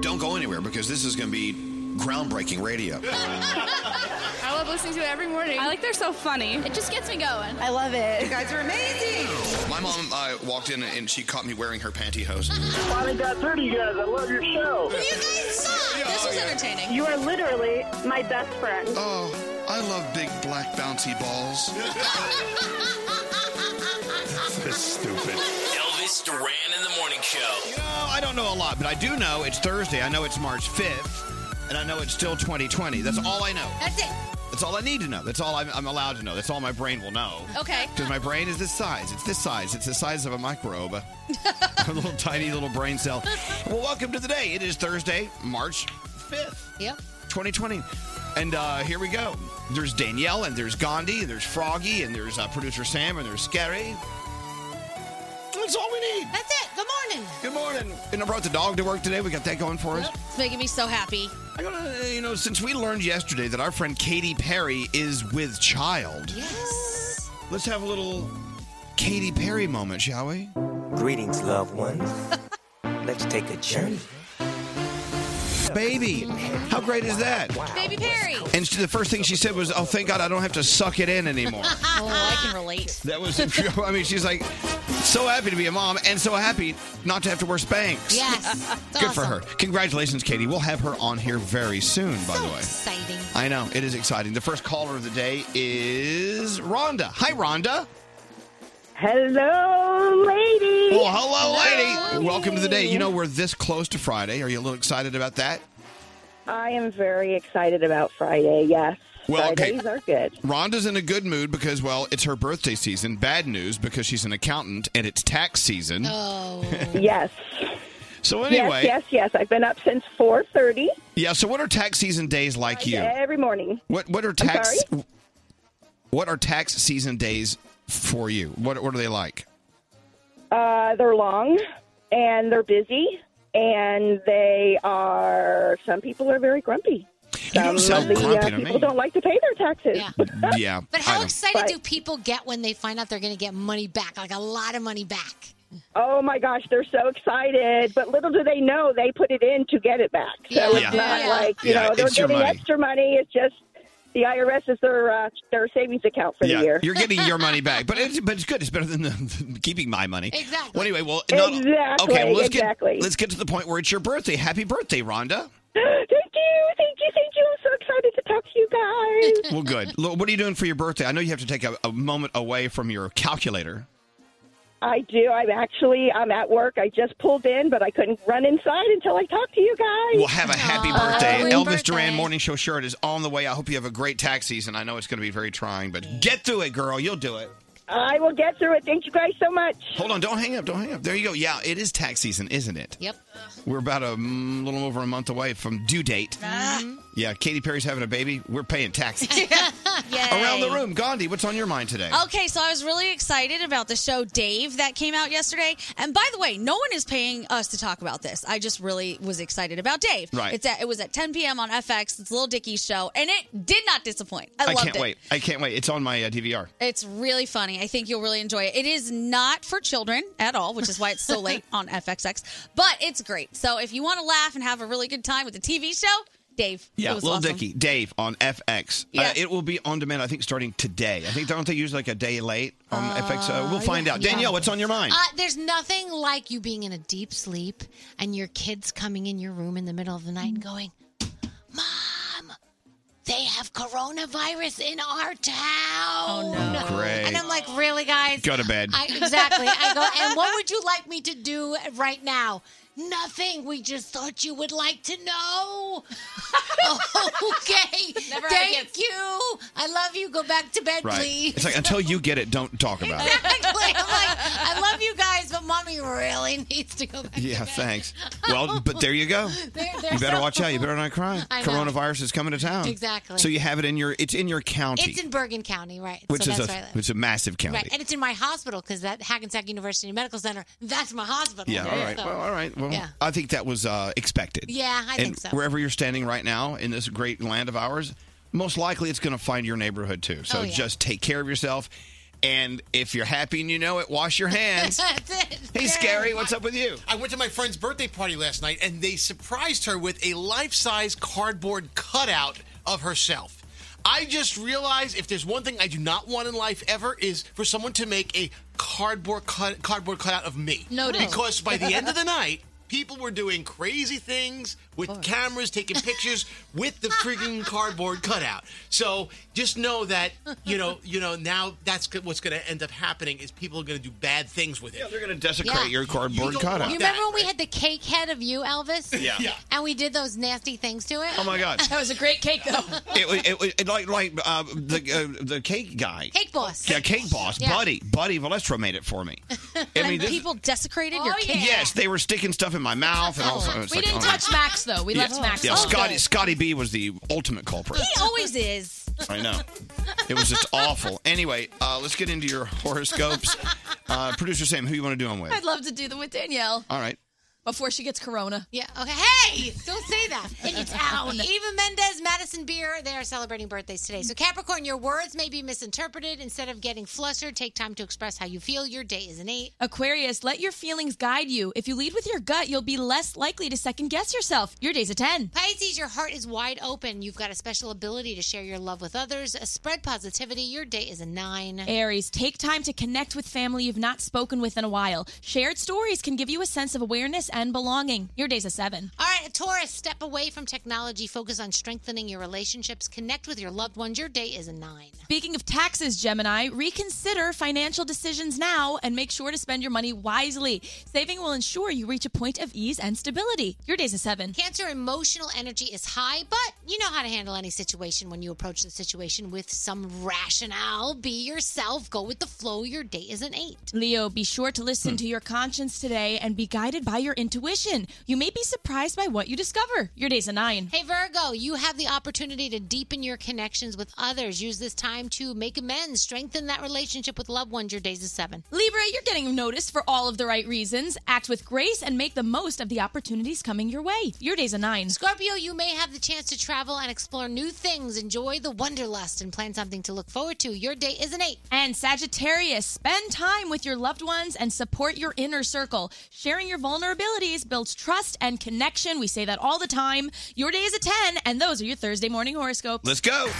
Don't go anywhere because this is going to be groundbreaking radio. I love listening to it every morning. I like they're so funny. It just gets me going. I love it. You guys are amazing. My mom uh, walked in and she caught me wearing her pantyhose. Finally got through to you guys. I love your show. You guys suck. this was entertaining. You are literally my best friend. Oh, I love big black bouncy balls. That's stupid. Elvis Duran in the morning show. No, I don't know a lot, but I do know it's Thursday. I know it's March 5th, and I know it's still 2020. That's all I know. That's it. That's all I need to know. That's all I'm, I'm allowed to know. That's all my brain will know. Okay. Because my brain is this size. It's this size. It's the size of a microbe. a little tiny little brain cell. Well, welcome to the day. It is Thursday, March 5th, Yep. 2020. And uh, here we go. There's Danielle, and there's Gandhi, and there's Froggy, and there's uh, producer Sam, and there's Scary. That's all we need. That's it. Good morning. Good morning. And I brought the dog to work today. We got that going for us. It's making me so happy. I gotta, uh, you know, since we learned yesterday that our friend Katy Perry is with child, Yes. let's have a little Katy Perry moment, shall we? Greetings, loved ones. Let's take a journey. Baby, how great is that? Baby Perry. And she, the first thing she said was, "Oh, thank God, I don't have to suck it in anymore." Oh, I can relate. that was, I mean, she's like, so happy to be a mom and so happy not to have to wear Spanx. Yes. Good for her. Congratulations, Katie. We'll have her on here very soon, by the way. Exciting. I know, it is exciting. The first caller of the day is Rhonda. Hi, Rhonda. Hello, lady. Well, hello, lady. Welcome to the day. You know, we're this close to Friday. Are you a little excited about that? I am very excited about Friday. Yes. Well, okay. Fridays are good. Rhonda's in a good mood because, well, it's her birthday season. Bad news because she's an accountant and it's tax season. Oh. Yes. So, anyway, Yes, yes, yes. I've been up since 4:30 yeah, so what are tax season days like you? every morning. What what are tax What are tax season days for you? What what are they like? Uh, they're long and they're busy and they are some people are very grumpy. You don't sound of the, grumpy uh, to people me. don't like to pay their taxes. Yeah. yeah. But how I know. excited But- do people get when they find out they're going to get money back, like a lot of money back? Oh my gosh, they're so excited, but little do they know they put it in to get it back. So Yeah. it's not Yeah. like you Yeah, know they're it's your getting money. extra money. It's just the IRS is their uh, their savings account for yeah, the year. you're getting your money back, but it's but it's good. It's better than the, keeping my money. Exactly. Well, anyway, well, not- Exactly, Okay, well, let's exactly. get let's get to the point where it's your birthday. Happy birthday, Rhonda. thank you, thank you, thank you. I'm so excited to talk to you guys. Well, good. Look, what are you doing for your birthday? I know you have to take a, a moment away from your calculator. I do. I'm actually I'm at work. I just pulled in, but I couldn't run inside until I talked to you guys. Well, have a happy Aw, birthday. happy Elvis birthday. Duran Morning Show shirt is on the way. I hope you have a great tax season. I know it's going to be very trying, but get through it, girl. You'll do it. I will get through it. Thank you guys so much. Hold on, don't hang up, don't hang up. There you go. Yeah, it is tax season, isn't it? Yep. We're about a mm, little over a month away from due date. Yeah, Katy Perry's having a baby. We're paying taxes. Around the room, Gandhi, what's on your mind today? Okay, so I was really excited about the show Dave that came out yesterday. And by the way, no one is paying us to talk about this. I just really was excited about Dave. Right. It's at, it was at 10 p.m. on FX. It's Little Dickie's show, and it did not disappoint. I, I loved can't it. wait. I can't wait. It's on my uh, DVR. It's really funny. I think you'll really enjoy it. It is not for children at all, which is why it's so late on FXX, but it's great. So if you want to laugh and have a really good time with the TV show, Dave. Yeah, it was Lil awesome. Dicky, Dave on FX. Uh, Yeah. it will be on demand, I think, starting today. I think don't they use like a day late on FX? Uh, Oh, we'll find out. Danielle, what's on your mind? Uh, there's nothing like you being in a deep sleep and your kids coming in your room in the middle of the night and going, Mom, they have coronavirus in our town. Oh, Great. And I'm like, Really, guys? Go to bed. I, exactly. I go, And what would you like me to do right now? Nothing. We just thought you would like to know. okay. Never had Thank you. I love you. Go back to bed, right. please. It's like until you get it, don't talk about it. Exactly. I'm like, I love you guys, but mommy really needs to go back. Yeah, thanks. Well, but there you go. They're- they're You better so- watch out. You better not cry. I know. Coronavirus is coming to town. Exactly. So you have it in your. It's in your county, It's in Bergen County, right? which so is that's a where I live. which is a massive county. Right, and it's in my hospital because that Hackensack University Medical Center. That's my hospital. yeah. All right. So- Well, all right. Well, Yeah. I think that was uh, expected. Yeah, I and think so. Wherever you're standing right now in this great land of ours, most likely it's going to find your neighborhood too. So Oh, yeah. just take care of yourself. And if you're happy and you know it, wash your hands. Hey, Scary, what's up with you? I went to my friend's birthday party last night, and they surprised her with a life-size cardboard cutout of herself. I just realized if there's one thing I do not want in life ever is for someone to make a cardboard cut, cardboard cutout of me. Noted. Because by the end of the night, people were doing crazy things with cameras, taking pictures with the freaking cardboard cutout. So just know that you know you know now that's go- what's going to end up happening is people are going to do bad things with it. Yeah, they're going to desecrate your cardboard cutout. You remember when we had the cake head of you, Elvis? Yeah. Yeah. And we did those nasty things to it? Oh, my God. That was a great cake, though. It, was- it, was- it like like uh, the uh, the cake guy. cake boss. Oh, Yeah, Cake Boss, Yeah. Buddy, Buddy Valestro made it for me. I mean, and this- people desecrated Oh, your cake. yes, they were sticking stuff in my mouth and all sorts. We like, didn't oh my- touch Max though. We yeah. left Max. Yeah, alone. Scotty Scotty B was the ultimate culprit. He always is. I know. It was just awful. Anyway, uh, let's get into your horoscopes. Uh, Producer Sam, who you want to do them with? I'd love to do them with Danielle All right. before she gets corona. Yeah. Okay. Hey, don't say that. In your town. Eva Mendez, Madison Beer, they are celebrating birthdays today. So, Capricorn, your words may be misinterpreted. Instead of getting flustered, take time to express how you feel. Your day is an eight. Aquarius, let your feelings guide you. If you lead with your gut, you'll be less likely to second guess yourself. Your day's a 10. Pisces, your heart is wide open. You've got a special ability to share your love with others. Uh, Spread positivity. Your day is a nine. Aries, take time to connect with family you've not spoken with in a while. Shared stories can give you a sense of awareness and belonging. Your day's a 7. All right, Taurus, step away from technology. Focus on strengthening your relationships. Connect with your loved ones. Your day is a nine. Speaking of taxes, Gemini, reconsider financial decisions now and make sure to spend your money wisely. Saving will ensure you reach a point of ease and stability. Your day's a 7. Cancer emotional energy is high, but you know how to handle any situation when you approach the situation with some rationale. Be yourself, go with the flow. Your day is an eight. Leo, be sure to listen Hmm. to your conscience today and be guided by your intuition. You may be surprised by what you discover. Your day's a 9. Hey, Virgo, you have the opportunity to deepen your connections with others. Use this time to make amends, strengthen that relationship with loved ones. Your day's a seven. Libra, you're getting noticed for all of the right reasons. Act with grace and make the most of the opportunities coming your way. Your day's a nine. Scorpio, you may have the chance to travel and explore new things. Enjoy the wanderlust and plan something to look forward to. Your day is an eight. And Sagittarius, spend time with your loved ones and support your inner circle. Sharing your vulnerabilities builds trust and connection. We say that all the time. Your day is a 10, and those are your Thursday morning horoscopes. Let's go.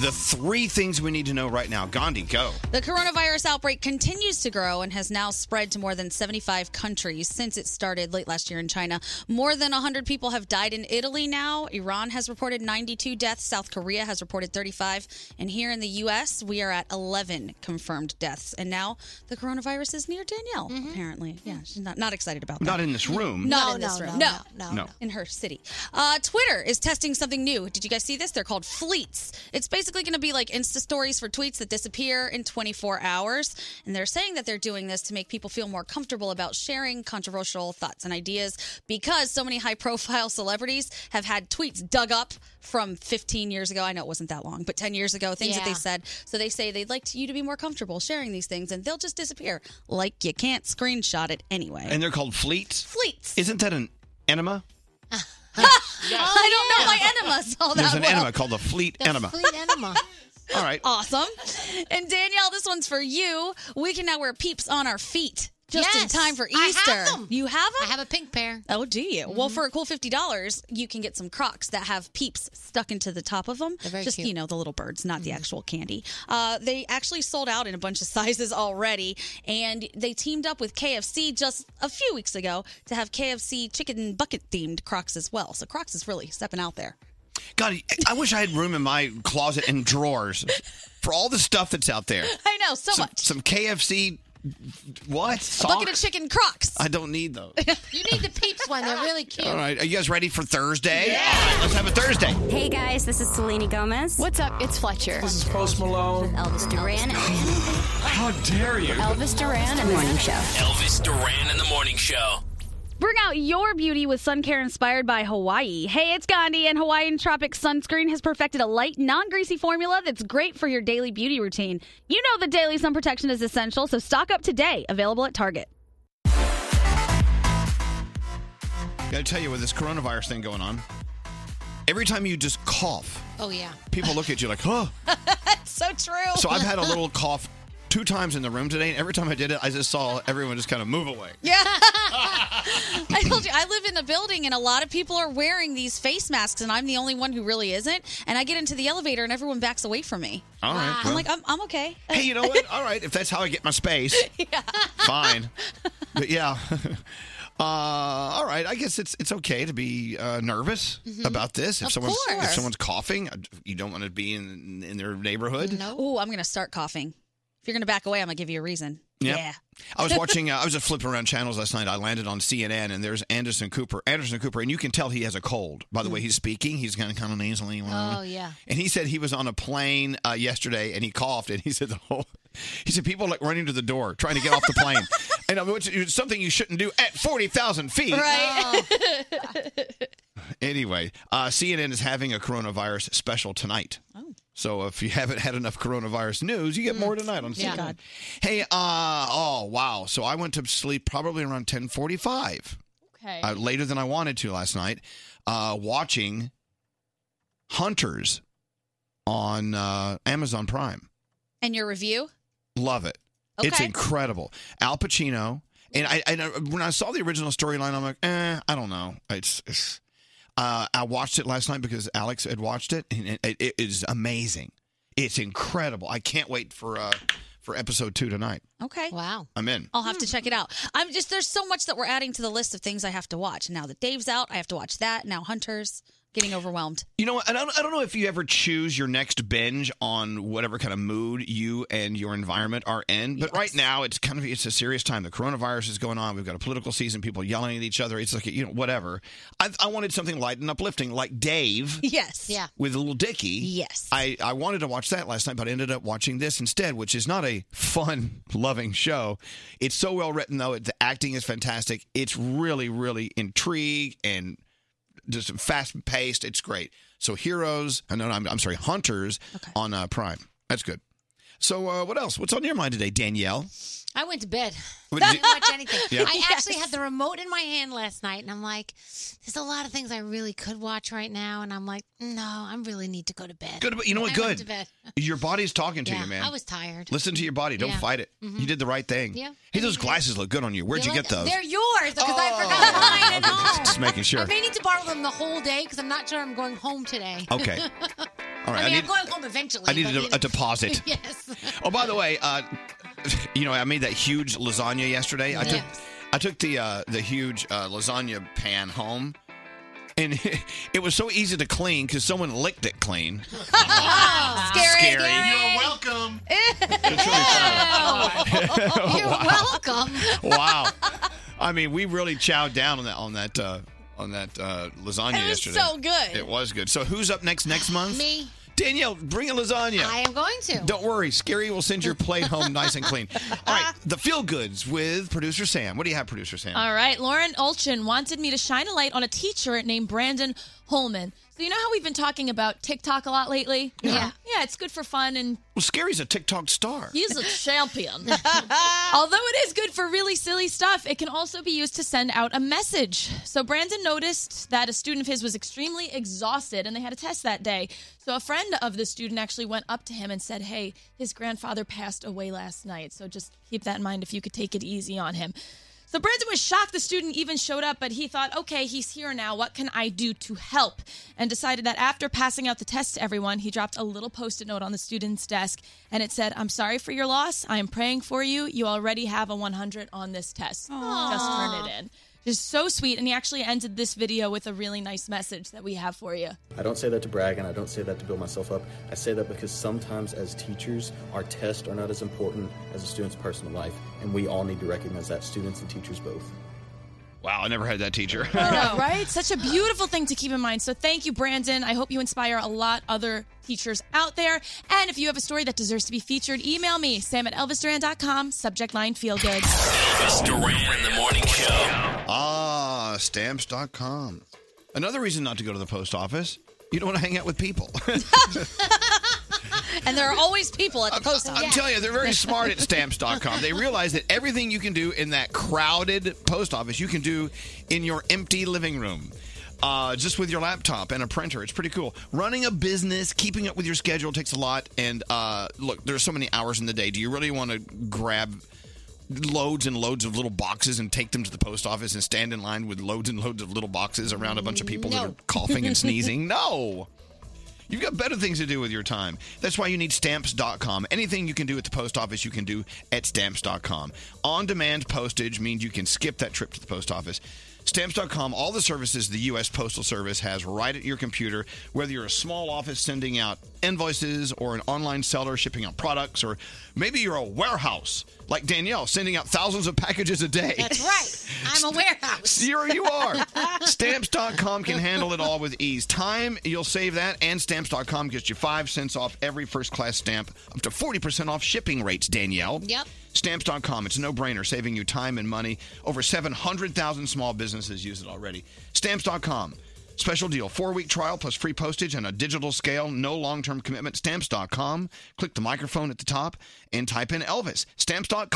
The three things we need to know right now. Gandhi, go. The coronavirus outbreak continues to grow and has now spread to more than 75 countries since it started late last year in China. More than 100 people have died in Italy now. Iran has reported 92 deaths. South Korea has reported 35. And here in the U.S., we are at 11 confirmed deaths. And now the coronavirus is near Danielle, apparently. Yeah, she's not, not excited about that. Not in this room. Not in this room. Mm-hmm. No, no, No. no. In her city. Uh, Twitter is testing something new. Did you guys see this? They're called fleets. It's basically going to be like Insta stories for tweets that disappear in 24 hours. And they're saying that they're doing this to make people feel more comfortable about sharing controversial thoughts and ideas because so many high profile celebrities have had tweets dug up from 15 years ago. I know it wasn't that long, but 10 years ago, things that they Yeah. said. So they say they'd like you to be more comfortable sharing these things and they'll just disappear. Like you can't screenshot it anyway. And they're called fleets. Fleets. Isn't that an enema? I don't know my enemas all Oh, that There's an well. enema called the fleet enema. enema. All right. Awesome. And Danielle, this one's for you. We can now wear peeps on our feet just in Yes, time for I have Easter. them. You have them? I have a pink pair. Mm-hmm. Oh, do you? Well, for a cool $50, you can get some Crocs that have peeps stuck into the top of them. just, cute. you know, the little birds, not the actual candy. Uh, they actually sold out in a bunch of sizes already. And they teamed up with KFC just a few weeks ago to have KFC chicken bucket themed Crocs as well. So Crocs is really stepping out there. God, I- I wish I had room in my closet and drawers for all the stuff that's out there. I know, so some, much. some KFC. What? A bucket of Socks? chicken Crocs. I don't need those. You need the peeps one. They're really cute. All right. Are you guys ready for Thursday? All right. Let's have a Thursday. Hey guys, this is Selene Gomez. What's up? It's Fletcher. This is Post Malone. With Elvis Duran. How dare you? Elvis Duran and the Morning Show. Elvis Duran in the morning show. Bring out your beauty with sun care inspired by Hawaii. Hey, it's Gandhi, and Hawaiian Tropic Sunscreen has perfected a light, non greasy formula that's great for your daily beauty routine. You know that daily sun protection is essential, so stock up today. Available at Target. Gotta tell you, with this coronavirus thing going on, every time you just cough, Oh, yeah. people look at you like, huh. That's so true. So I've had a little cough two times in the room today, and every time I did it, I just saw everyone just kind of move away. Yeah. I told you, I live in a building and a lot of people are wearing these face masks, and I'm the only one who really isn't. And I get into the elevator and everyone backs away from me. All right, I'm well. like, I'm, I'm okay. Hey, you know what? All right, if that's how I get my space, fine. But yeah, uh, all right. I guess it's it's okay to be uh, nervous Mhm. about this. If Of someone's if course. someone's coughing, uh, you don't want to be in in their neighborhood. Ooh, I'm going to start coughing. If you're going to back away, I'm going to give you a reason. Yep. Yeah. I was watching. Uh, I was just flipping around channels last night. I landed on CNN, and there's Anderson Cooper. Anderson Cooper, and you can tell he has a cold by the way he's speaking. He's kind of kind of nasally. Oh yeah. And he said he was on a plane uh, yesterday, and he coughed, and he said the whole. He said people like running to the door trying to get off the plane, and I mean, which is something you shouldn't do at forty thousand feet. Right. Anyway, uh, CNN is having a coronavirus special tonight. Oh. So if you haven't had enough coronavirus news, you get more tonight on Thank CNN. God. Hey, uh, oh wow! So I went to sleep probably around ten forty-five, Okay. uh, later than I wanted to last night, uh, watching Hunters on uh, Amazon Prime. And your review? Love it. It's Okay. incredible. Al Pacino. And I, and I- when I saw the original storyline, I'm like, eh, I don't know. It's, it's uh, I watched it last night because Alex had watched it, and it, it is amazing. It's incredible. I can't wait for uh, for episode two tonight. Okay. Wow. I'm in. I'll have to Hmm. check it out. I'm just there's so much that we're adding to the list of things I have to watch. Now that Dave's out, I have to watch that. Now Hunter's getting overwhelmed. You know, and I don't, I don't know if you ever choose your next binge on whatever kind of mood you and your environment are in, but right now it's kind of it's a serious time. The coronavirus is going on. We've got a political season. People yelling at each other. It's like you know whatever. I, I wanted something light and uplifting, like Dave. Yes. Yeah. With Little Dicky. Yes. I, I wanted to watch that last night, but I ended up watching this instead, which is not a fun, loving show. It's so well written, though. It, the acting is fantastic. It's really, really intrigue and just fast paced. It's great. So, Heroes, uh, no, no, I'm, I'm sorry, Hunters on uh, Prime. That's good. So, uh, what else? What's on your mind today, Danielle? I went to bed. What I did didn't watch anything. Yeah. I actually Yes. had the remote in my hand last night, and I'm like, there's a lot of things I really could watch right now, and I'm like, no, I really need to go to bed. Good, but you know what? I went Good. to bed. Your body's talking to yeah, you, man. I was tired. Listen to your body. Don't Yeah. fight it. Mhm. You did the right thing. Yeah. Hey, those glasses look good on you. Where'd They're you like- get those? Oh. They're yours because I forgot mine at home. Just making sure. I may need to borrow them the whole day because I'm not sure I'm going home today. Okay. All right, I I mean, need- I'm going home eventually. I need but a- either- a deposit. yes. Oh, by the way, uh, you know, I made that huge lasagna yesterday. I took I took the uh, the huge uh, lasagna pan home, and it was so easy to clean because someone licked it clean. scary. Scary. You're welcome. Oh. You're Wow. welcome. wow, I mean, we really chowed down on that on that uh, on that uh, lasagna It was yesterday. so good. It was good. So who's up next next month? Me. Danielle, bring a lasagna. I am going to. Don't worry, Scary will send your plate home nice and clean. All right, the feel goods with producer Sam. What do you have, producer Sam? All right, Lauren Olchin wanted me to shine a light on a teacher named Brandon Holman. So you know how we've been talking about TikTok a lot lately? Yeah. Yeah, it's good for fun and Well, Scary's a TikTok star. He's a champion. Although it is good for really silly stuff, it can also be used to send out a message. So Brandon noticed that a student of his was extremely exhausted and they had a test that day. So a friend of the student actually went up to him and said, Hey, his grandfather passed away last night. So just keep that in mind if you could take it easy on him. So Brandon was shocked the student even showed up, but he thought, okay, he's here now. What can I do to help? And decided that after passing out the test to everyone, he dropped a little post it note on the student's desk and it said, I'm sorry for your loss. I am praying for you. You already have a 100 on this test. Just turn it in. Just so sweet. And he actually ended this video with a really nice message that we have for you. I don't say that to brag and I don't say that to build myself up. I say that because sometimes as teachers, our tests are not as important as a student's personal life, and we all need to recognize that, students and teachers both. Wow, I never had that teacher. photo, right? Such a beautiful thing to keep in mind. So thank you, Brandon. I hope you inspire a lot other teachers out there. And if you have a story that deserves to be featured, email me, sam at elvisduran.com, subject line feel good. Elvis Duran in the morning show. Ah, stamps.com. Another reason not to go to the post office. You don't want to hang out with people. And there are always people at the post office. I'm telling you, they're very smart at stamps.com. They realize that everything you can do in that crowded post office, you can do in your empty living room. uh, just with your laptop and a printer. It's pretty cool. Running a business, keeping up with your schedule takes a lot. And uh, look, there's so many hours in the day. Do you really want to grab loads and loads of little boxes and take them to the post office and stand in line with loads and loads of little boxes around a bunch of people that No. are coughing and sneezing? No. You've got better things to do with your time. That's why you need stamps.com. Anything you can do at the post office, you can do at stamps.com. On demand postage means you can skip that trip to the post office. Stamps.com, all the services the U.S. Postal Service has right at your computer, whether you're a small office sending out invoices or an online seller shipping out products, or maybe you're a warehouse like Danielle sending out thousands of packages a day. That's right. I'm a warehouse. Zero you are. stamps.com can handle it all with ease. Time, you'll save that, and stamps.com gets you five cents off every first class stamp, up to 40% off shipping rates, Danielle. Yep. Stamps.com, it's a no brainer, saving you time and money. Over 700,000 small businesses use it already. Stamps.com. Special deal, four week trial plus free postage on a digital scale, no long term commitment. Stamps.com. Click the microphone at the top and type in Elvis. Stamps.com.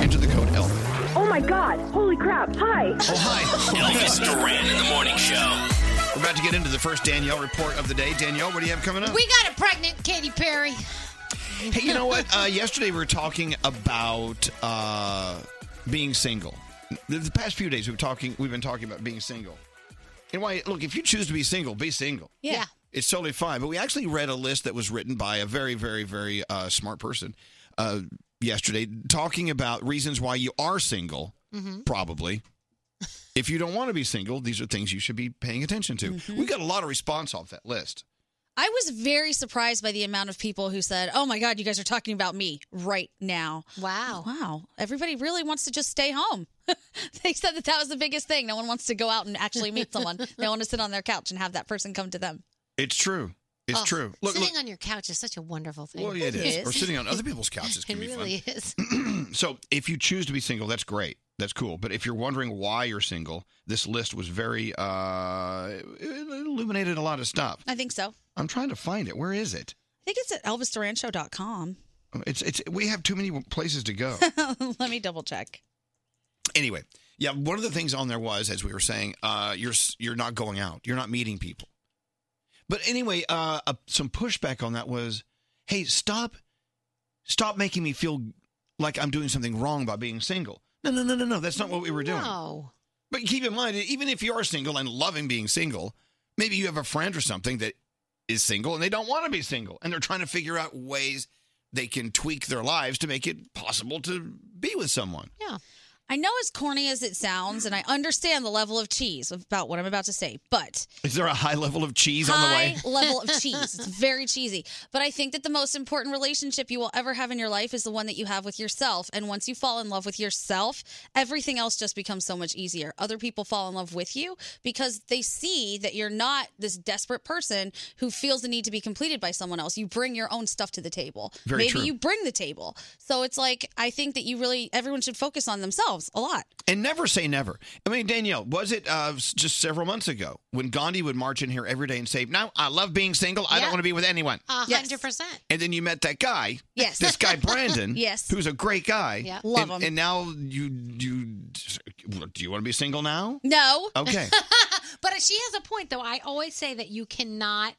Enter the code Elvis. Oh my God! Holy crap! Hi. Oh hi. Elvis Duran in the morning show. We're about to get into the first Danielle report of the day. Danielle, what do you have coming up? We got a pregnant Katy Perry. hey, you know what? Uh, yesterday we were talking about uh, being single. The, the past few days we've talking we've been talking about being single. And why? Look, if you choose to be single, be single. Yeah. It's totally fine. But we actually read a list that was written by a very, very, very uh, smart person uh, yesterday, talking about reasons why you are single. Mm-hmm. Mhm. Probably. If you don't want to be single, these are things you should be paying attention to. Mm-hmm. We got a lot of response off that list. I was very surprised by the amount of people who said, "Oh my God, you guys are talking about me right now." Oh, Wow, wow! Everybody really wants to just stay home. they said that that was the biggest thing. No one wants to go out and actually meet someone. they want to sit on their couch and have that person come to them. It's true. It's Oh, true. Look, sitting look. on your couch is such a wonderful thing. Well, yeah, it is. Or sitting on other people's couches it can be fun. really is. So if you choose to be single, that's great. That's cool. But if you're wondering why you're single, this list was very uh it illuminated a lot of stuff. I think so. I I'm trying to find it. Where is it? think it's at ElvisDuranShow.com. It's it's we have too many places to go. Let me double check. anyway, yeah, one of the things on there was as we were saying, uh you're s- you're not going out. You're not meeting people. But anyway, uh, uh some pushback on that was, "Hey, stop stop making me feel like I'm doing something wrong by being single." No, no, no, no, no. That's not what we were doing. No. But keep in mind, even if you are single and loving being single, maybe you have a friend or something that is single and they don't want to be single and they're trying to figure out ways they can tweak their lives to make it possible to be with someone. Yeah. I know as corny as it sounds, and I understand the level of cheese about what I'm about to say, but Is there a high level of cheese on the high way? level of cheese. It's very cheesy. But I think that the most important relationship you will ever have in your life is the one that you have with yourself. And once you fall in love with yourself, everything else just becomes so much easier. Other people fall in love with you because they see that you're not this desperate person who feels the need to be completed by someone else. You bring your own stuff to the table. Very Maybe true. you bring the table. So it's like I think that you really everyone should focus on themselves a lot. And never say never. I mean, Danielle, was it uh, s- just several months ago when Gandhi would march in here every day and say, No, I love being single. I don't Yeah. want to be with anyone. A hundred percent. And then you met that guy. Yes. This guy Brandon. Yes. Who's a great guy. Yeah. And- Love him. And now you you do you want to be single now? No. Okay. But she has a point, though. I always say that you cannot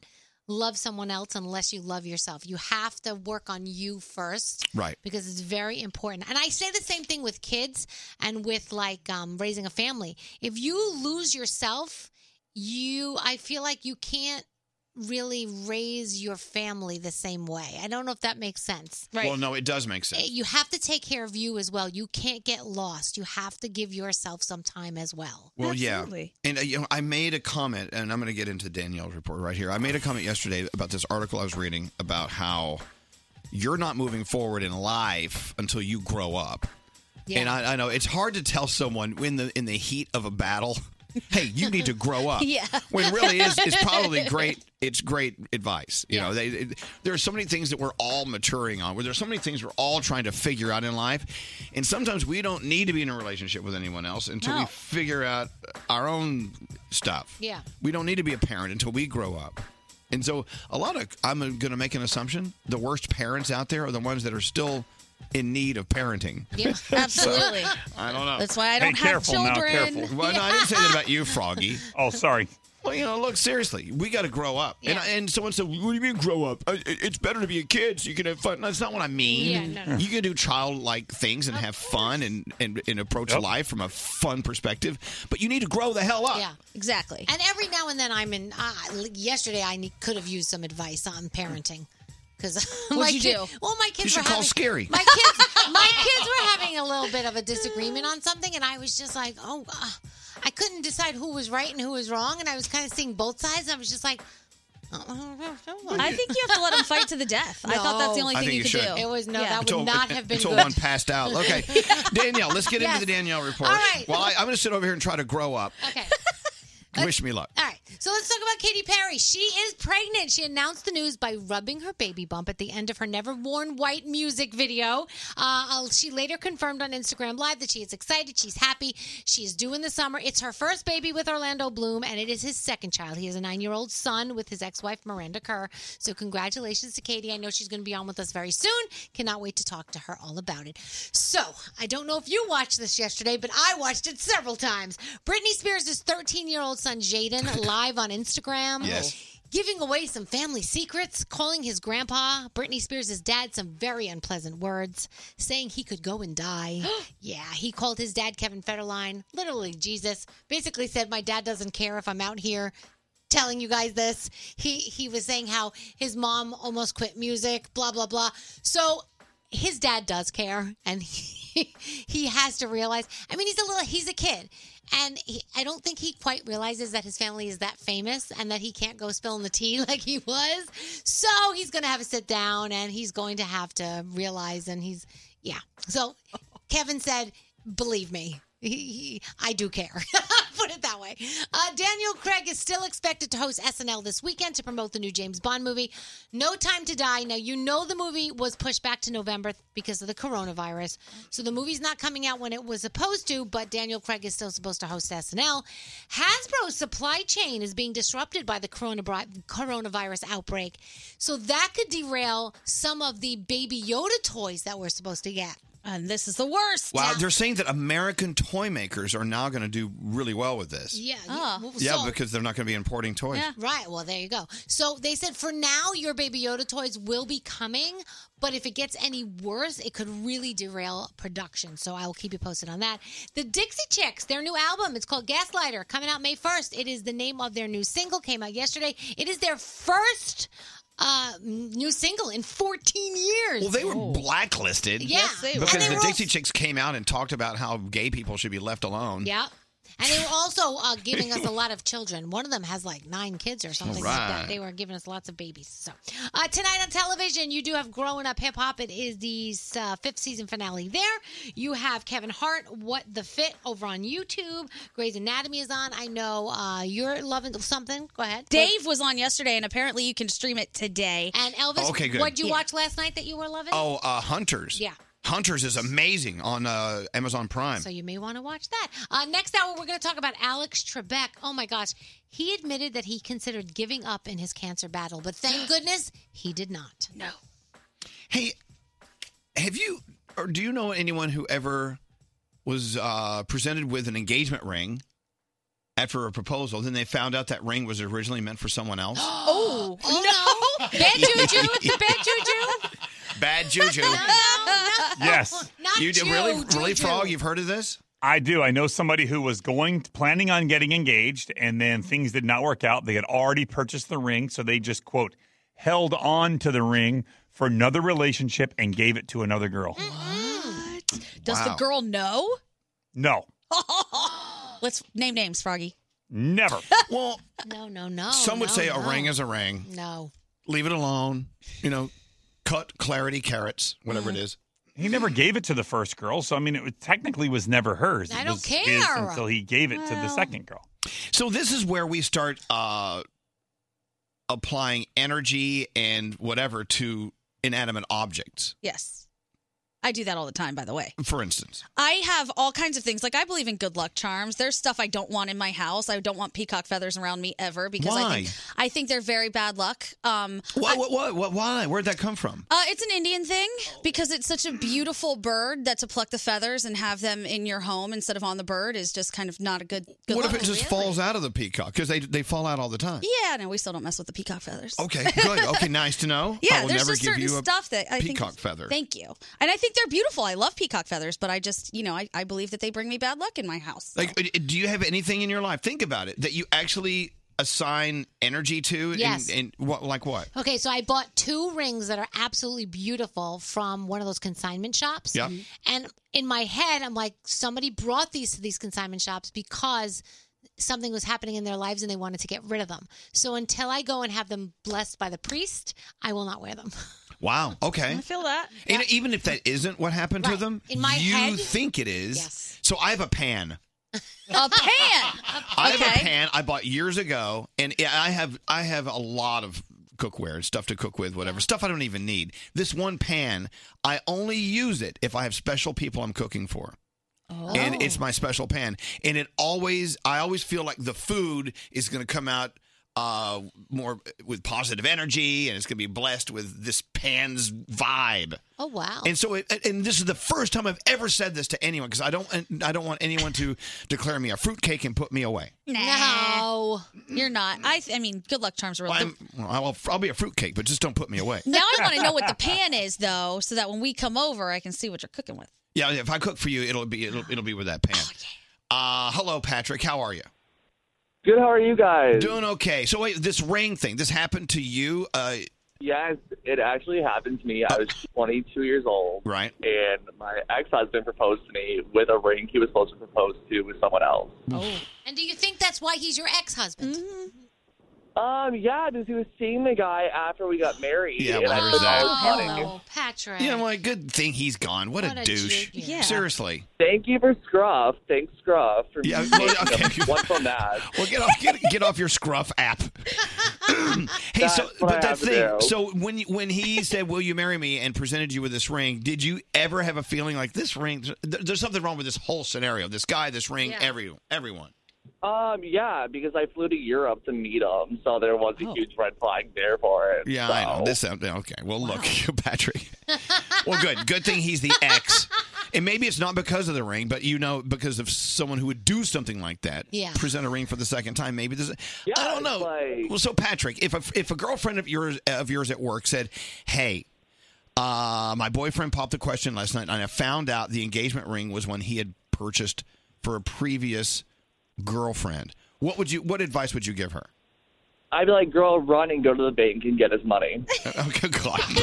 love someone else unless you love yourself. You have to work on you first. Right. Because it's very important. And I say the same thing with kids and with like um, raising a family. If you lose yourself, you, I feel like you can't really raise your family the same way. I don't know if that makes sense. Well, no, it does make sense. You have to take care of you as well. You can't get lost. You have to give yourself some time as well. Well, yeah. And uh, you know, I made a comment, and I'm going to get into Danielle's report right here. I made a comment yesterday about this article I was reading about how you're not moving forward in life until you grow up. Yeah. And I, I know it's hard to tell someone in the in the heat of a battle, hey, you need to grow up. Yeah. When really is is probably great. It's great advice. You know, they, it, there are so many things that we're all maturing on. Where there's so many things we're all trying to figure out in life, and sometimes we don't need to be in a relationship with anyone else until we No. figure out our own stuff. Yeah. We don't need to be a parent until we grow up. And so, a lot of, I'm going to make an assumption the worst parents out there are the ones that are still in need of parenting. Yeah, So, absolutely. I don't know. That's why I don't Hey, have careful now, children. careful. Well, no, I didn't say that about you, Froggy. oh, sorry. Well, you know, look, seriously, we got to grow up. And, and someone said, What do you mean grow up? Uh, it- It's better to be a kid so you can have fun. No, that's not what I mean. Yeah, no, no. You can do childlike things and have fun and, and, and approach life from a fun perspective, but you need to grow the hell up. Yeah, exactly. And every now and then I'm in. Uh, yesterday I ne- could have used some advice on parenting because my you kid- do? Well, my kids You should were call having, Scary. My kids, my kids were having a little bit of a disagreement on something, and I was just like, oh, uh, I couldn't decide who was right and who was wrong, and I was kind of seeing both sides. And I was just like. uh, I think you have to let them fight to the death. I thought that's the only I thing think you you could should. do. It was no, that would Until- not have been until good. one passed out. Okay, Danielle, let's get Yes. into the Danielle report. All right. Well, I, I'm going to sit over here and try to grow up. Okay. Wish me luck. All right, so let's talk about Katy Perry. She is pregnant. She announced the news by rubbing her baby bump at the end of her Never Worn White music video. Uh, she later confirmed on Instagram Live that she is excited, she's happy, she's due in the summer. It's her first baby with Orlando Bloom, and it is his second child. He has a nine year old son with his ex wife, Miranda Kerr. So, congratulations to Katie. I know she's going to be on with us very soon. Cannot wait to talk to her all about it. So, I don't know if you watched this yesterday, but I watched it several times. Britney Spears' 13 year old son, Jaden, live on Instagram. Yes. Giving away some family secrets, calling his grandpa, Britney Spears' dad, some very unpleasant words, saying he could go and die. yeah, he called his dad, Kevin Federline, literally Jesus. Basically said, My dad doesn't care if I'm out here telling you guys this. He he was saying how his mom almost quit music, blah blah blah. So his dad does care and he, he has to realize. I mean, he's a little he's a kid and he, I don't think he quite realizes that his family is that famous and that he can't go spilling the tea like he was. So he's going to have a sit down and he's going to have to realize and he's yeah. So Kevin said, "Believe me, he, he, I do care." Put it that way. Uh, Daniel Craig is still expected to host SNL this weekend to promote the new James Bond movie, No Time to Die. Now you know the movie was pushed back to November because of the coronavirus, so the movie's not coming out when it was supposed to. But Daniel Craig is still supposed to host SNL. Hasbro's supply chain is being disrupted by the coronabri- coronavirus outbreak, so that could derail some of the Baby Yoda toys that we're supposed to get. And this is the worst. Wow, they're saying that American toy makers are now going to do really well with this. Yeah. Ah. well, yeah, so- because they're not going to be importing toys. Right. Well, there you go. So they said for now, your Baby Yoda toys will be coming, but if it gets any worse, it could really derail production. So I will keep you posted on that. The Dixie Chicks, their new album, it's called Gaslighter, coming out May 1st. It is the name of their new single, came out yesterday. It is their first uh, new single in 14 years. Well, they were blacklisted. Yeah. Yes, they were. And Because they the were Dixie Chicks came out and talked about how gay people should be left alone. Yeah. And they were also uh, giving us a lot of children. One of them has like nine kids or something like that. right. They were giving us lots of babies. So uh, tonight on television, you do have Growing Up Hip Hop. It is the uh, fifth season finale there. You have Kevin Hart, What the Fit over on YouTube. Grey's Anatomy is on. I know uh, you're loving something. Go ahead. Dave was on yesterday, and apparently you can stream it today. And Elvis, Oh, Okay, good. what'd you Yeah. watch last night that you were loving? Oh, uh, Hunters. Yeah. Hunters is amazing on uh, Amazon Prime. So you may want to watch that. Uh, next hour, we're going to talk about Alex Trebek. Oh my gosh, he admitted that he considered giving up in his cancer battle, but thank goodness he did not. No. Hey, have you or do you know anyone who ever was uh, presented with an engagement ring after a proposal? Then they found out that ring was originally meant for someone else. Oh, no. Bad juju. It's a bad juju. Bad juju. Yes. Not you did really, really frog. You've heard of this? I do. I know somebody who was going, planning on getting engaged, and then things did not work out. They had already purchased the ring, so they just quote held on to the ring for another relationship and gave it to another girl. Mm. Does the Wow. girl know? No, Let's name names, Froggy. never. Well, no, no, no. Some would no, say a no. ring is a ring. No. Leave it alone. You know, cut clarity carrots, whatever it is. He never gave it to the first girl, so I mean, it was, technically was never hers. I It don't was his care. until he gave it to the Well. second girl. So this is where we start uh, applying energy and whatever to inanimate objects. Yes. I do that all the time, by the way. For instance, I have all kinds of things. Like I believe in good luck charms. There's stuff I don't want in my house. I don't want peacock feathers around me ever because I think Why? I think they're very bad luck. Um what, what, what, what, why? Where'd that come from? uh, it's an Indian thing because it's such a beautiful bird that to pluck the feathers and have them in your home instead of on the bird is just kind of not a good good what if luck. it just falls out of the peacock? Because they they fall out all the time. Yeah, no, we still don't mess with the peacock feathers. Okay, good. Okay, nice to know. Yeah, I will there's never just give certain you a stuff that I think- peacock feather. Thank you. And I think they're beautiful. I love peacock feathers, but I just, you know, I, I believe that they bring me bad luck in my house. Like, uh, do you have anything in your life? Think about it that you actually assign energy to. Yes. And, and what, like what? Okay, so I bought two rings that are absolutely beautiful from one of those consignment shops. Mm-hmm. Yeah. And in my head, I'm like, somebody brought these to these consignment shops because something was happening in their lives and they wanted to get rid of them. So until I go and have them blessed by the priest, I will not wear them. Wow. Okay. feel that. And even if that isn't what happened to them, In my you head- think it is. Yes. So I have a pan. A pan. I have a Okay. pan I bought years ago, and I have I have a lot of cookware and stuff to cook with, whatever stuff I don't even need. This one pan, I only use it if I have special people I'm cooking for. And it's my special pan, and it always I always feel like the food is going to come out uh more with positive energy and it's going to be blessed with this pan's vibe. Oh wow. And so, it, and this is the first time I've ever said this to anyone because I don't, I don't want anyone to declare me a fruitcake and put me away. No. You're not. I th- I mean, good luck charms are real. I'm, well, I'll, I'll be a fruitcake, but just don't put me away. now I want to know what the pan is though, so that when we come over, I can see what you're cooking with. Yeah, if I cook for you, it'll be, it'll, it'll be with that pan. Uh, hello, Patrick. How are you? Good. How are you guys? Doing okay. So wait, this ring thing, this happened to you? Uh, Yes, it actually happened to me. I was 22 years old. Right. And my ex husband proposed to me with a ring he was supposed to propose to with someone else. And do you think that's why he's your ex-husband? Um, yeah, because he was seeing the guy after we got married. Yeah, and I where's spent that? all the Oh, money. hello. Patrick. yeah, well, good thing he's gone. What, What a, a douche. jerk, yeah. Seriously. Thank you for Scruff. Thanks, Scruff, for Yeah, making well, okay. them one from that. Well, get off, get, get off your scruff app. hey, so That's what I but that have to thing. do. So when you- when he said, "Will you marry me?" and presented you with this ring, did you ever have a feeling like this ring? th- There's something wrong with this whole scenario. This guy, this ring, Yeah. every everyone. Um, yeah, because I flew to Europe to meet him, so there was a huge red flag there for it. Oh. Yeah, so. I know. This sound- okay. Well, look, Patrick. well, good. Good thing he's the ex. And maybe it's not because of the ring, but you know, because of someone who would do something like that. Yeah. Present a ring for the second time. Maybe this. I don't know. well, so Patrick, if a, if a girlfriend of yours of yours at work said, "Hey, uh, my boyfriend popped the question last night, and I found out the engagement ring was one he had purchased for a previous girlfriend," what would you? What advice would you give her? I'd be like, girl, run and go to the bank and get his money. okay, God. oh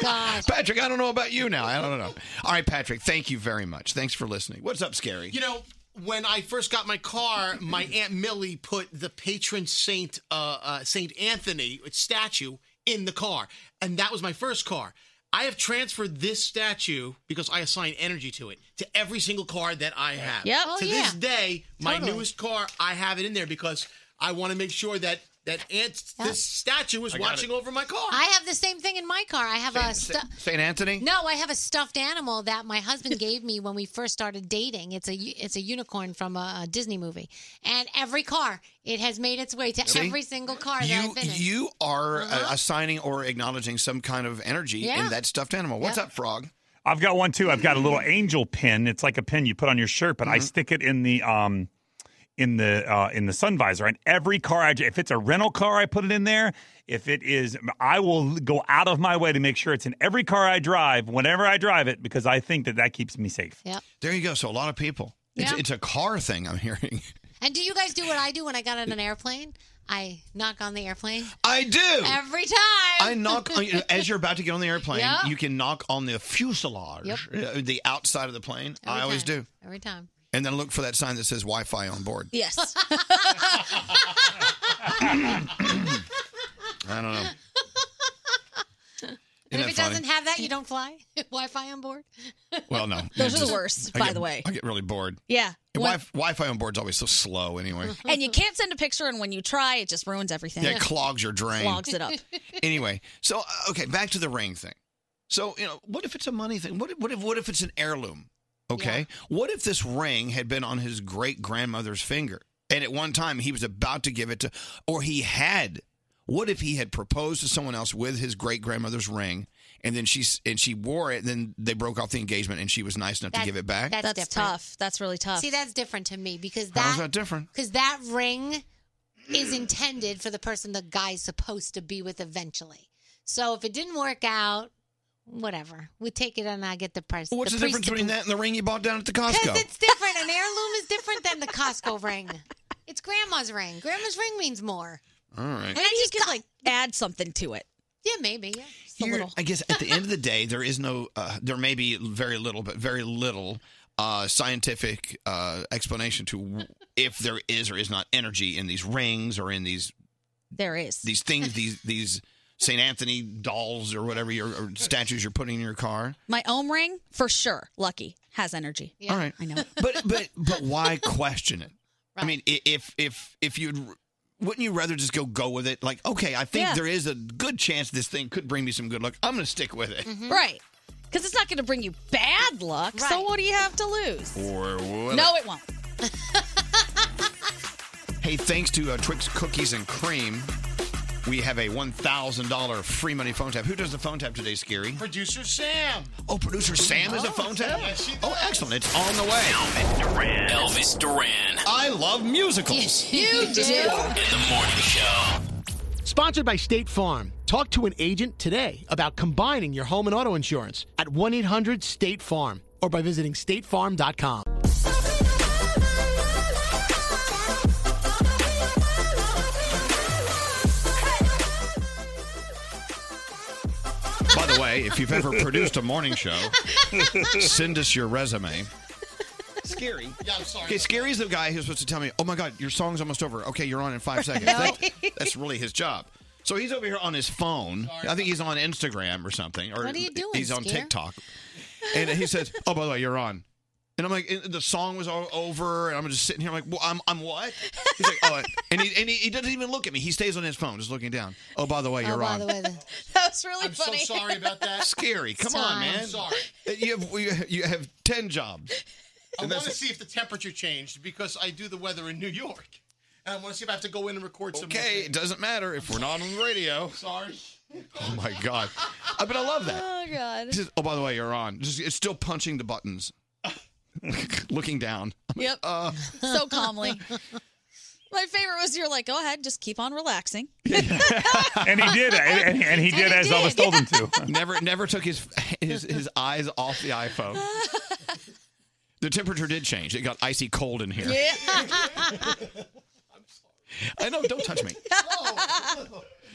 my gosh. Patrick, I don't know about you now. I don't know. All right, Patrick, thank you very much. Thanks for listening. What's up, Scary? You know, when I first got my car, my aunt Millie put the patron saint, uh, uh, Saint Anthony statue in the car, and that was my first car. I have transferred this statue because I assign energy to it to every single car that I have. Yep. Oh, to yeah. this day, my Totally. newest car, I have it in there because I want to make sure that that aunt this statue is I got watching it. over my car. I have the same thing in my car. I have a stu- St. Anthony? No, I have a stuffed animal that my husband gave me when we first started dating. It's a u- it's a unicorn from a, a Disney movie, and every car it has made its way to See? every single car that You I've been in. you are uh, Uh-huh. assigning or acknowledging some kind of energy Yeah. in that stuffed animal. What's Yeah. up, Frog? I've got one too. I've got a little Mm-hmm. angel pin. It's like a pin you put on your shirt, but I stick it in the um in the uh in the sun visor. And every car I if it's a rental car, I put it in there. If it is I will go out of my way to make sure it's in every car I drive whenever I drive it because I think that that keeps me safe. Yep. There you go. So a lot of people. It's, Yeah. it's a car thing I'm hearing. And do you guys do what I do when I got on an airplane? I knock on the airplane I do. every time. I knock on, as you're about to get on the airplane. Yeah. You can knock on the fuselage, Yep. uh, the outside of the plane. I always do, every time. and then look for that sign that says Wi-Fi on board. Yes. I don't know. And if Isn't it that funny? doesn't have that, you don't fly. Wi-Fi on board. Well, no. Those are the Just- worst, I by get- the way. I get really bored. Yeah. Mm. And Wi- Wi-Fi on board's always so slow anyway. And you can't send a picture, and when you try, it just ruins everything. Yeah, it clogs your drain. Clogs it up. anyway, so uh, okay, back to the ring thing. So you know, what if it's a money thing? What if, what if what if it's an heirloom? Okay, what if this ring had been on his great grandmother's finger, and at one time he was about to give it to, or he had. What if he had proposed to someone else with his great grandmother's ring, and then she s- and she wore it, and then they broke off the engagement, and she was nice enough to That- give it back? That's, different. tough. That's really tough. See, that's different to me because How's that that different? because that ring is intended for the person the guy's supposed to be with eventually. So if it didn't work out, whatever, we take it and I get the price. What's the, difference between that and the ring you bought down at the Costco? Because it's different. An heirloom is different than the Costco ring. It's grandma's ring. Grandma's ring means more. All right. And I just could like add something to it. Yeah, maybe. Yeah. Just a Here, little. I guess at the end of the day, there is no, uh, there may be very little, but very little uh, scientific uh, explanation to w- if there is or is not energy in these rings or in these There is. these things, these these St. Anthony dolls or whatever your or statues you're putting in your car. My ohm ring, for sure. Lucky has energy. All right, I know. but but but why question it? I mean, i- if if if you'd. Wouldn't you rather just go go with it? Like, okay, I think Yeah. there is a good chance this thing could bring me some good luck. I'm going to stick with it. Right. Because it's not going to bring you bad luck. So what do you have to lose? Or will No, it won't. Hey, thanks to uh, Twix Cookies and Cream, we have a $1,000 free money phone tap. Who does the phone tap today, Scary? Producer Sam. Oh, producer Sam is a phone tap? Yes, she Oh, excellent. It's on the way. Elvis Duran. I love musicals. you do. In the morning show. Sponsored by State Farm. Talk to an agent today about combining your home and auto insurance at 1 800 State Farm or by visiting statefarm.com. By the way, if you've ever produced a morning show, send us your resume. Scary. Yeah, I'm sorry. Okay, Scary's the guy who's supposed to tell me, oh my God, your song's almost over. Okay, you're on in five seconds. No. That- that's really his job. So he's over here on his phone. I think he's on Instagram or something. Or What are you doing, He's on Scare? TikTok. And he says, oh, by the way, you're on. And I'm like, the song was all over, and I'm just sitting here like, well, I'm, I'm what? He's like, oh, and he, and he, he doesn't even look at me. He stays on his phone, just looking down. Oh, by the way, you're on. that was really I'm funny. so sorry about that. Scary. Come It's on, fine. man. I'm sorry. You have you have- you have ten jobs. I And want that's- to see if the temperature changed because I do the weather in New York. And I want to see if I have to go in and record some. more Okay, it things. doesn't matter if we're not on the radio. Sorry. Oh my god. I but I love that. Oh, God. He says, oh, by the way, you're on. Just it's still punching the buttons, looking down. Yep. Uh, so calmly. My favorite was you're like, go ahead, just keep on relaxing. and he did, and, and- and he did as Elvis told him to. Never never took his his his eyes off the iPhone. The temperature did change. It got icy cold in here. I know. Don't touch me.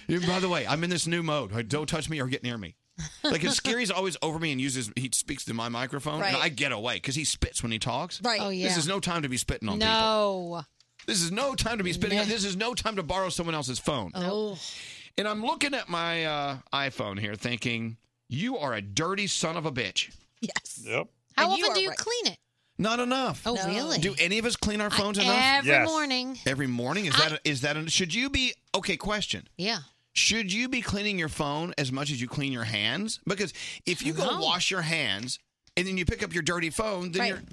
You- By the way, I'm in this new mode. Like, Don't touch me or get near me. Like, his Scary's always over me and uses, he speaks to my microphone, and Right. I get away because he spits when he talks. Right. Oh, yeah. This is no time to be spitting on people. no. This is no time to be spitting. No. on This is no time to borrow someone else's phone. Oh. And I'm looking at my uh, iPhone here thinking, you are a dirty son of a bitch. Yes. Yep. How often do you clean it? Not enough. Oh, No. really? Do any of us clean our phones I- enough? every Yes. morning. Every morning? Is that, is that, a, should you be, okay, question. Yeah. Should you be cleaning your phone as much as you clean your hands? Because if you go No. wash your hands and then you pick up your dirty phone, then Right. you're,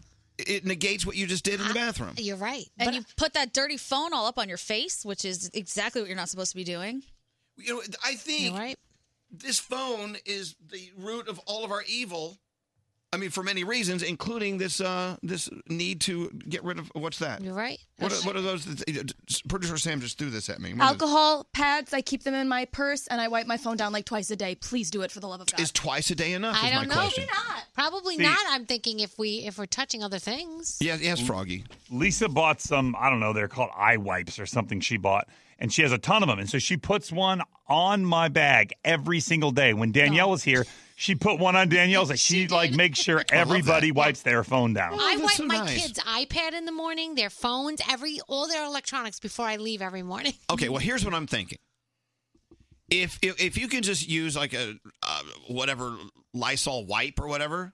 it negates what you just did in Uh-huh. the bathroom. You're right. And you put that dirty phone all up on your face, which is exactly what you're not supposed to be doing. You know, I think this phone is the root of all of our evil. I mean, for many reasons, including this uh, this need to get rid of what's that? You're right. What are, what are those? Producer Sam just threw this at me. What is- Alcohol, pads, I keep them in my purse and I wipe my phone down like twice a day. Please do it for the love of God. Is twice a day enough? I is don't my know. question. Probably See- not. I'm thinking if we if we're touching other things. Yeah, yes, Froggy. Lisa bought some, I don't know, they're called eye wipes or something she bought, and she has a ton of them. And so she puts one on my bag every single day. When Danielle was here, she put one on Danielle's. Like she, like makes sure everybody wipes their phone Oh, down. I wipe my kids' iPad in the morning, their phones, every all their electronics before I leave every morning. Okay, well, here's what I'm thinking. If if, if you can just use like a uh, whatever Lysol wipe or whatever,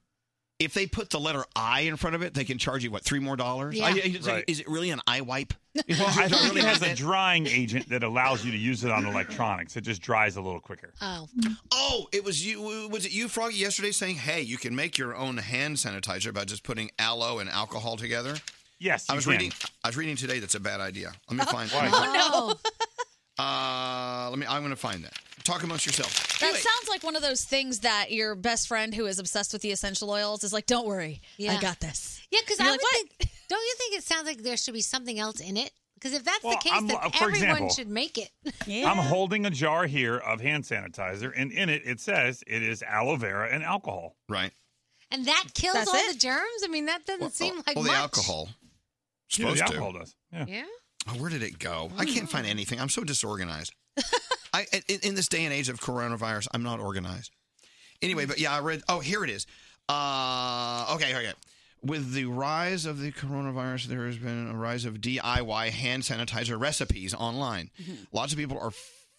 if they put the letter I in front of it, they can charge you what three more dollars? Yeah. I- it's like, Right. Is it really an eye wipe? Well, I think it has a drying agent that allows you to use it on electronics. It just dries a little quicker. Oh. Oh, it was you. Was it you, Froggy, yesterday saying, hey, you can make your own hand sanitizer by just putting aloe and alcohol together? Yes, I you was can. reading. I was reading today. That's a bad idea. Let me find. Oh no. Uh, let me. I'm going to find that. Talk amongst yourselves. That sounds like one of those things that your best friend who is obsessed with the essential oils is like, don't worry, I Yeah. got this. Yeah, because I You're would like, think. Don't you think it sounds like there should be something else in it? Because if that's Well, the case, I'm- then uh, for everyone example, should make it. I'm holding a jar here of hand sanitizer, and in it it says it is aloe vera and alcohol. Right. and that kills That's all it? the germs. I mean, that doesn't seem like Well, the much. alcohol. the Supposed to. alcohol does. Yeah. Oh, where did it go? I can't find anything. I'm so disorganized. I in, in this day and age of coronavirus, I'm not organized. Anyway, but yeah, I read. Oh, here it is. Uh, okay, okay. With the rise of the coronavirus, there has been a rise of DIY hand sanitizer recipes online. Lots of people are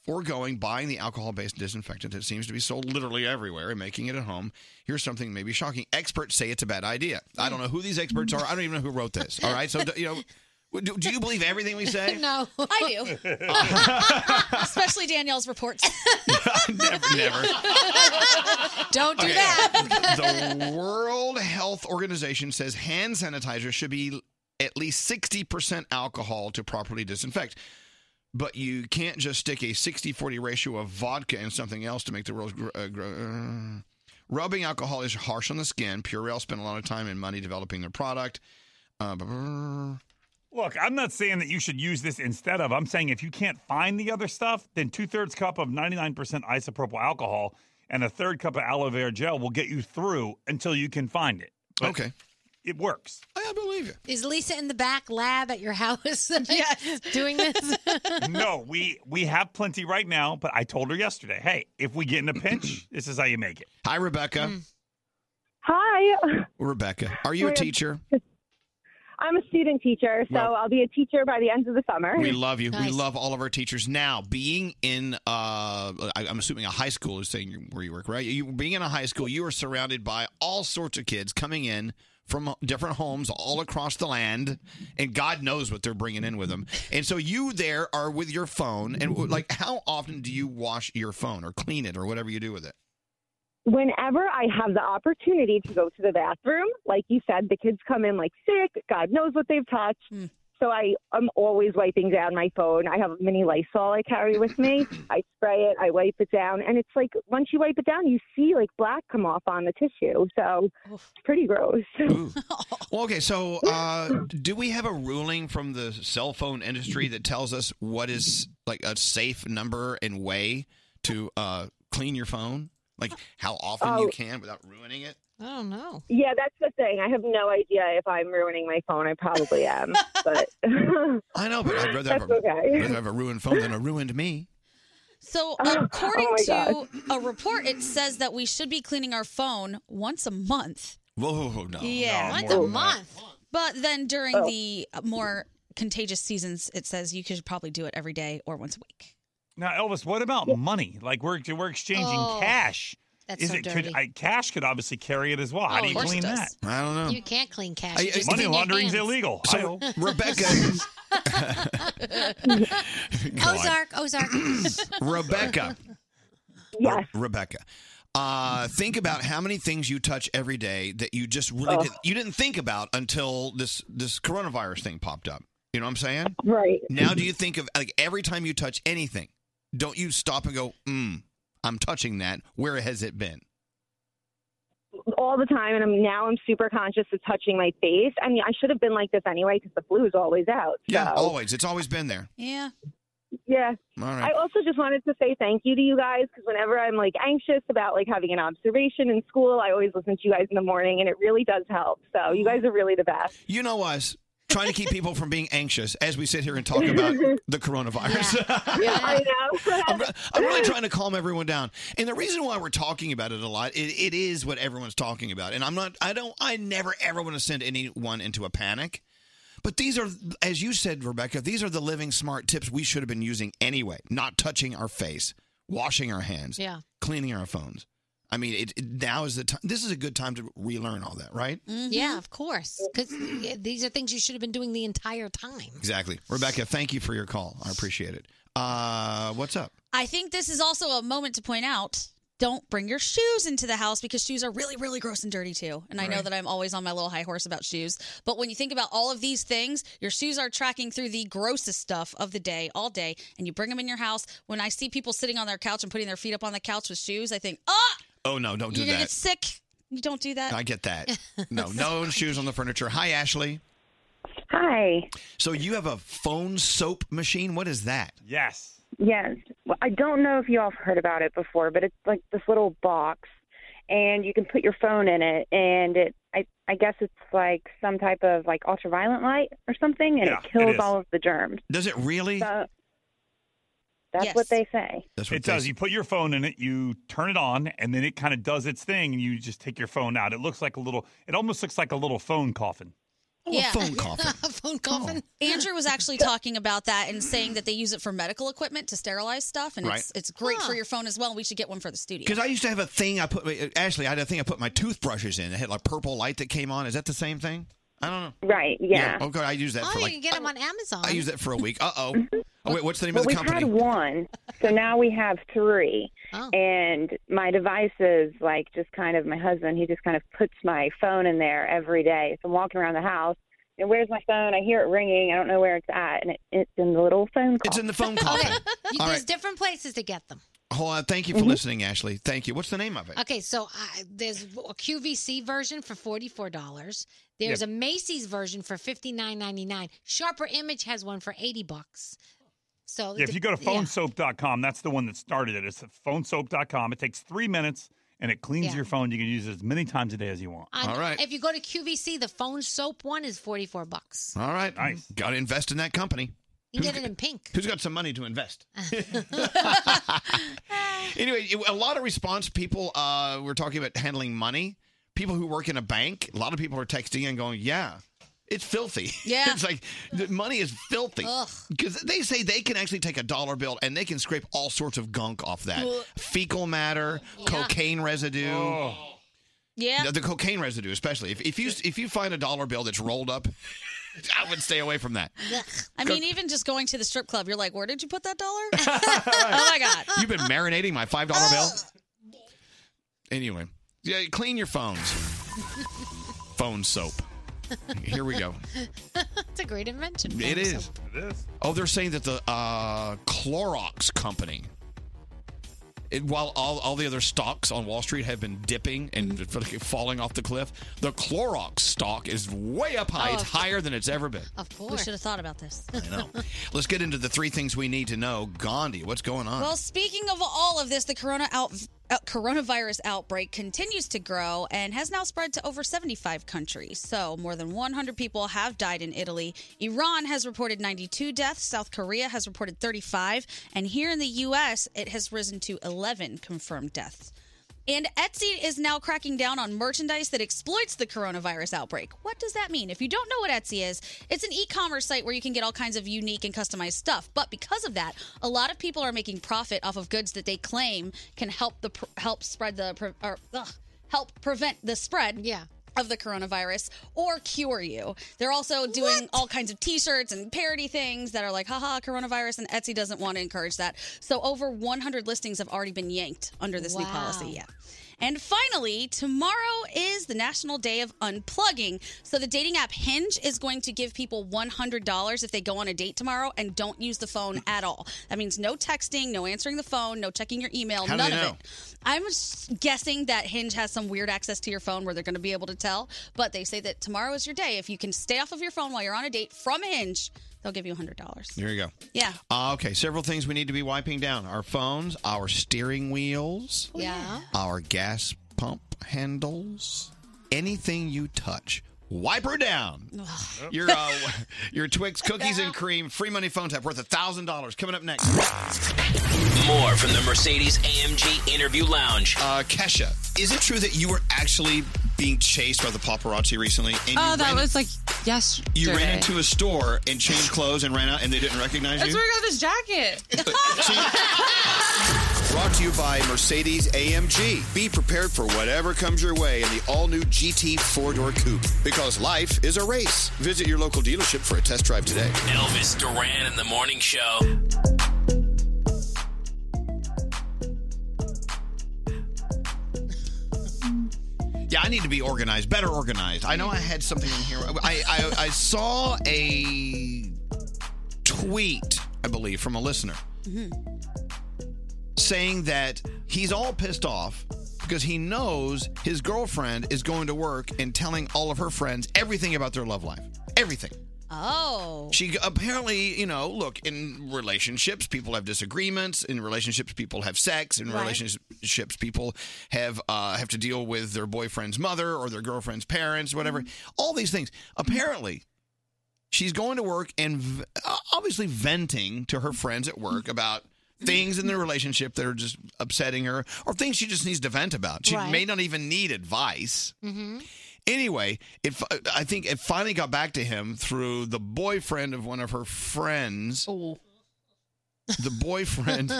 foregoing buying the alcohol-based disinfectant that seems to be sold literally everywhere and making it at home. Here's something maybe shocking: experts say it's a bad idea. I don't know who these experts are. I don't even know who wrote this. All right, so do- you know, do, do you believe everything we say? No, I do. Especially Danielle's reports. never, never. Don't Okay. that. the World Health Organization says hand sanitizer should be at least 60% alcohol to properly disinfect. But you can't just stick a 60 40 ratio of vodka and something else to make the world. Gr- uh, gr- uh. Rubbing alcohol is harsh on the skin. Purell spent a lot of time and money developing their product. Uh, brr. Look, I'm not saying that you should use this instead of. I'm saying if you can't find the other stuff, then two thirds cup of 99% isopropyl alcohol and a third cup of aloe vera gel will get you through until you can find it. okay. It works. Oh, I believe you. Is Lisa in the back lab at your house doing this? no, we we have plenty right now, but I told her yesterday, hey, if we get in a pinch, this is how you make it. Hi, Rebecca. Hmm. Hi. Rebecca, are you a We're- teacher? I'm a student teacher, so Well- I'll be a teacher by the end of the summer. We love you. We love all of our teachers. Now, being in, uh, I, I'm assuming a high school is saying where you work, right? You being in a high school, you are surrounded by all sorts of kids coming in from different homes all across the land, and God knows what they're bringing in with them. And so you there are with your phone, and like, how often do you wash your phone or clean it or whatever you do with it? Whenever I have the opportunity to go to the bathroom, like you said, the kids come in like sick. God knows what they've touched. So I, I'm always wiping down my phone. I have a mini Lysol I carry with me. I spray it, I wipe it down, and it's like once you wipe it down, you see like black come off on the tissue. So it's pretty gross. Well, okay, so uh, do we have a ruling from the cell phone industry that tells us what is like a safe number and way to uh, clean your phone? Like how often Oh. you can without ruining it? I don't know. Yeah, that's the thing. I have no idea if I'm ruining my phone. I probably am, but I know, but I'd rather, have a, That's okay. rather have a ruined phone than a ruined me. So, Oh, according oh my to a report, it says that we should be cleaning our phone once a month. Whoa, no. yeah, no, once more a than that. month. But then during Oh. the more contagious seasons, it says you could probably do it every day or once a week. Now, Elvis, what about money? Like we're we're exchanging Oh, cash. that's is so it dirty. could I, cash could obviously carry it as well? Oh, How do you of course clean it that? does. I don't know. uh, You can't clean cash. I- It's just money in your laundering's hands. illegal. So, Rebecca. God. Ozark, Ozark. Rebecca. Yes. Rebecca. Uh, think about how many things you touch every day that you just really Ugh. did, you didn't think about until this this coronavirus thing popped up. You know what I'm saying? right. Now, do you think of like every time you touch anything, don't you stop and go, mm, I'm touching that. Where has it been? all the time, and I'm now I'm super conscious of touching my face. I mean, I should have been like this anyway because the flu is always out. Yeah, so- always. It's always been there. Yeah. Yeah. All I right. also just wanted to say thank you to you guys because whenever I'm like anxious about like having an observation in school, I always listen to you guys in the morning, and it really does help. So you guys are really the best. You know us trying to keep people from being anxious as we sit here and talk about the coronavirus. yeah, I know. I'm, re- I'm really trying to calm everyone down. And the reason why we're talking about it a lot, it, it is what everyone's talking about. And I'm not, I don't, I never ever want to send anyone into a panic. But these are, as you said, Rebecca, these are the living smart tips we should have been using anyway. Not touching our face, washing our hands, Yeah. cleaning our phones. I mean, it, it- now is the time. This is a good time to relearn all that, right? Yeah, of course. Because these are things you should have been doing the entire time. Exactly. Rebecca, thank you for your call. I appreciate it. Uh, what's up? I think this is also a moment to point out don't bring your shoes into the house because shoes are really, really gross and dirty too. And I know Right. that I'm always on my little high horse about shoes. But when you think about all of these things, your shoes are tracking through the grossest stuff of the day, all day, and you bring them in your house. When I see people sitting on their couch and putting their feet up on the couch with shoes, I think, oh, Oh no, don't do you're going that. to get sick. You don't do that. I get that. No, no shoes on the furniture. Hi, Ashley. Hi. So you have a phone soap machine. What is that? Yes. Yes. Well, I don't know if you all have heard about it before, but it's like this little box, and you can put your phone in it, and it. I, I guess it's like some type of like ultraviolet light or something, and Yeah, it it kills is. all of the germs. Does it really? So, that's what they say. it does. You put your phone in it, you turn it on, and then it kind of does its thing, and you just take your phone out. It looks like a little. It almost looks like a little phone coffin. yeah. phone coffin. phone coffin. Andrew was actually talking about that and saying that they use it for medical equipment to sterilize stuff, and it's Right. it's great for your phone as well. We should get one for the studio. Because I used to have a thing. I put Ashley. I had a thing. I put my toothbrushes in. It had like purple light that came on. Is that the same thing? I don't know. Right. Yeah. Okay. I use that Oh, for you can like. get them on Amazon. I use that for a week. Uh oh. Oh wait, what's the name Well, of the Mm-hmm. we've company? had one, so now we have three. Oh. And my devices, like just kind of my husband, he just kind of puts my phone in there every day. So I'm walking around the house, and where's my phone? I hear it ringing. I don't know where it's at, and it, it's in the little phone. It's in the phone Oh, call. You- All There's right. different places to get them. Hold on. Thank you Mm-hmm. for listening, Ashley. Thank you. What's the name of it? Okay, so I, there's a QVC version for forty-four dollars. There's Yep. a Macy's version for fifty-nine ninety-nine. Sharper Image has one for eighty bucks. So Yeah, if you go to yeah. phonesoap.com, that's the one that started it. It's phonesoap.com. It takes three minutes and it cleans Yeah. your phone. You can use it as many times a day as you want. On- If you go to QVC, the phone soap one is forty-four bucks. All right. Nice. Got to invest in that company. You can get it in pink. Who's got some money to invest? anyway, it- a lot of response people uh, were talking about handling money. People who work in a bank, a lot of people are texting and going, "Yeah, it's filthy. Yeah. it's like the money is filthy Ugh. because they say they can actually take a dollar bill and they can scrape all sorts of gunk off that Ugh. fecal matter, cocaine residue." Yeah. The, the cocaine residue, especially if, if you if you find a dollar bill that's rolled up, I would stay away from that. I mean, even just going to the strip club, you're like, where did you put that dollar? oh my god. You've been marinating my five dollar bill. Anyway, yeah, clean your phones. Phone soap. Here we go. it's a great invention. It phone is. soap. It is. Oh, they're saying that the uh, Clorox company, it, while all, all the other stocks on Wall Street have been dipping and falling off the cliff, the Clorox stock is way up high. Oh, it's of- higher than it's ever been. Of course. We should have thought about this. I know. Let's get into the three things we need to know. Gandhi, what's going on? Well, speaking of all of this, the corona out, out- coronavirus outbreak continues to grow and has now spread to over 75 countries. So, more than 100 people have died in Italy. Iran has reported 92 deaths, South Korea has reported 35, and here in the US, it has risen to 11 confirmed deaths. And Etsy is now cracking down on merchandise that exploits the coronavirus outbreak. What does that mean? If you don't know what Etsy is, it's an e commerce site where you can get all kinds of unique and customized stuff. But because of that, a lot of people are making profit off of goods that they claim can help the pr- help spread the pre- or, ugh, help prevent the spread. Yeah. Of the coronavirus or cure you. They're also doing all kinds of t shirts and parody things that are like, haha, coronavirus, and Etsy doesn't want to encourage that. So over 100 listings have already been yanked under this new Wow. policy. Yeah. And finally, tomorrow is the National Day of Unplugging. So the dating app Hinge is going to give people $100 if they go on a date tomorrow and don't use the phone at all. That means no texting, no answering the phone, no checking your email, How do none they of know? it. I'm s- guessing that Hinge has some weird access to your phone where they're going to be able to tell, but they say that tomorrow is your day. If you can stay off of your phone while you're on a date from Hinge, they'll give you $100. Here you go. Yeah. Uh, okay, several things we need to be wiping down our phones, our steering wheels, Oh, yeah. our gas pump handles, anything you touch. Wipe her down. Your uh, your Twix cookies and cream free money phone tap worth a thousand dollars coming up next. More from the Mercedes AMG Interview Lounge. Uh, Kesha, is it true that you were actually being chased by the paparazzi recently? And you Oh, that ran- was like yes. You ran into a store and changed clothes and ran out, and they didn't recognize That's you. where I got this jacket. Brought to you you by Mercedes AMG. Be prepared for whatever comes your way in the all new GT four door coupe because life is a race. Visit your local dealership for a test drive today. Elvis Duran in the morning show. Yeah, I need to be organized, better organized. I know I had something in here. I, I, I saw a tweet, I believe, from a listener saying that he's all pissed off because he knows his girlfriend is going to work and telling all of her friends everything about their love life. Everything. Oh. She g- apparently, you know, look, in relationships, people have disagreements. In relationships, people have sex. In Right. relationships, people have uh, have to deal with their boyfriend's mother or their girlfriend's parents, whatever. Mm-hmm. All these things. Apparently, she's going to work and v- obviously venting to her friends at work about things in their relationship that are just upsetting her or things she just needs to vent about. She Right. may not even need advice. Mm-hmm. Anyway, it, fi- I think it finally got back to him through the boyfriend of one of her friends. The boyfriend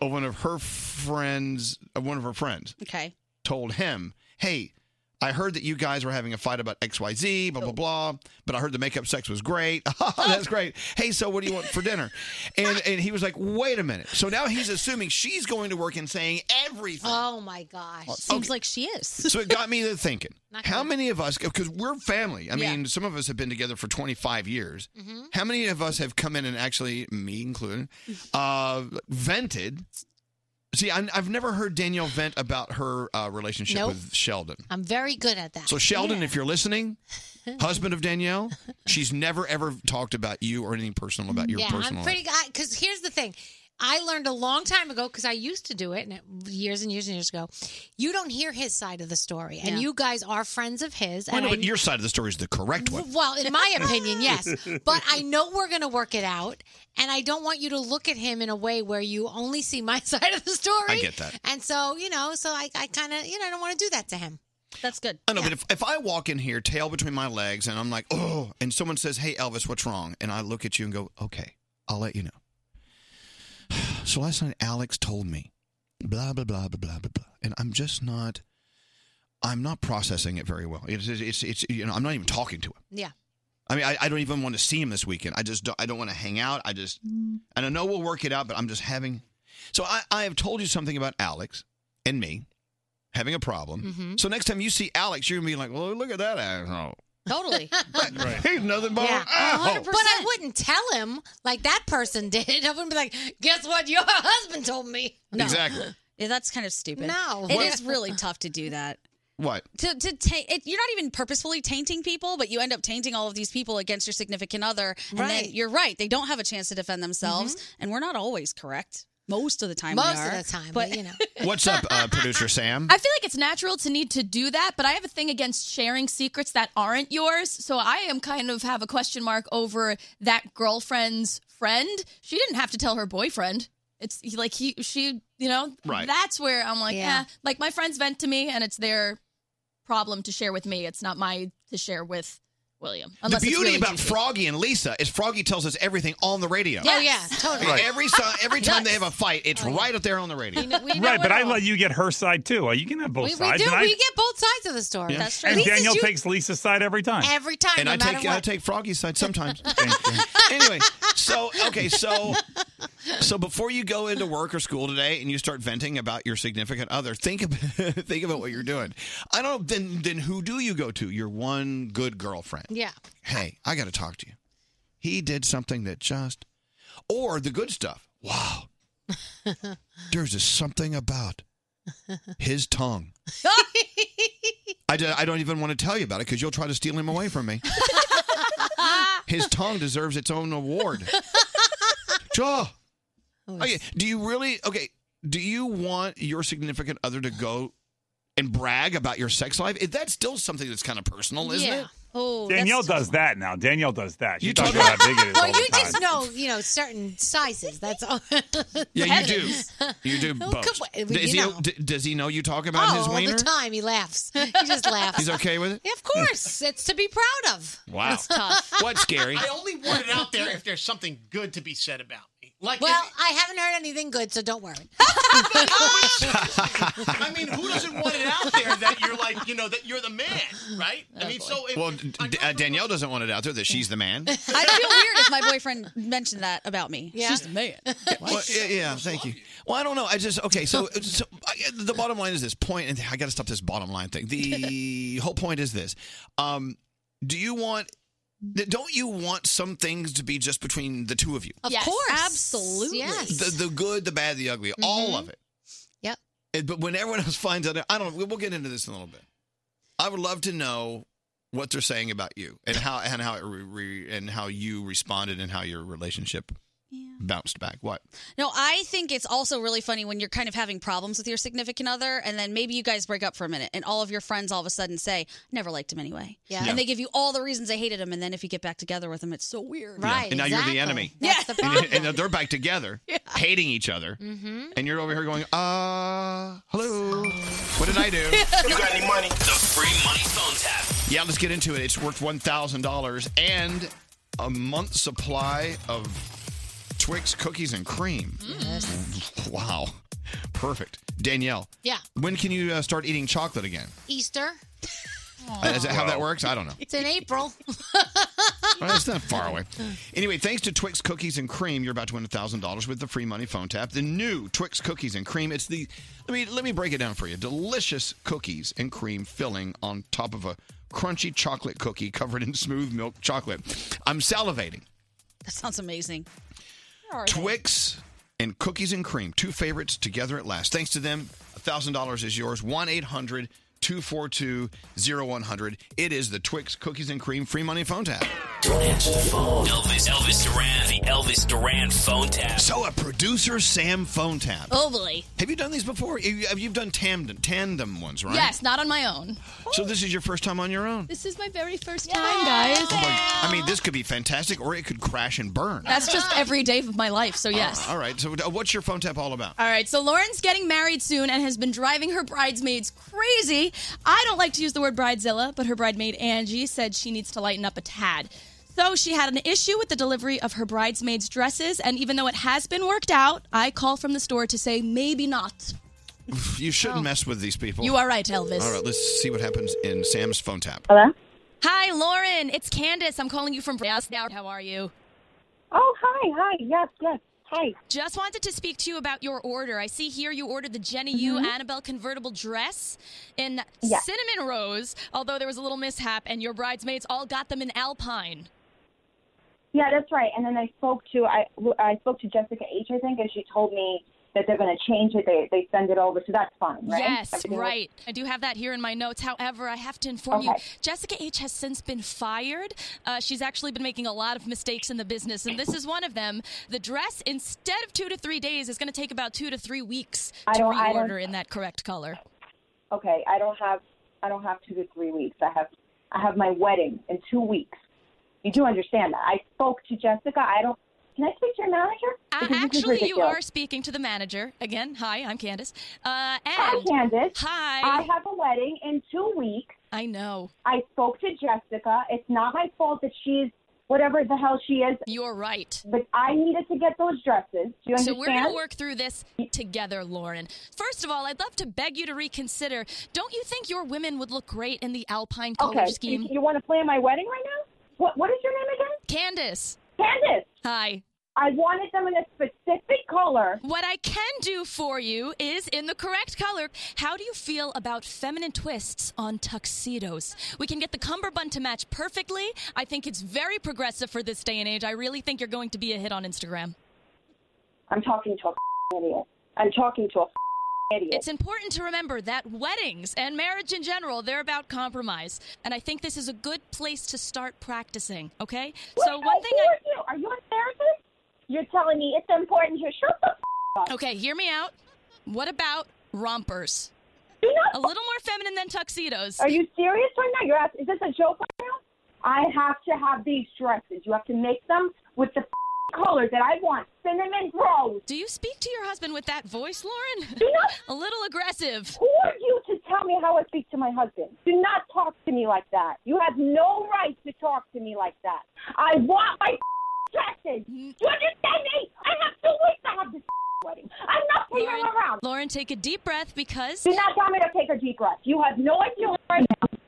of one of her friends, of one of her friends, Okay. told him, "Hey, I heard that you guys were having a fight about X, Y, Z, blah blah blah. But I heard the makeup sex was great. That's great. Hey, so what do you want for dinner?" And and he was like, "Wait a minute." So now he's assuming she's going to work and saying everything. Oh my gosh. Seems like she is. So it got me to thinking. Not How many of us, because we're family. I Yeah. mean, some of us have been together for 25 years. Mhm. How many of us have come in and actually, me included, uh, vented? See, I, I've never heard Danielle vent about her uh, relationship Nope. with Sheldon. I'm very good at that. So, Sheldon, if you're listening, husband of Danielle, she's never ever talked about you or anything personal about your yeah, personal I'm life. pretty. Because here's the thing, I learned a long time ago because I used to do it, and it, years and years and years ago. You don't hear his side of the story, and you guys are friends of his. Well, and no, I- but your side of the story is the correct one. well, in my opinion, yes. But I know we're going to work it out, and I don't want you to look at him in a way where you only see my side of the story. I get that. And so, you know, so I, I kind of, you know, I don't want to do that to him. That's good. I know, but if, if I walk in here, tail between my legs, and I'm like, oh, and someone says, hey, Elvis, what's wrong? And I look at you and go, okay, I'll let you know. So last night, Alex told me, blah, blah, blah, blah, blah, blah, blah. And I'm just not, I'm not processing it very well. It's, it's, it's, you know, I'm not even talking to him. Yeah. I mean, I, I don't even want to see him this weekend. I just don't, I don't want to hang out. I just, and I know we'll work it out, but I'm just having. So I, I have told you something about Alex and me having a problem. Mm-hmm. Mhm. So next time you see Alex, you're gonna be like, "Well, look at that asshole. Totally. He's nothing but Yeah. an asshole." Oh. But I wouldn't tell him like that person did. I wouldn't be like, guess what? Your husband told me. No. Exactly. Yeah, that's kind of stupid. No. It What- is really tough to do that. What? To, to taint, it, you're not even purposefully tainting people, but you end up tainting all of these people against your significant other. And Right. then you're right. They don't have a chance to defend themselves. And we're not always correct. Most of the time, Most we of are. the time, But, but, you know. What's up, uh, producer Sam? I feel like it's natural to need to do that, but I have a thing against sharing secrets that aren't yours. So I am kind of have a question mark over that girlfriend's friend. She didn't have to tell her boyfriend. It's he- like he, she, you know, Right. that's where I'm like, Yeah. yeah. Like my friends vent to me, and it's their problem to share with me. It's not my to share with William. Unless the it's beauty really about juicy. Froggy and Lisa is Froggy tells us everything on the radio. Oh, yeah, totally. Oh, Right. Every so, every time they have a fight, it's right up there on the radio. right, but I let you get her side too. Uh, You can have both We, we sides. do. and I- We get both sides of the story. Yeah. That's true. And Lisa's Danielle you- takes Lisa's side every time. every time, and no I matter take what. I take Froggy's side sometimes. anyway, so okay, so so before you go into work or school today and you start venting about your significant other, think about, think about what you're doing. I don't then then who do you go to? Your one good girlfriend. Yeah. Hey, I got to talk to you. He did something that just or the good stuff. Wow. There's just something about his tongue. I, do- I don't even want to tell you about it because you'll try to steal him away from me. His tongue deserves its own award. Jaw. Oh, Okay. Do you really? Okay. Do you want your significant other to go and brag about your sex life? It- That's still something that's kind of personal, isn't it? Oh, Danielle does that now. Danielle does that. She You talks talk- about how big it is. Well, all the you just time. know, you know, certain sizes. That's all. Yeah, you do. You do Well, both. Oh, come on, Does, you he, know. d- does he know you talk about oh, his all wiener? the time he laughs. He just laughs. He's okay with it? Yeah, of course. it's to be proud of. Wow. It's tough. What's scary? I only want it out there if there's something good to be said about me. Like, well, I haven't heard anything good, so don't worry. I mean, who doesn't want it out there that you're like, you know, that you're the man, right? I mean, so if, Well, D- uh, Danielle doesn't want it out there that she's the man. I'd feel weird if my boyfriend mentioned that about me. She's the man. Well, yeah, yeah, thank you. Well, I don't know. I just okay. So, so I, the bottom line is this point, and I got to stop this bottom line thing. The whole point is this: um, Do you want? Don't you want some things to be just between the two of you? Of course. Absolutely. Yes. The the good, the bad, the ugly, all of it. Mm-hmm. Yep. And- But when everyone else finds out, I don't. We'll get into this in a little bit. I would love to know what they're saying about you and how and how it re, re, and how you responded and how your relationship bounced back. What? No, I think it's also really funny when you're kind of having problems with your significant other, and then maybe you guys break up for a minute, and all of your friends all of a sudden say, "Never liked him anyway," Yeah. Yeah. and they give you all the reasons they hated him, and then if you get back together with him, it's so weird, Yeah. And now you're the enemy. That's the problem. And, and they're back together, hating each other. Mhm. And you're over here going, uh, hello. What did I do? You got any money? The free money phone tap. yeah, let's get into it. It's worth $1,000 and a month's supply of Twix cookies and cream. Wow. Perfect. Danielle, Yeah. when can you uh, start eating chocolate again? Easter. Oh. Uh, Is that how that works? I don't know. It's in April. Well, it's not far away. Anyway, thanks to Twix Cookies and Cream, you're about to win thousand dollars with the free money phone tap. The new Twix Cookies and Cream. It's the let me let me break it down for you. Delicious cookies and cream filling on top of a crunchy chocolate cookie covered in smooth milk chocolate. I'm salivating. that sounds amazing. Twix and Cookies and Cream, two favorites together at last. Thanks to them, $1,000 is yours. 1 800 242 0100. It is the Twix Cookies and Cream free money phone tap. Don't answer the phone. Elvis, Elvis Duran, the Elvis Duran phone tap. So, a producer Sam phone tap. Oh boy. Have you done these before? You- You've done tandem, tandem ones, right? Yes, not on my own. So, this is your first time on your own? This is my very first time, guys. Oh, my- I mean, this could be fantastic, or it could crash and burn. That's just every day of my life, so yes. All right. So, uh, what's your phone tap all about? All right, so Lauren's getting married soon and has been driving her bridesmaids crazy. I don't like to use the word bridezilla, but her bridemaid Angie said she needs to lighten up a tad. So she had an issue with the delivery of her bridesmaids' dresses, and even though it has been worked out, I call from the store to say maybe not. You shouldn't mess with these people. Oh. You are right, Elvis. All right, let's see what happens in Sam's phone tap. Hello? Hi, Lauren. It's Candace. I'm calling you from Dallas now. How are you? Oh, hi, hi. Yes, yes. Hi. Just wanted to speak to you about your order. I see here you ordered the Jenny U Mhm. Annabelle convertible dress in Yeah. cinnamon rose, although there was a little mishap, and your bridesmaids all got them in alpine. Yeah, that's right. And then I spoke to I I spoke to Jessica H. I think, and she told me that they're going to change it. They they send it over, so that's fine, right? Yes, Everything looks- right. I do have that here in my notes. However, I have to inform you, Okay. Jessica H has since been fired. Uh, she's actually been making a lot of mistakes in the business, and this is one of them. The dress, instead of two to three days, is going to take about two to three weeks I to don't- I don't- reorder in that correct color. Okay, I don't have I don't have two to three weeks. I have I have my wedding in two weeks. You do understand that? I spoke to Jessica. I don't. Can I speak to your manager? Uh, Because this is actually, you ridiculous. are speaking to the manager again. Hi, I'm Candace. Uh, and Hi, Candace. Hi. I have a wedding in two weeks. I know. I spoke to Jessica. It's not my fault that she's whatever the hell she is. You're right. But I needed to get those dresses. Do you So understand? we're going to work through this together, Lauren. First of all, I'd love to beg you to reconsider. Don't you think your women would look great in the alpine color Okay. scheme? You, you want to plan my wedding right now? What What is your name again? Candace. Candace. Hi. I wanted them in a specific color. What I can do for you is in the correct color. How do you feel about feminine twists on tuxedos? We can get the cummerbund to match perfectly. I think it's very progressive for this day and age. I really think you're going to be a hit on Instagram. I'm talking to a idiot. I'm talking to a idiot. It's important to remember that weddings and marriage in general, they're about compromise. And I think this is a good place to start practicing, okay? So one thing I you? Are you a therapist? You're telling me it's important to shut the f- up. Okay, hear me out. What about rompers? a little more feminine than tuxedos. Are you serious right now? You're asking, is this a joke right now? I have to have these dresses. You have to make them with the f- color that I want. Cinnamon rose. Do you speak to your husband with that voice, Lauren? a little aggressive. Who are you to tell me how I speak to my husband? Do not talk to me like that. You have no right to talk to me like that. I want Mm-hmm. my f- dresses. Do you understand me? I have two weeks to have this f- wedding. I'm not leave him around. Lauren, take a deep breath because. Do not tell me to take a deep breath. You have no idea what I'm doing.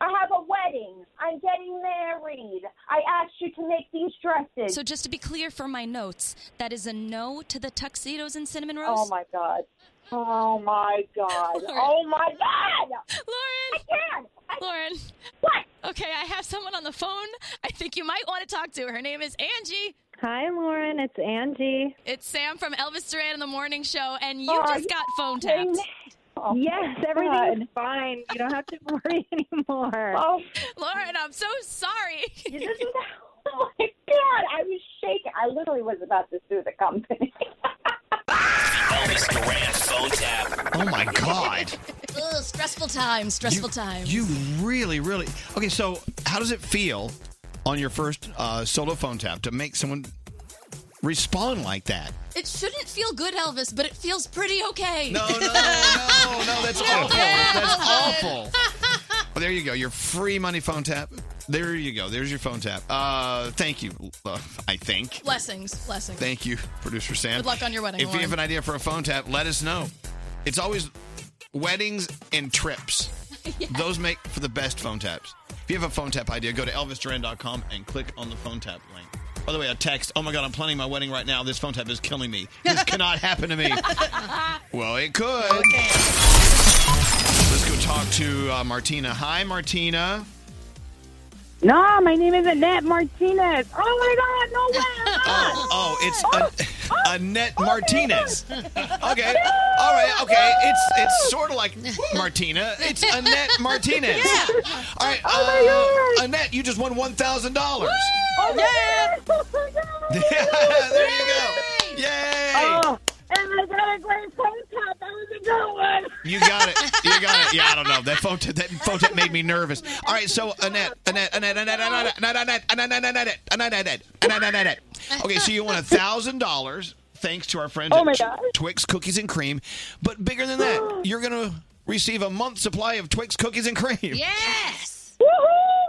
I have a wedding. I'm getting married. I asked you to make these dresses. So just to be clear for my notes, that is a no to the tuxedos and cinnamon rolls. Oh my god. Oh my god. oh my god. Lauren. I can't. Lauren. What? Okay, I have someone on the phone. I think you might want to talk to. Her name is Angie. Hi, Lauren. It's Angie. It's Sam from Elvis Duran in the Morning Show, and you Oh, just yeah. got phone tapped. Oh, yes, everything's fine. You don't have to worry anymore. Oh, Lauren, I'm so sorry. oh my god. I was shaking. I literally was about to sue the company. Elvis Duran phone tap. Oh my god. Ugh, stressful times, stressful times. You really, really okay. So, how does it feel on your first uh, solo phone tap to make someone respond like that? It shouldn't feel good, Elvis, but it feels pretty okay. No, no, no, no, that's awful. That's awful. Well, there you go. Your free money phone tap. There you go. There's your phone tap. Uh, thank you. Uh, I think. Blessings, blessings. Thank you, producer Sam. Good luck on your wedding, If you have an Lauren. idea for a phone tap, let us know. It's always weddings and trips. Those make for the best phone taps. If you have a phone tap idea, go to elvisduran.com and click on the phone tap link. By the way, a text. Oh my God, I'm planning my wedding right now. This phone tap is killing me. This cannot happen to me. well, it could. Let's go talk to uh, Martina. Hi, Martina. No, my name is Annette Martinez. Oh my Oh, it's An- Annette Martinez. Okay. All right. Okay. It's it's sort of like Martina. It's Annette Martinez. All right. uh, Annette, you just won one thousand dollars. Oh yeah. there you go. Yay! Oh, and I got a great phone tap. That was a good one. You got it. You got it. Yeah, I don't know. That phone t- that phone tip made me nervous. All right, so Annette, Annette, Annette, Annette, Annette, Annette, Annette, Annette, Annette, Annette, Annette, Annette, Annette. Okay, so you won a thousand dollars thanks to our friends Oh my at gosh. Twix Cookies and Cream. But bigger than that, you're gonna receive a month supply of Twix Cookies and Cream. Yes. Woohoo!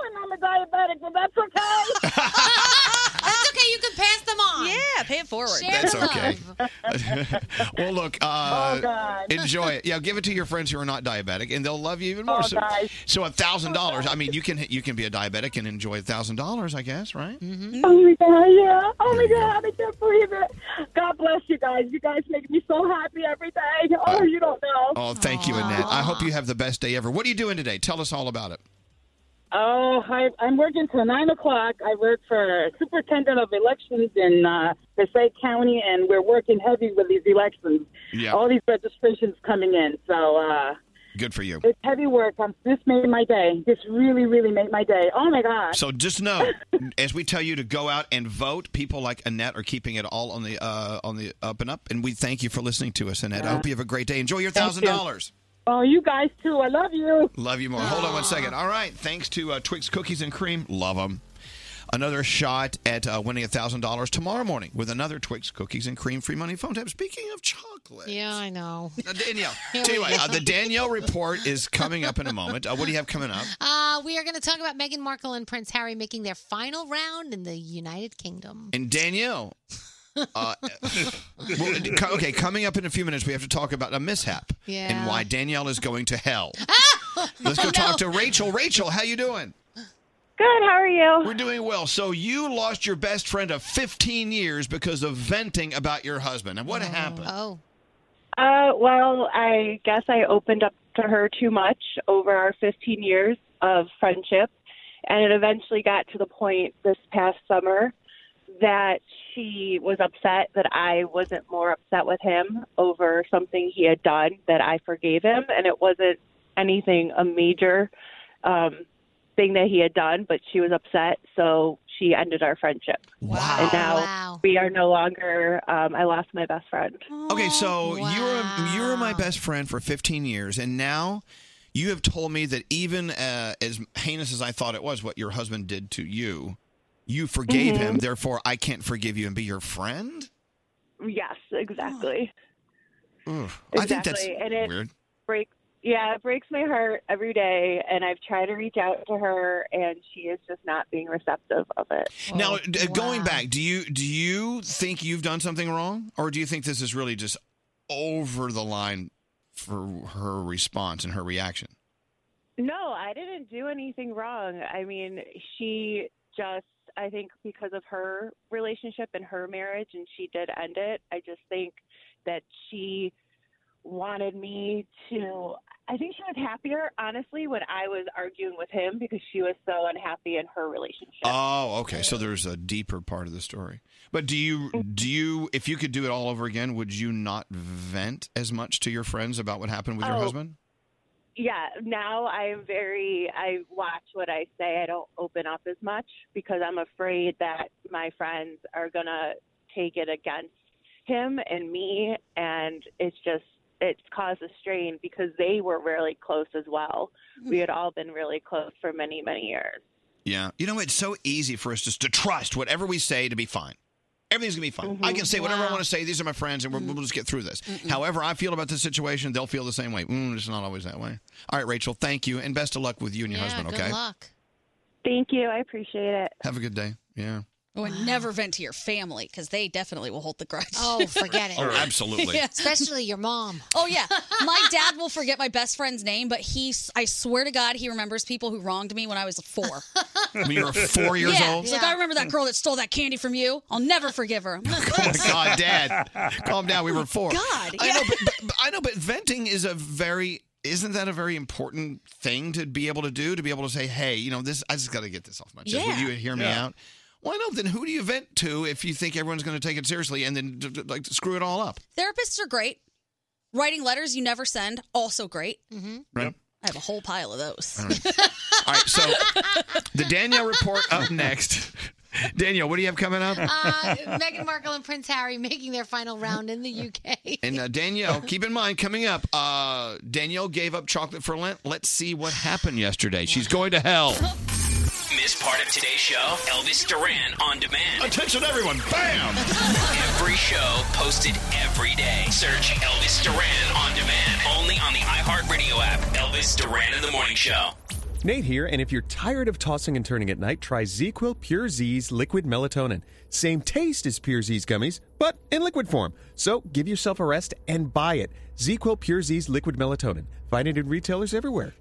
And I'm a diabetic, but that's okay. That's okay. You can pass them on. Yeah, pay it forward. Share That's the love. okay. well, look, uh, Oh, God. enjoy it. Yeah, give it to your friends who are not diabetic, and they'll love you even more. Oh, so, guys. so a thousand dollars. I mean, you can you can be a diabetic and enjoy a thousand dollars, I guess, right? Oh my god, yeah. Oh my god, I can't believe it. God bless you guys. You guys make me so happy every day. Uh, Oh, you don't know. Oh, thank you, Annette. I hope you have the best day ever. What are you doing today? Tell us all about it. Oh, I, I'm working till nine o'clock. I work for superintendent of elections in uh, Passaic County, and we're working heavy with these elections. Yeah. All these registrations coming in, so uh, Good for you. it's heavy work. Um, this made my day. This really, really made my day. Oh my god! So just know, as we tell you to go out and vote, people like Annette are keeping it all on the uh, on the up and up. And we thank you for listening to us, Annette. I hope you have a great day. Enjoy your Thank thousand you. dollars. oh, you guys too. I love you. Love you more. Hold on one second. All right. Thanks to uh, Twix Cookies and Cream. Love them. Another shot at uh, winning $1,000 tomorrow morning with another Twix Cookies and Cream free money phone tap. Speaking of chocolate. Yeah, I know. Now, Uh, Danielle. Tell you what, uh, the Danielle report is coming up in a moment. Uh, what do you have coming up? Uh, we are going to talk about Meghan Markle and Prince Harry making their final round in the United Kingdom. And Danielle. Uh, well, co- okay, coming up in a few minutes, we have to talk about a mishap Yeah. Ah! and why Danielle is going to hell. Let's go talk to Rachel. Rachel, how you doing? Good. How are you? We're doing well. So you lost your best friend of 15 years because of venting about your husband. And what happened? Oh. Uh, well, I guess I opened up to her too much over our 15 years of friendship, and it eventually got to the point this past summer that she was upset that I wasn't more upset with him over something he had done that I forgave him, and it wasn't anything a major um, thing that he had done, but she was upset, so she ended our friendship. Wow! And now we are no longer. Um, I lost my best friend. Okay, so you were you were my best friend for 15 years, and now you have told me that even uh, as heinous as I thought it was, what your husband did to you, you forgave Mhm. him. Therefore, I can't forgive you and be your friend. Yes, exactly. Ugh. Exactly. I think that's and it weird. breaks yeah, it breaks my heart every day and I've tried to reach out to her and she is just not being receptive of it. now, d- going back, do you do you think you've done something wrong, or do you think this is really just over the line for her response and her reaction. No, I didn't do anything wrong. I mean, she just, I think because of her relationship and her marriage, and she did end it, I just think that she wanted me to. I think she was happier, honestly, when I was arguing with him because she was so unhappy in her relationship. Oh, okay. So there's a deeper part of the story. But do you do you if you could do it all over again, would you not vent as much to your friends about what happened with your Oh. husband? Yeah, now I'm very, I watch what I say. I don't open up as much because I'm afraid that my friends are going to take it against him and me. And it's just, it's caused a strain because they were really close as well. We had all been really close for many, many years. Yeah. You know, it's so easy for us just to trust whatever we say to be fine. Everything's going to be fine. I Mm-hmm. can say whatever I Wow. want to say. These are my friends, and we're, we'll just get through this. Mm-mm. However, I feel about this situation, they'll feel the same way. Mm, it's not always that way. All right, Rachel, thank you, and best of luck with you and your husband, okay? Thank you. I appreciate it. Have a good day. Yeah. Oh, and never vent to your family because they definitely will hold the grudge. Oh, forget it. Oh, absolutely. Especially your mom. Oh, yeah. My dad will forget my best friend's name, but he, I swear to God, he remembers people who wronged me when I was four. When you were four years yeah. old? He's like, I remember that girl that stole that candy from you. I'll never forgive her. I'm like, Oh, my God, Dad. Calm down. We were four. God. I know, but, but, but I know, but venting is a very isn't that a very important thing to be able to do? To be able to say, "Hey, you know, this I just got to get this off my chest. Yeah. Will you hear me Yeah. out?" Why not? Then who do you vent to if you think everyone's going to take it seriously and then d- d- like screw it all up? Therapists are great. Writing letters you never send, also great. Mm-hmm. Right. I have a whole pile of those. All right. So the Danielle report up next. Danielle, what do you have coming up? Uh, Meghan Markle and Prince Harry making their final round in the UK. And uh, Danielle, keep in mind, coming up, uh, Danielle gave up chocolate for Lent. Let's see what happened yesterday. She's going to hell. Miss part of today's show? Elvis Duran on demand. Attention, everyone! Bam! Every show posted every day. Search Elvis Duran on demand. Only on the iHeartRadio app. Elvis Duran in the Morning Show. Nate here, and if you're tired of tossing and turning at night, try ZQL Pure Z's liquid melatonin. Same taste as Pure Z's gummies, but in liquid form. So give yourself a rest and buy it. ZQL Pure Z's liquid melatonin. Find it in retailers everywhere.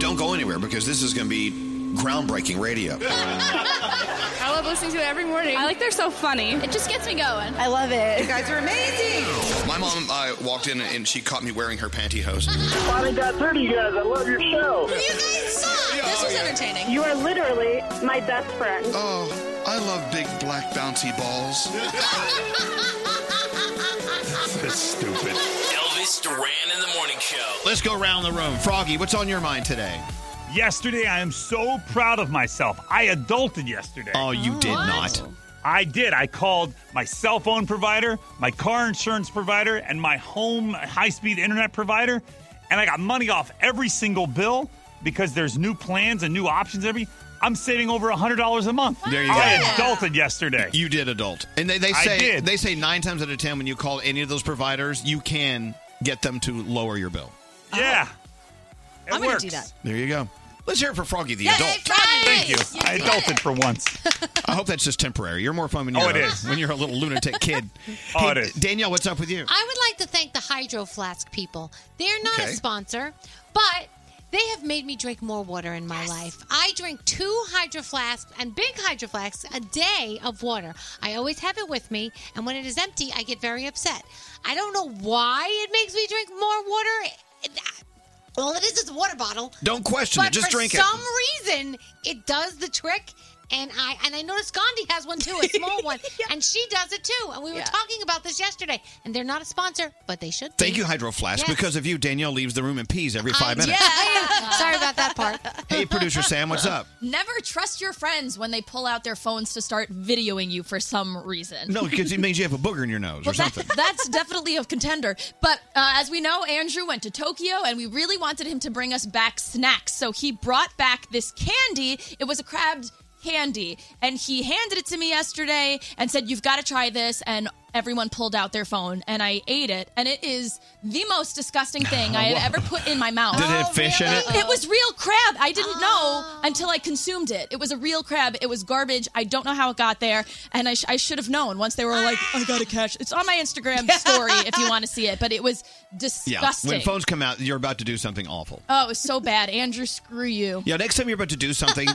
Don't go anywhere because this is going to be groundbreaking radio. I love listening to it every morning. I like they're so funny. It just gets me going. I love it. You guys are amazing. My mom uh, walked in and she caught me wearing her pantyhose. Finally got through to you guys. I love your show. oh, You guys suck. this was entertaining. You are literally my best friend. Oh, I love big black bouncy balls. That's stupid. Elvis Duran in the Morning Show. Let's go around the room. Froggy, what's on your mind today? Yesterday, I am so proud of myself. I adulted yesterday. Oh, you did What? not. I did. I called my cell phone provider, my car insurance provider, and my home high speed internet provider, and I got money off every single bill because there's new plans and new options. and Every I'm saving over $100 a month. There you I go. adulted yesterday. You did adult. And they, they I say did. they say nine times out of ten when you call any of those providers, you can get them to lower your bill. Yeah. It I'm works. to do that. There you go. Let's hear it for Froggy the Yay, adult. Froggy! Thank you. I did adulted for once. I hope that's just temporary. You're more fun when Oh, you're it a, is. when you're a little lunatic kid. Oh, hey, it is. Danielle, what's up with you? I would like to thank the Hydro Flask people. They're not Okay. a sponsor, but they have made me drink more water in my life. I drink two Hydro Flasks and big Hydro Flasks a day of water. I always have it with me, and when it is empty, I get very upset. I don't know why it makes me drink more water. It- All it is is a water bottle. Don't question but it. Just for drink some it. reason, it does the trick. And I and I noticed Gandhi has one too, a small one, and she does it too. And we were talking about this yesterday. And they're not a sponsor, but they should. Thank you, Hydro Flask. Yes. Because of you, Danielle leaves the room and pees every five minutes. Yeah, sorry about that part. Hey, producer Sam, what's up? Never trust your friends when they pull out their phones to start videoing you for some reason. No, because it means you have a booger in your nose or something. That's definitely a contender. But uh, as we know, Andrew went to Tokyo and we really wanted him to bring us back snacks. So he brought back this candy. It was a crab candy. And he handed it to me yesterday and said, You've got to try this. And everyone pulled out their phone and I ate it. And it is the most disgusting thing I have ever put in my mouth. Did it have fish in it? It was real crab. I didn't know until I consumed it. It was a real crab. It was garbage. I don't know how it got there, and I, sh- I should have known once they were like, "I got to catch." It's on my Instagram story if you want to see it. But it was Yeah. disgusting. When phones come out, you're about to do something awful. oh, it was so bad. Andrew, screw you. Yeah, next time you're about to do something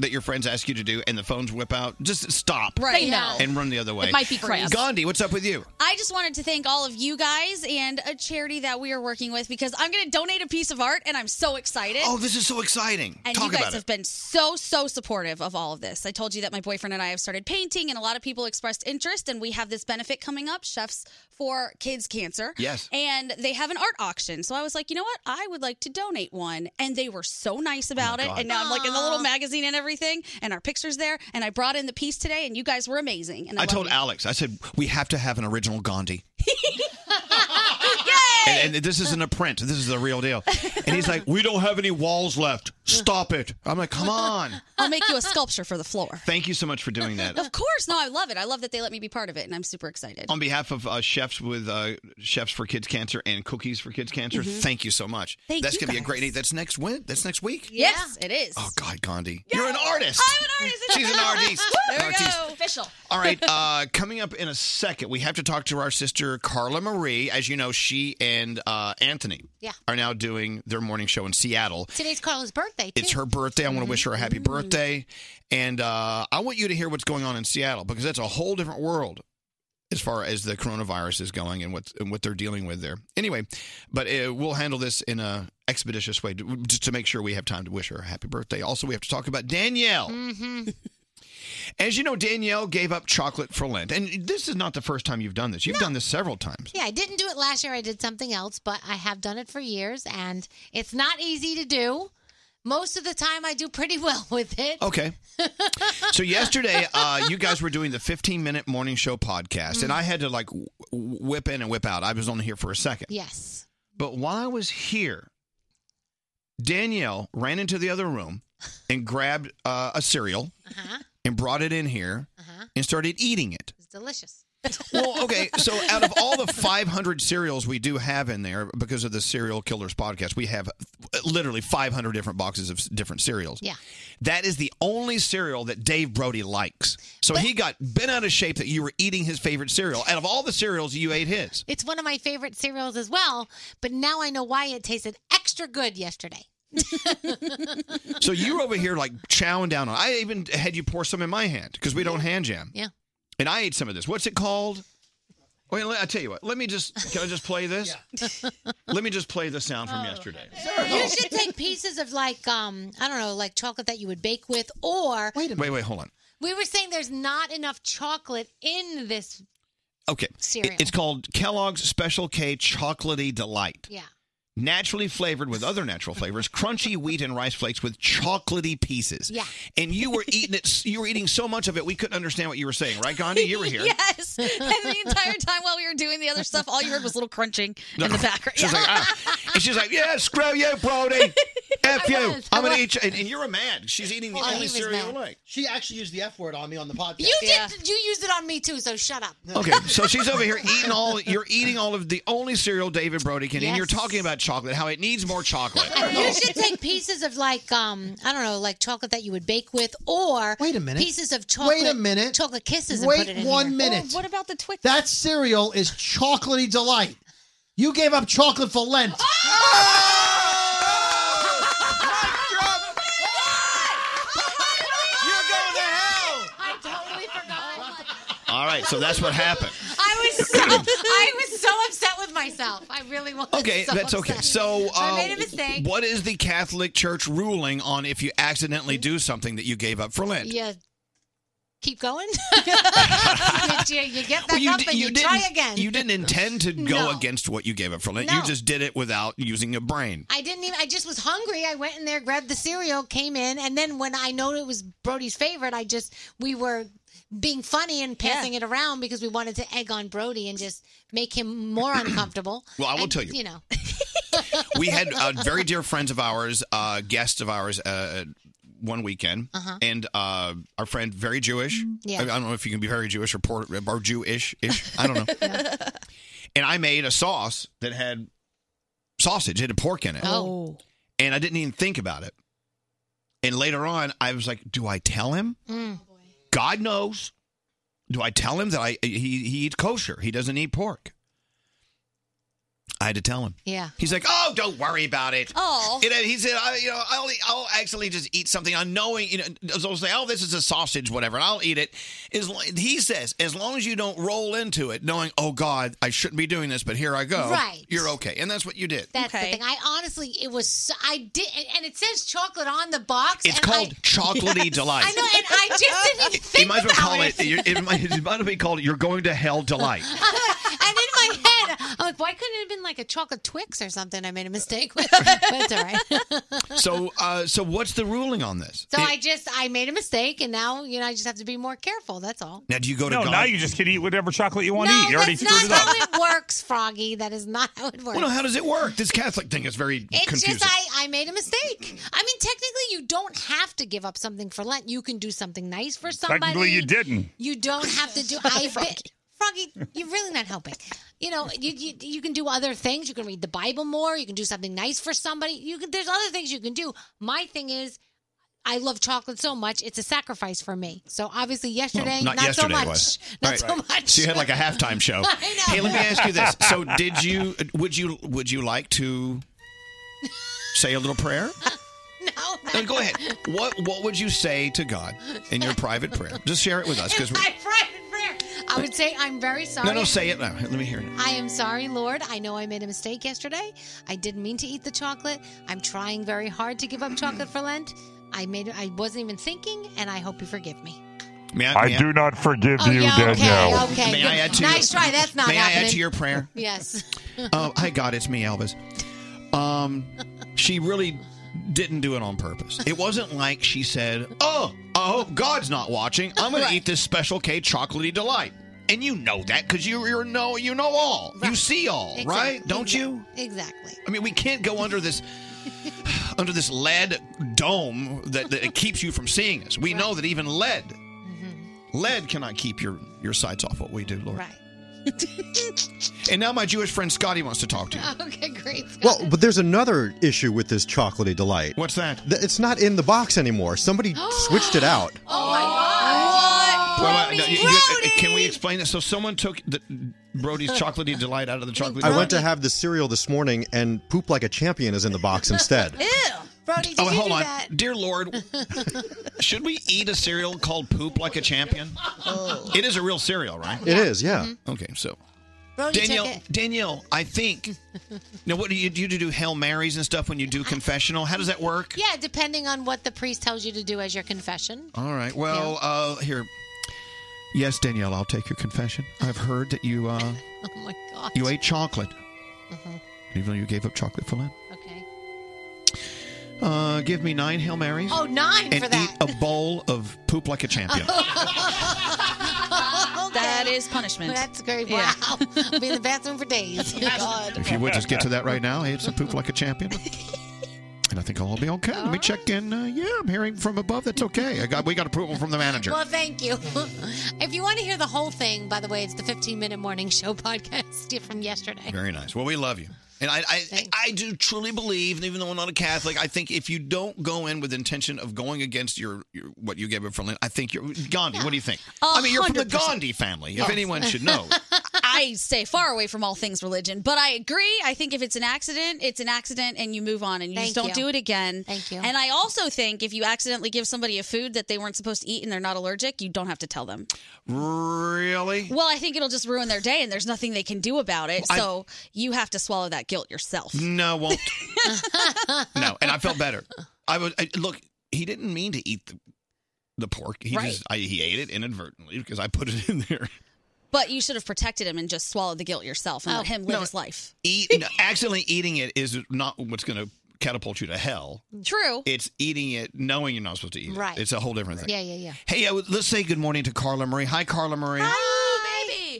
that your friends ask you to do and the phones whip out, just stop. Right. Say no. And run the other way. might be crap. Gandhi, what's up with you? I just wanted to thank all of you guys and a charity that we are working with because I'm going to donate a piece of art and I'm so excited. Oh, this is so exciting. And Talk you guys about have it. been so, so supportive of all of this. I told you that my boyfriend and I have started painting, and a lot of people expressed interest. And we have this benefit coming up, Chefs for Kids Cancer. Yes. And they have an art auction. So I was like, you know what? I would like to donate one. And they were so Oh nice about it. God. And now I'm like in the little magazine and everything, and our picture's there. And I brought in the piece today, and you guys were amazing. And I, I love told you. Alex, I said, we have to have an original Gandhi. And, and this isn't a print. This is the real deal. And he's like, we don't have any walls left. Stop it. I'm like, come on. I'll make you a sculpture for the floor. Thank you so much for doing that. Of course. No, I love it. I love that they let me be part of it, and I'm super excited. On behalf of uh, chefs with uh, Chefs for Kids Cancer and Cookies for Kids Cancer, Mhm. thank you so much. Thank That's you gonna be a great night. That's next win. That's next week. Yes, it is. Oh God, Gandhi, you're an artist. I'm an artist. She's an artist. There we Artist. go. Official. All right, uh, coming up in a second, we have to talk to our sister Carla Marie. As you know, she and uh, Anthony Yeah. are now doing their morning show in Seattle. Today's Carla's birthday. Too. Mm-hmm. It's her birthday. I want to wish her a happy birthday. And uh, I want you to hear what's going on in Seattle because that's a whole different world as far as the coronavirus is going and what and what they're dealing with there. Anyway, but uh, we'll handle this in a expeditious way to- just to make sure we have time to wish her a happy birthday. Also, we have to talk about Danielle. Mm-hmm. As you know, Danielle gave up chocolate for Lent. And this is not the first time you've done this. You've done this several times. Yeah, I didn't do it last year. I did something else, but I have done it for years, and it's not easy to do. Most of the time, I do pretty well with it. Okay. so yesterday, uh, you guys were doing the 15 minute morning show podcast, and I had to like w- w- whip in and whip out. I was only here for a second. Yes. But while I was here, Danielle ran into the other room and grabbed uh, a cereal Uh-huh. and brought it in here and started eating it. It's delicious. Well, okay. So out of all the 500 cereals we do have in there because of the Cereal Killers podcast, we have literally 500 different boxes of s- different cereals. Yeah. That is the only cereal that Dave Brody likes. So he got bent out of shape that you were eating his favorite cereal. Out of all the cereals, you ate his. It's one of my favorite cereals as well, but now I know why it tasted extra good yesterday. So you're over here like chowing down on. I even had you pour some in my hand because we don't hand jam. Yeah. And I ate some of this. What's it called? Wait, let- I tell you what. Let me just. Can I just play this? Let me just play the sound Oh. from yesterday. You should take pieces of like um I don't know, like chocolate that you would bake with or Wait Wait, wait, hold on. We were saying there's not enough chocolate in this. Okay. It- Cereal. It's called Kellogg's Special K Chocolatey Delight. Yeah. Naturally flavored with other natural flavors, crunchy wheat and rice flakes with chocolatey pieces. Yeah. And you were eating it. You were eating so much of it, we couldn't understand what you were saying, right, Gandhi? You were here. Yes. And the entire time while we were doing the other stuff, all you heard was little crunching in the background. She's like, ah. and she's like, yeah, screw you, Brody. F you. was, I'm gonna I was. eat you. And, and you're a mad. She's eating the Oh, he only was cereal mad. like. She actually used the F word on me on the podcast. You did you used it on me too, so shut up. Okay, so she's over here eating all. You're eating all of the only cereal David Brody can eat. And you're talking about chocolate, how it needs more chocolate. You should take pieces of like um I don't know, like chocolate that you would bake with or Wait a minute. pieces of chocolate Wait a minute. chocolate kisses and Wait put it in one here. minute. what about the Twix? That cereal is chocolatey delight. You gave up chocolate for Lent. Oh. I totally forgot. All right, so that's what happened. I was so I was so upset with myself. I really was. Okay, so that's okay. upset. So, uh, I made a mistake. what is the Catholic Church ruling on if you accidentally do something that you gave up for Lent? Mm. Yeah. Keep going. you, you get back Well, up di- and you, try didn't- again. You didn't intend to go No. against what you gave up for Lent. You No. just did it without using your brain. I didn't even. I just was hungry. I went in there, grabbed the cereal, came in, and then when I know it was Brody's favorite, I just we were being funny and passing it around because we wanted to egg on Brody and just make him more uncomfortable. Well, I will And, tell you. You know, we had uh, very dear friends of ours, uh, guests of ours, uh, one weekend, Uh-huh. Mm-hmm. and uh, our friend, very Jewish. Yeah. I, I don't know if you can be very Jewish or poor or Jewish ish. I don't know. And I made a sauce that had sausage, it had pork in it. Oh. And I didn't even think about it. And later on, I was like, do I tell him? Mm. God knows. Do I tell him that I he, he eats kosher? He doesn't eat pork. I had to tell him. Yeah. He's like, oh, don't worry about it. Oh. You know, he said, I, you know, I'll, eat- I'll actually just eat something unknowing. You know, so I'll say, oh, this is a sausage, whatever, and I'll eat it. As, lo- he says, as long as you don't roll into it knowing, oh, God, I shouldn't be doing this, but here I go. Right. You're okay. And that's what you did. That's the thing. I honestly, it was. So, I did, and- and it says chocolate on the box. It's and called I, chocolatey delight. I know, and I just didn't even think you might as well about call it. you- It might, it might as well be called "You're Going to Hell" delight. and in my head, I'm like, why couldn't it have been like a chocolate Twix or something? I made a mistake with, but it's all right. So, uh, so what's the ruling on this? So It- I just, I made a mistake, and now you know, I just have to be more careful. That's all. now, do you go to No, God? now you just can eat whatever chocolate you want to No, eat. You already that's screwed not it up. how it works, Froggy. That is not how it works. Well, no, how does it work? This Catholic thing is very It's confusing. just I, I made a mistake. I mean, technically, you don't have to give up something for Lent. You can do something nice for somebody. Technically, you didn't. You don't have to do. I bit, Froggy, you're really not helping. You know, you, you you can do other things. You can read the Bible more. You can do something nice for somebody. You can. There's other things you can do. My thing is. I love chocolate so much; it's a sacrifice for me. So obviously, yesterday, Well, not, so yesterday much. was. Not Right. so much. So you had like a halftime show. I know. Hey, let me ask you this. So did you would you would you like to say a little prayer? No. Then go ahead. What what would you say to God in your private prayer? Just share it with us because My private prayer. I would say I'm very sorry. No, no, say it. No, let me hear it. I am sorry, Lord. I know I made a mistake yesterday. I didn't mean to eat the chocolate. I'm trying very hard to give up chocolate for Lent. I made I wasn't even thinking, and I hope you forgive me. May I, do not forgive Oh, you, yeah, okay, Danielle. okay. May I add to nice your, try. That's not May I add happening. to your prayer? Yes. Oh, hi, God, it's me, Elvis. Um, she really didn't do it on purpose. It wasn't like she said, "Oh, I hope God's not watching. I'm going to eat this special K chocolatey delight." And you know that because you you're know you know all. You see all, Exact- right? Don't you? Exactly. I mean, we can't go under this under this lead dome that, that it keeps you from seeing us. We know that even lead lead cannot keep your your sights off what we do, Lord. Mm-hmm. Right. And now my Jewish friend Scotty wants to talk to you. okay, great. Well, but there's another issue with this chocolatey delight. What's that? It's not in the box anymore. Somebody switched it out. Oh, Wait, wait, uh, no, you- you- Can we explain this? So someone took the, Brody's chocolatey delight out of the chocolate. I went to have the cereal this morning, and poop like a champion is in the box instead. Ew. Brody, did Oh, you hold do on, that? dear Lord, should we eat a cereal called poop like a champion? Oh. It is a real cereal, right? It is, yeah. Mm-hmm. Okay, so Brody took Danielle, it. Danielle, I think. Now, what do you do? You do hail marys and stuff when you do confessional? How does that work? Yeah, depending on what the priest tells you to do as your confession. All right. Well, uh, here. Yes, Danielle, I'll take your confession. I've heard that you uh, Oh my god. you ate chocolate, Mhm. even though you gave up chocolate for Lent. Okay. Uh, give me nine Hail Marys. Oh, nine and for that. Oh, eat a bowl of poop like a champion. That is punishment. That's great. Wow. I'll be in the bathroom for days. God. if you would just get to that right now, I ate some poop like a champion. And I think I'll be okay. Let me check in. Uh, yeah, I'm hearing from above. That's okay. I got we got approval from the manager. Well, thank you. If you want to hear the whole thing, by the way, it's the 15 Minute Morning Show podcast from yesterday. Very nice. Well, we love you. And I, I, I do truly believe, and even though I'm not a Catholic, I think if you don't go in with intention of going against your, your what you gave up for Lent, I think you're Gandhi. What do you think? I mean, you're from the 100%. Gandhi family. Yes. If anyone should know, I stay far away from all things religion, but I agree. I think if it's an accident, it's an accident, and you move on and you Thank just don't you. do it again. Thank you. And I also think if you accidentally give somebody a food that they weren't supposed to eat and they're not allergic, you don't have to tell them. really. Well, I think it'll just ruin their day, and there's nothing they can do about it. I- so you have to swallow that guilt yourself. No, won't. no, and I felt better. I would I, look. He didn't mean to eat the, the pork. He Right. just I, he ate it inadvertently because I put it in there. But you should have protected him and just swallowed the guilt yourself and let him live No. his life. Eat no, accidentally eating it is not what's going to catapult you to hell. True. It's eating it knowing you're not supposed to eat it. Right. It's a whole different thing. Yeah, yeah, yeah. Hey, uh, let's say good morning to Carla Marie. Hi, Carla Marie.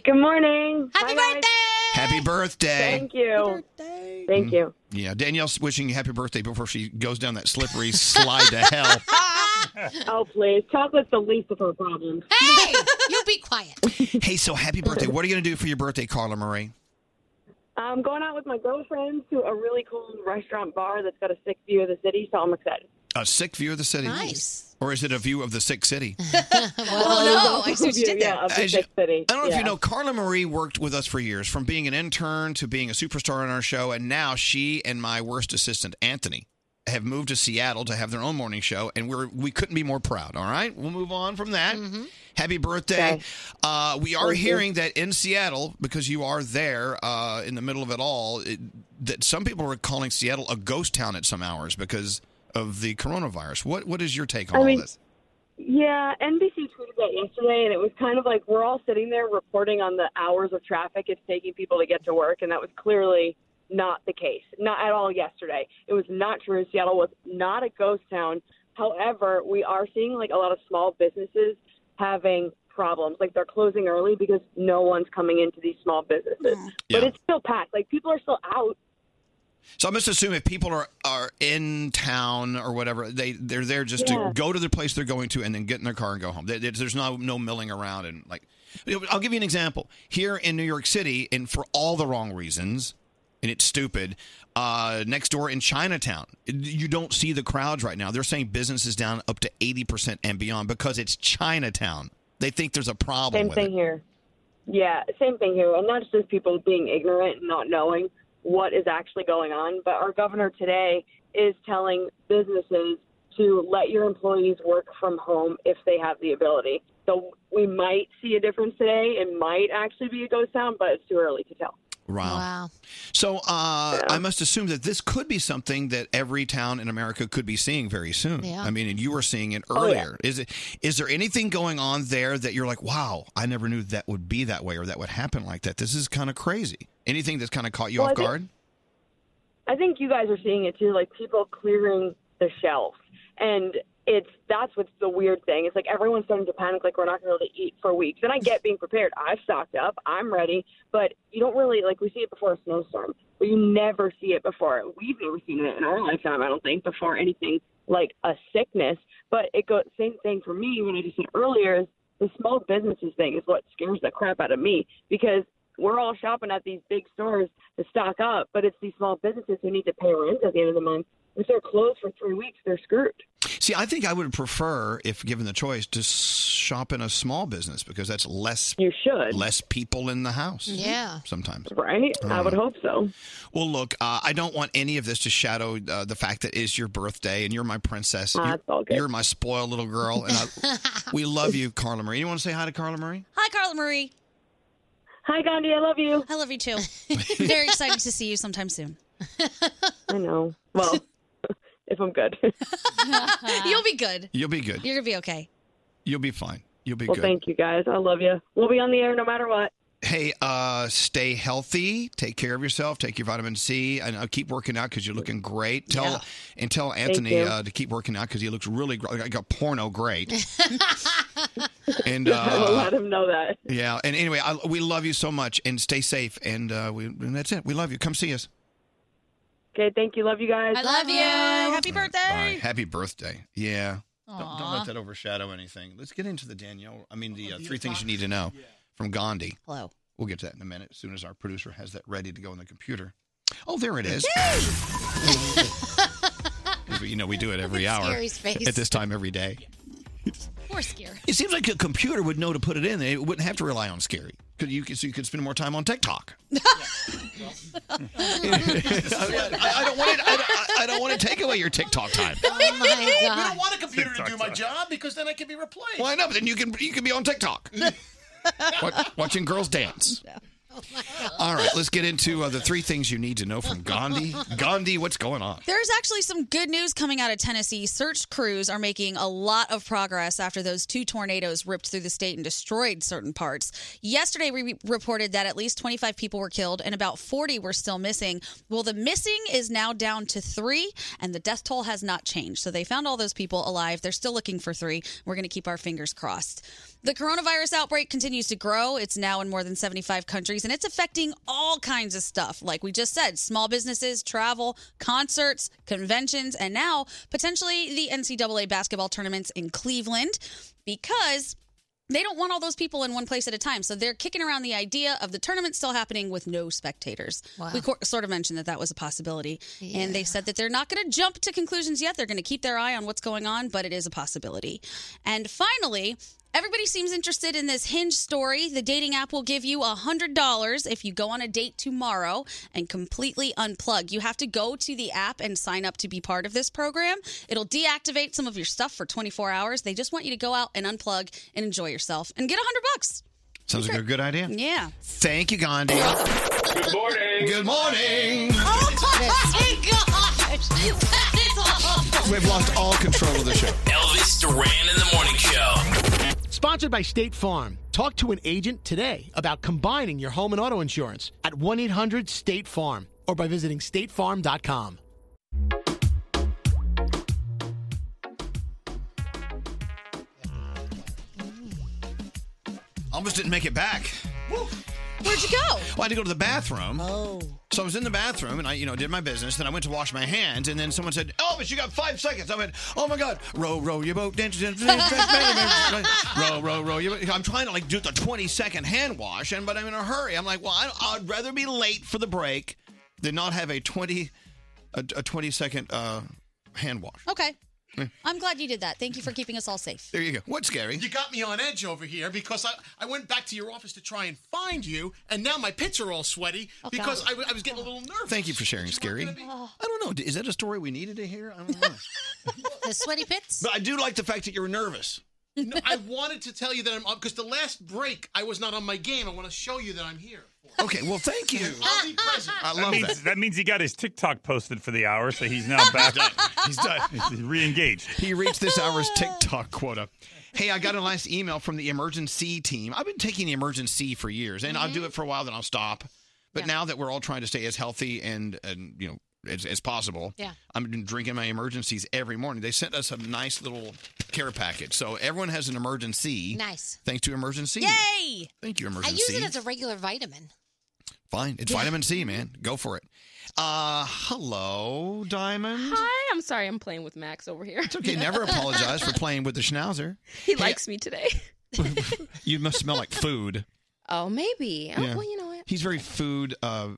Good morning. Happy birthday. Happy birthday. Thank you. Thank you. Yeah, Danielle's wishing you happy birthday before she goes down that slippery slide to hell. oh, please. Chocolate's the least of her problems. Hey, you be quiet. hey, so happy birthday. What are you going to do for your birthday, Carla Marie? I'm going out with my girlfriends to a really cool restaurant bar that's got a sick view of the city, so I'm excited. A sick view of the city. Nice. Or is it a view of the sick city? Well, no, I see what you did there. Yeah, of the As you- sick city. I don't know if you know, Carla Marie worked with us for years, from being an intern to being a superstar on our show, and now she and my worst assistant, Anthony, have moved to Seattle to have their own morning show, and we're we couldn't be more proud. All right, we'll move on from that. Happy birthday! Uh, we are Thank you. hearing that in Seattle because you are there uh, in the middle of it all. It, that some people are calling Seattle a ghost town at some hours because of the coronavirus. What what is your take on I all mean, this? Yeah, NBC tweeted that yesterday, and it was kind of like we're all sitting there reporting on the hours of traffic it's taking people to get to work, and that was clearly not the case. Not at all yesterday. It was not true. Seattle was not a ghost town. However, we are seeing like a lot of small businesses having problems. Like they're closing early because no one's coming into these small businesses. But it's still packed. Like people are still out. So I'm just assuming if people are are in town or whatever, they they're there just Yeah. to go to the place they're going to and then get in their car and go home. There- there's no no milling around and like. I'll give you an example here in New York City, and for all the wrong reasons, and it's stupid. Uh, next door in Chinatown, you don't see the crowds right now. They're saying business is down up to eighty percent and beyond because it's Chinatown. They think there's a problem. Same with thing it. here. Yeah, same thing here. And that's just people being ignorant and not knowing what is actually going on. But our governor today is telling businesses to let your employees work from home if they have the ability. So we might see a difference today. It might actually be a ghost town, but it's too early to tell. Wow. So uh, I must assume that this could be something that every town in America could be seeing very soon. Yeah. I mean, and you were seeing it Oh, yeah. earlier. Is it? Is there anything going on there that you're like, wow, I never knew that would be that way or that would happen like that? This is kind of crazy. Anything that's kind of caught you Well, I off think- guard? I think you guys are seeing it too, like people clearing the shelves, and it's that's what's the weird thing. It's like everyone's starting to panic, like we're not going to be able to eat for weeks. And I get being prepared. I've stocked up. I'm ready, but you don't really like we see it before a snowstorm, but you never see it before. We've never seen it in our lifetime, I don't think, before anything like a sickness. But it goes same thing for me when I just said earlier is the small businesses thing is what scares the crap out of me because we're all shopping at these big stores to stock up, but it's these small businesses who need to pay rent at the end of the month. If they're closed for three weeks, they're screwed. See, I think I would prefer, if given the choice, to s- shop in a small business because that's less you should less people in the house. Yeah. sometimes. Right? I would hope so. Well, look, uh, I don't want any of this to shadow uh, the fact that it's your birthday and you're my princess. Ah, you're, it's all good. you're my spoiled little girl, and I, we love you, Carla Marie. You want to say hi to Carla Marie? Hi, Carla Marie. Hi, Gandhi. I love you. I love you too. Very excited to see you sometime soon. I know. Well, if I'm good. You'll be good. You'll be good. You're gonna be okay. You'll be fine. You'll be well, good. thank you guys. I love you. We'll be on the air no matter what. Hey, uh, stay healthy. Take care of yourself. Take your vitamin C, and uh, keep working out because you're looking great. Tell Yeah. and tell Thank Anthony you. uh, to keep working out because he looks really gr- like a porno great. and I will uh, let him know that. yeah. And anyway, I, we love you so much, and stay safe. And uh, we and that's it. We love you. Come see us. Okay, thank you. Love you guys. I love you. Happy All birthday. right, happy birthday. Yeah. Don't, don't Aw. let that overshadow anything. Let's get into the Danielle. I mean, the uh, three things you need to know from Gandhi. Hello. We'll get to that in a minute as soon as our producer has that ready to go on the computer. Oh, there it is. you know, we do it every hour Scary's face. at this time every day. More scare. It seems like a computer would know to put it in. It wouldn't have to rely on scary. Could you could, so you could spend more time on TikTok? I, I don't want it. I don't, I- I don't want to take away your TikTok time. Oh my We God. don't want a computer to TikTok do my time. job because then I can be replaced. Why not? But then you can you can be on TikTok, Watch, watching girls dance. All right, let's get into uh, the three things you need to know from Gandhi. Gandhi, what's going on? There's actually some good news coming out of Tennessee. Search crews are making a lot of progress after those two tornadoes ripped through the state and destroyed certain parts. Yesterday, we re- reported that at least 25 people were killed and about 40 were still missing. Well, the missing is now down to three, and the death toll has not changed. So they found all those people alive. They're still looking for three. We're going to keep our fingers crossed. The coronavirus outbreak continues to grow. It's now in more than 75 countries and it's affecting all kinds of stuff. Like we just said, small businesses, travel, concerts, conventions, and now potentially the NCAA basketball tournaments in Cleveland because they don't want all those people in one place at a time. So they're kicking around the idea of the tournament still happening with no spectators. Wow. We co- sort of mentioned that that was a possibility. And they said that they're not going to jump to conclusions yet. They're going to keep their eye on what's going on, but it is a possibility. And finally, everybody seems interested in this Hinge story. The dating app will give you $100 if you go on a date tomorrow and completely unplug. You have to go to the app and sign up to be part of this program. It'll deactivate some of your stuff for 24 hours. They just want you to go out and unplug and enjoy yourself and get 100 bucks. Sounds like a good idea. Yeah. Thank you, Gandhi. Good morning. Good morning. Oh my gosh. That is awful. We've lost all control of the show. Elvis Duran in the morning show. Sponsored by State Farm. Talk to an agent today about combining your home and auto insurance at 1 800 State Farm or by visiting statefarm.com. Almost didn't make it back. Where'd you go? Well, I had to go to the bathroom. Oh. So I was in the bathroom and I, you know, did my business. Then I went to wash my hands, and then someone said, "Elvis, you got five seconds." I went, "Oh my God, row, row your boat, dance, dance, dance, dance, dance, dance, row, row, row your boat." I'm trying to like do the 20 second hand wash, and but I'm in a hurry. I'm like, "Well, I, I'd rather be late for the break than not have a 20 a, a 20 second uh, hand wash." Okay. Yeah. I'm glad you did that. Thank you for keeping us all safe. There you go. What's Gary? You got me on edge over here because I, I went back to your office to try and find you, and now my pits are all sweaty Oh, because God. I, w- I was getting a little nervous. Thank you for sharing, Scary. I don't know. Is that a story we needed to hear? I don't know. the sweaty pits? But I do like the fact that you were nervous. No, I wanted to tell you that I'm on because the last break I was not on my game. I want to show you that I'm here. Okay, well, thank you. I'll be present. that means, that. means he got his TikTok posted for the hour, so he's now back. He's done. He's re-engaged. He reached this hour's TikTok quota. Hey, I got a nice email from the emergency team. I've been taking the emergency for years, and I'll do it for a while, then I'll stop. But now that we're all trying to stay as healthy and, and you know as, as possible, Yeah. I've been drinking my emergencies every morning. They sent us a nice little care package, so everyone has an emergency. Nice. Thanks to emergency. Yay! Thank you, I emergency. use it as a regular vitamin. Fine, it's Yeah. vitamin C, man. Go for it. Uh, hello, Diamond. Hi, I'm sorry I'm playing with Max over here. It's Okay, never apologize for playing with the schnauzer. He likes me today. You must smell like food. Oh, maybe. Oh, Yeah. well, you know what? He's very food uh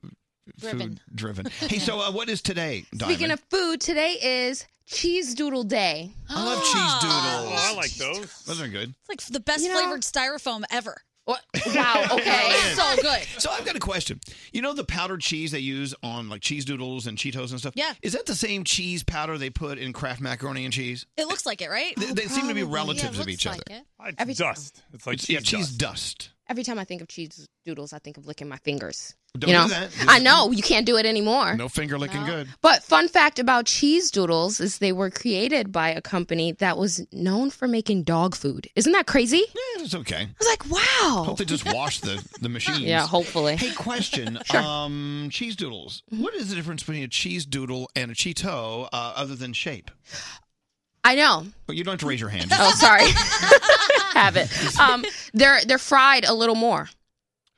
Driven. food driven. Hey, so uh, what is today, Diamond? Speaking of food, today is Cheese Doodle Day. I love cheese doodles. Oh, I like those. Those are good. It's like the best flavored styrofoam ever. What? Wow, okay. so good. So I've got a question. You know the powdered cheese they use on like cheese doodles and Cheetos and stuff? Yeah. Is that the same cheese powder they put in Kraft macaroni and cheese? It looks like it, right? Oh, They- they seem to be relatives of each other. Every- dust. It's like yeah, cheese cheese dust. Every time I think of cheese doodles, I think of licking my fingers. Don't you know? do that. I know you can't do it anymore. No finger licking good. But fun fact about cheese doodles is they were created by a company that was known for making dog food. Isn't that crazy? Yeah, it's okay. I was like, wow. Hope they just wash the the machines. Yeah, hopefully. Mm-hmm. Hey, question. Um, cheese doodles. What is the difference between a cheese doodle and a Cheeto, uh, other than shape? I know. But you don't have to raise your hand. Oh, sorry. Have it. Um, they're they're fried a little more.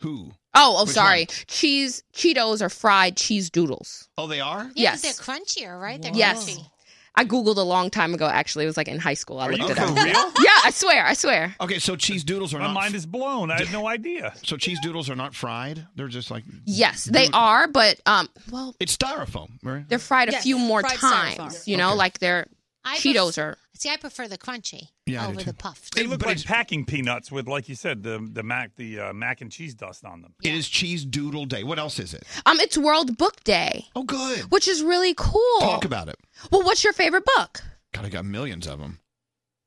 Who? Oh, oh, Which sorry. Cheese Cheetos are fried cheese doodles. Oh, they are. Yeah, 'cause they're crunchier, right? They're Yes. crunchy. I googled a long time ago. Actually, it was like in high school. I looked you it for up. real? Yeah, I swear. I swear. Okay, so cheese doodles are My not. mind is blown. I had no idea. So cheese doodles are not fried. They're just like Yes, they are, but um, well, it's styrofoam, right? they're fried a Yes, few more fried times. styrofoam. You know, Okay. like they're I Cheetos pref- are. See, I prefer the crunchy Yeah, I do over too. the puffed. They look like packing peanuts with, like you said, the the mac the uh, mac and cheese dust on them. It is cheese doodle day. What else is it? Um, it's World Book Day. Oh, good. Which is really cool. Talk about it. Well, what's your favorite book? God, I got millions of them.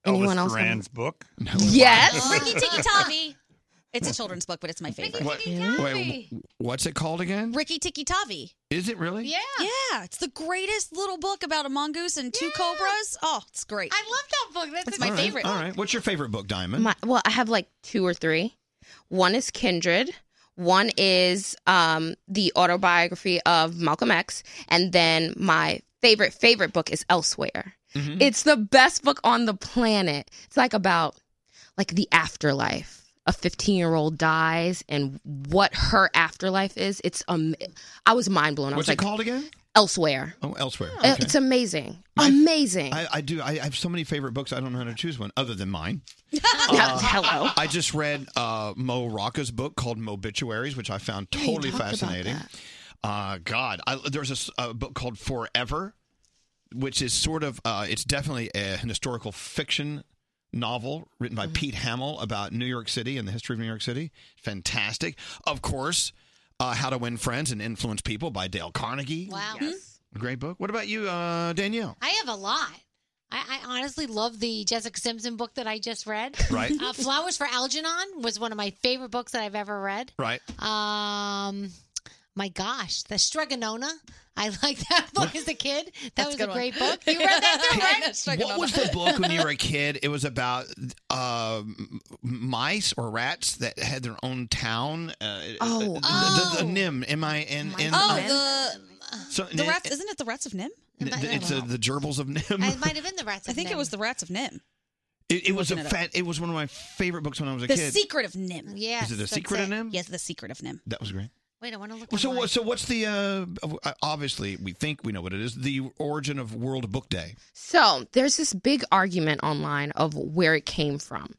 Oh, Anyone Elvis else have- Duran's book. Yes. Ricky Tikki Tavi. It's a children's book, but it's my favorite. What, wait, what's it called again? Ricky Tikki Tavi. Is it Oh, really? Yeah. It's the greatest little book about a mongoose and two cobras. Oh, it's great. I love that book. That's it's my All right, favorite. All right. What's your favorite book, Diamond? My, well, I have like two or three. One is Kindred. One is um, the autobiography of Malcolm X, and then my favorite Mm-hmm. favorite book is Elsewhere. It's the best book on the planet. It's like about like the afterlife. A 15 year old dies and what her afterlife is. It's um, I was mind blown. I was What's like, it called again? Elsewhere. Oh, elsewhere. Uh, Okay. It's amazing. amazing. I, I do. I, I have so many favorite books. I don't know how to choose one other than mine. hello. I just read uh, Mo Rocca's book called Mobituaries, which I found you totally talked about fascinating. Uh, God, I, there's a s- a, book called Forever, which is sort of uh, it's definitely a, an historical fiction novel written by Pete Hamill about New York City and the history of New York City. Fantastic. Of course, uh, How to Win Friends and Influence People by Dale Carnegie. Wow. Great book. What about you, uh, Danielle? I have a lot. I, I honestly love the Jessica Simpson book that I just read. Right. Uh, Flowers for Algernon was one of my favorite books that I've ever read. Right. Um, my gosh, the Stregonona. I liked that book as a kid. That was a good one. great book. You read that too, right? What was the book when you were a kid? It was about uh, m- mice or rats that had their own town. Uh, Oh. the, the, the Nim, M I N N. oh, uh, So, the, the rats. Isn't it the rats of Nim? n- it's uh, the gerbils of Nim. I might have been the rats. I think it was the rats of Nim. It, it was a looking it up. fat. It was one of my favorite books when I was a the kid. secret of Nim. Yes. Is it The that's Secret of it. Nim? Yes, the secret of Nim. That was great. Wait, I want to look. Well, so, what- so what's the? Uh, obviously, we think we know what it is. The origin of World Book Day. So there's this big argument online of where it came from.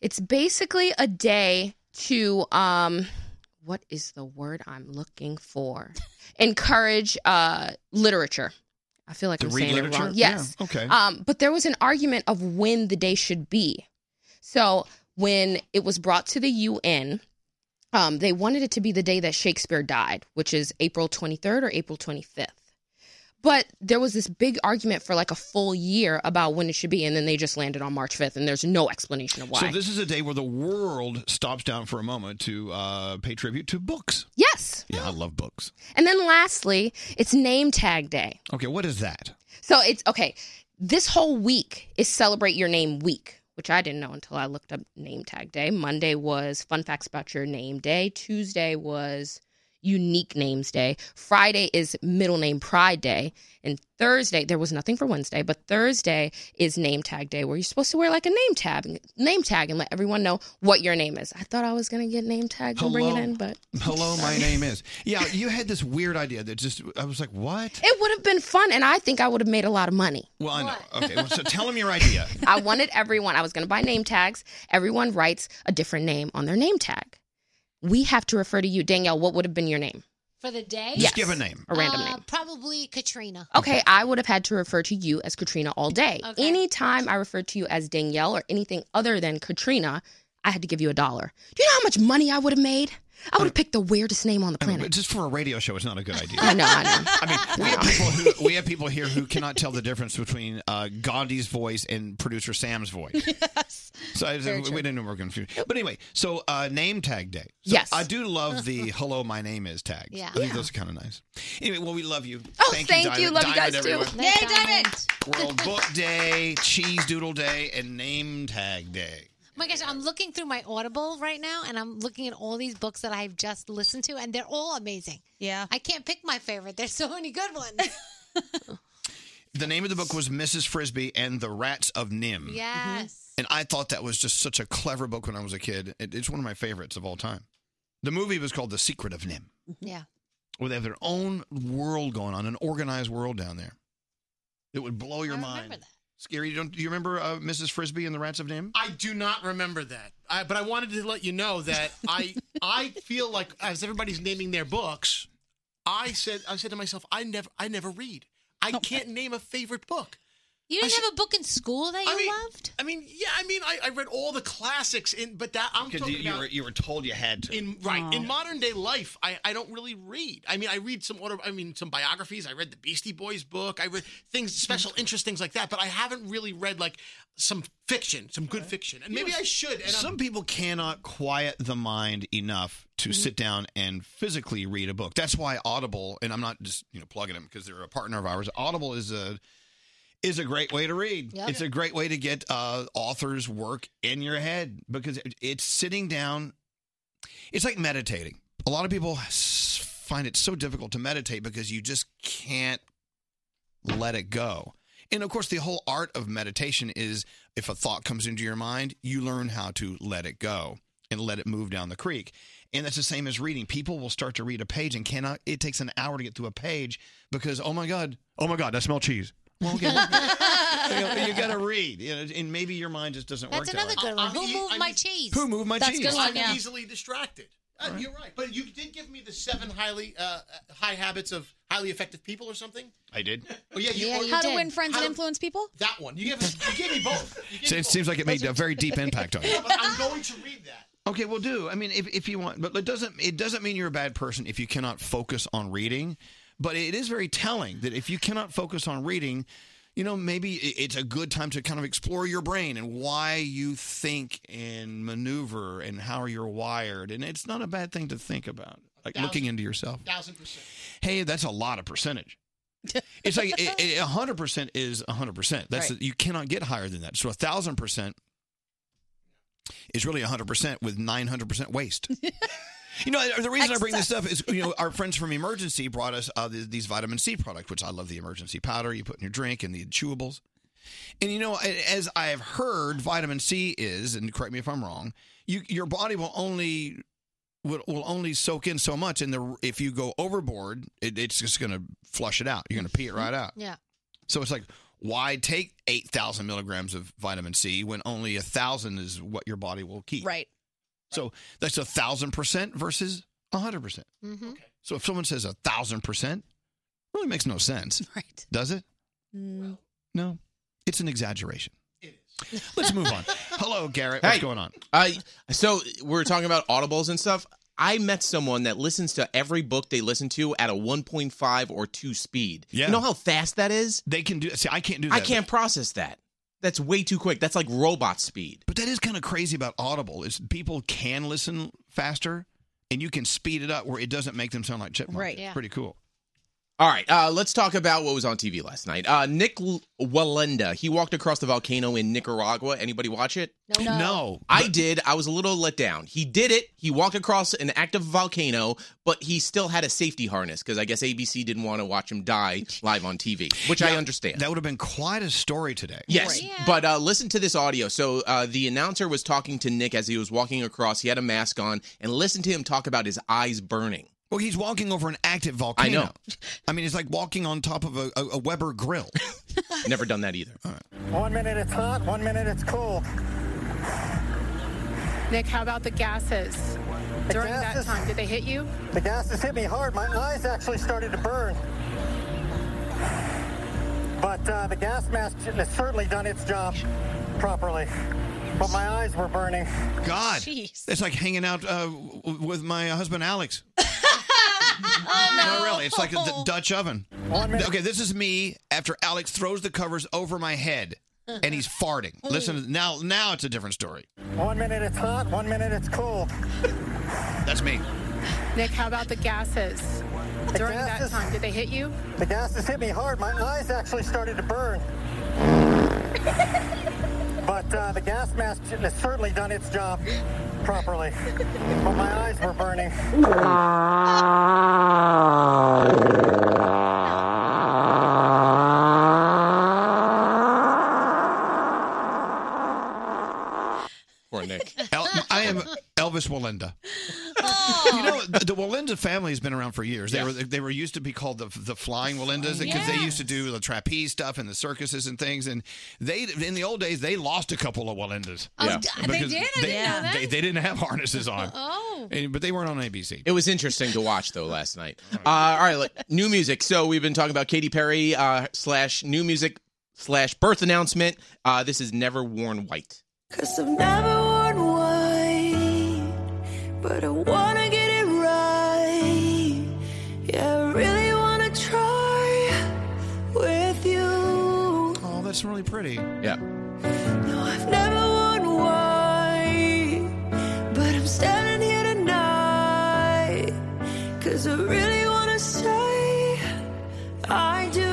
It's basically a day to um what is the word I'm looking for? Encourage uh literature. I feel like To I'm read saying literature? it wrong. Yes. Yeah, okay. Um, but there was an argument of when the day should be. So when it was brought to the UN, um, they wanted it to be the day that Shakespeare died, which is April 23rd or April 25th. But there was this big argument for like a full year about when it should be, and then they just landed on March 5th, and there's no explanation of why. So this is a day where the world stops down for a moment to uh, pay tribute to books. yes. Yeah, I love books. And then lastly, it's name tag day. Okay, what is that? So it's okay. This whole week is celebrate your name week, which I didn't know until I looked up name tag day. Monday was fun facts about your name day. Tuesday was unique names day. Friday is middle name pride day. And Thursday, there was nothing for Wednesday, but Thursday is name tag day where you're supposed to wear like a name tab, name tag and let everyone know what your name is. I thought I was going to get name tagged and bring it Hello? in, but Hello, my name is. Yeah, you had this weird idea that just I was like, what? it would have been fun and I think I would have made a lot of money. Well, I know. Okay, well, so tell him your idea. I wanted everyone, I was going to buy name tags. Everyone writes a different name on their name tag. We have to refer to you. Danielle, what would have been your name? For the day? Just Yes. give a name. A random Uh, name. Probably Katrina. Okay, I would have had to refer to you as Katrina all day. Okay. Anytime I referred to you as Danielle or anything other than Katrina, I had to give you a dollar. Do you know how much money I would have made? I would have picked the weirdest name on the I mean, planet. just for a radio show, it's not a good idea. I know, I know. I mean, we have people who we have people here who cannot tell the difference between uh, Gandhi's voice and producer Sam's voice. So I, Very we, true. didn't know we were confused. But anyway, so uh, name tag day. So Yes. I do love the "Hello, my name is" tags. Yeah. I think Yeah. those are kind of nice. Anyway, well, we love you. Oh, you, thank you. Diamond. Love you guys, Diamond, too. everyone. Yay, Diamond. World Book Day, Cheese Doodle Day, and Name Tag Day. Oh my gosh, I'm looking through my Audible right now and I'm looking at all these books that I've just listened to and they're all amazing. Yeah. I can't pick my favorite. There's so many good ones. The name of the book was Mrs. Frisbee and the Rats of Nim. yes. Mm-hmm. And I thought that was just such a clever book when I was a kid. It, it's one of my favorites of all time. The movie was called The Secret of Nim, Yeah. where they have their own world going on, an organized world down there. It would blow your mind. Scary, you don't do you remember uh, Mrs. Frisbee and the Rats of Nim? I do not remember that, I, but I wanted to let you know that I I feel like as everybody's naming their books, I said I said to myself, I never I never read. I Oh. can't name a favorite book. You didn't have a book in school that you I mean, loved? I mean, yeah, I mean, I, I read all the classics in, but that I'm Because talking you, you about were you were told you had to. in right in modern day life. I, I don't really read. I mean, I read some auto, I mean, some biographies. I read the Beastie Boys book. I read things, special interest things like that. But I haven't really read like some fiction, some good fiction, and maybe I should. And Some I'm, people cannot quiet the mind enough to sit down and physically read a book. That's why Audible, and I'm not just you know plugging them because they're a partner of ours. Audible is a is a great way to read. Yep. It's a great way to get uh, authors' work in your head because it- it's sitting down. It's like meditating. A lot of people s- find it so difficult to meditate because you just can't let it go. And of course, the whole art of meditation is if a thought comes into your mind, you learn how to let it go and let it move down the creek. And that's the same as reading. People will start to read a page and cannot, it takes an hour to get through a page because, oh my God, oh my God, I smell cheese. Well, okay. you, know, you gotta read, you know, and maybe your mind just doesn't work. That's that another way. good one. Who moved my cheese? Who moved my That's cheese? Good one, I'm yeah. easily distracted. Uh, You're right, but you did give me the seven highly uh, high habits of highly effective people or something. I did. Oh yeah, you, or- How to win friends How and to- influence people? That one. You gave, us- you gave me both. You gave So me it both. seems like it made a very deep impact on you. Yeah, but I'm going to read that. Okay, well, do I mean if, if you want, but it doesn't it doesn't mean you're a bad person if you cannot focus on reading. But it is very telling that if you cannot focus on reading, you know maybe i- it's a good time to kind of explore your brain and why you think and maneuver and how you're wired, and it's not a bad thing to think about, like looking into yourself. Thousand percent. Hey, that's a lot of percentage. It's like a hundred percent is a hundred percent. That's Right. you cannot get higher than that. So a thousand percent is really a hundred percent with nine hundred percent waste. You know, the reason I bring this up is, you know, our friends from Emergency brought us uh, th- these vitamin C products, which I love the emergency powder you put in your drink and the chewables. And, you know, a- as I have heard, vitamin C is, and correct me if I'm wrong, you, your body will only will, will only soak in so much. And the, if you go overboard, it, it's just going to flush it out. You're going to pee it right out. Yeah. So it's like, why take 8,000 milligrams of vitamin C when only a 1,000 is what your body will keep? Right. So that's a 1,000% versus a 100%. Mm-hmm. So if someone says a 1,000%, really makes no sense. Right. Does it? Mm. No. It's an exaggeration. It is. Let's move on. Hello, Garrett. What's going on? I so we're talking about audibles and stuff. I met someone that listens to every book they listen to at a 1.5 or 2 speed. Yeah. You know how fast that is? They can do see I can't do I that. can't process that. That's way too quick. That's like robot speed. But that is kind of crazy about Audible is people can listen faster and you can speed it up where it doesn't make them sound like chipmunks. Right. Yeah. Pretty cool. All right, uh, let's talk about what was on TV last night. Uh, Nick L- Walenda, he walked across the volcano in Nicaragua. Anybody watch it? No. No. No. I did. I was a little let down. He did it. He walked across an active volcano, but he still had a safety harness because I guess ABC didn't want to watch him die live on TV, which I understand. That would have been quite a story today. Yes, but uh, listen to this audio. So uh, the announcer was talking to Nick as he was walking across. He had a mask on, and listen to him talk about his eyes burning. Well, he's walking over an active volcano. I know. I mean, it's like walking on top of a, a, a Weber grill. Never done that either. One minute it's hot, one minute it's cool. Nick, how about the gases during that time? Did they hit you? The gases hit me hard. My eyes actually started to burn. But uh, the gas mask has certainly done its job properly. But my eyes were burning. God, it's like hanging out uh, w- w- with my husband Alex. Oh, No, really, it's like the Dutch oven. Okay, this is me after Alex throws the covers over my head and he's farting. Listen, now, now it's a different story. One minute it's hot, one minute it's cool. That's me. Nick, how about the gases during that gases- time? Did they hit you? The gases hit me hard. My eyes actually started to burn. But uh, the gas mask has certainly done its job properly. But my eyes were burning. Poor Nick. El- I am Elvis Walenda. Oh. You know, the, the Walenda family has been around for years. They were they were used to be called the the flying Walendas because they used to do the trapeze stuff and the circuses and things. And they in the old days they lost a couple of Walendas. Oh, Yeah. d- they Because did? I They, didn't know that. They, they didn't have harnesses on. Oh. And- but they weren't on ABC. It was interesting to watch though last night. Uh, all right, look, new music. So we've been talking about Katy Perry uh, slash new music slash birth announcement. Uh, this is Never Worn White. Cause I've never worn white, but I wanna get it right. Yeah, I really wanna try with you. Oh, that's really pretty. Yeah. No, I've never worn white, but I'm standing here tonight. Cause I really wanna say I do.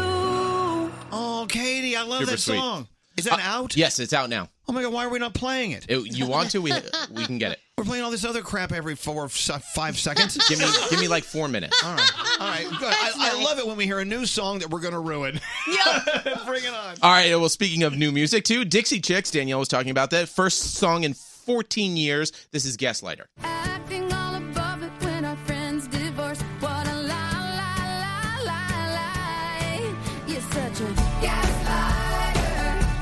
Oh, Katie, I love Super that sweet. Uh, song. Is that out? Yes, it's out now. Oh my god, why are we not playing it? It- you want to? We we can get it. We're playing all this other crap every four, s- five seconds. give me give me like four minutes. All right, all right. Good. I, I love it when we hear a new song that we're going to ruin. Yeah, bring it on. All right. Well, speaking of new music, too, Dixie Chicks. Danielle was talking about that first song in 14 years. This is Gaslighter. Acting all above it when our friends divorce. What a lie, lie, lie, lie, lie. You're such a gaslighter,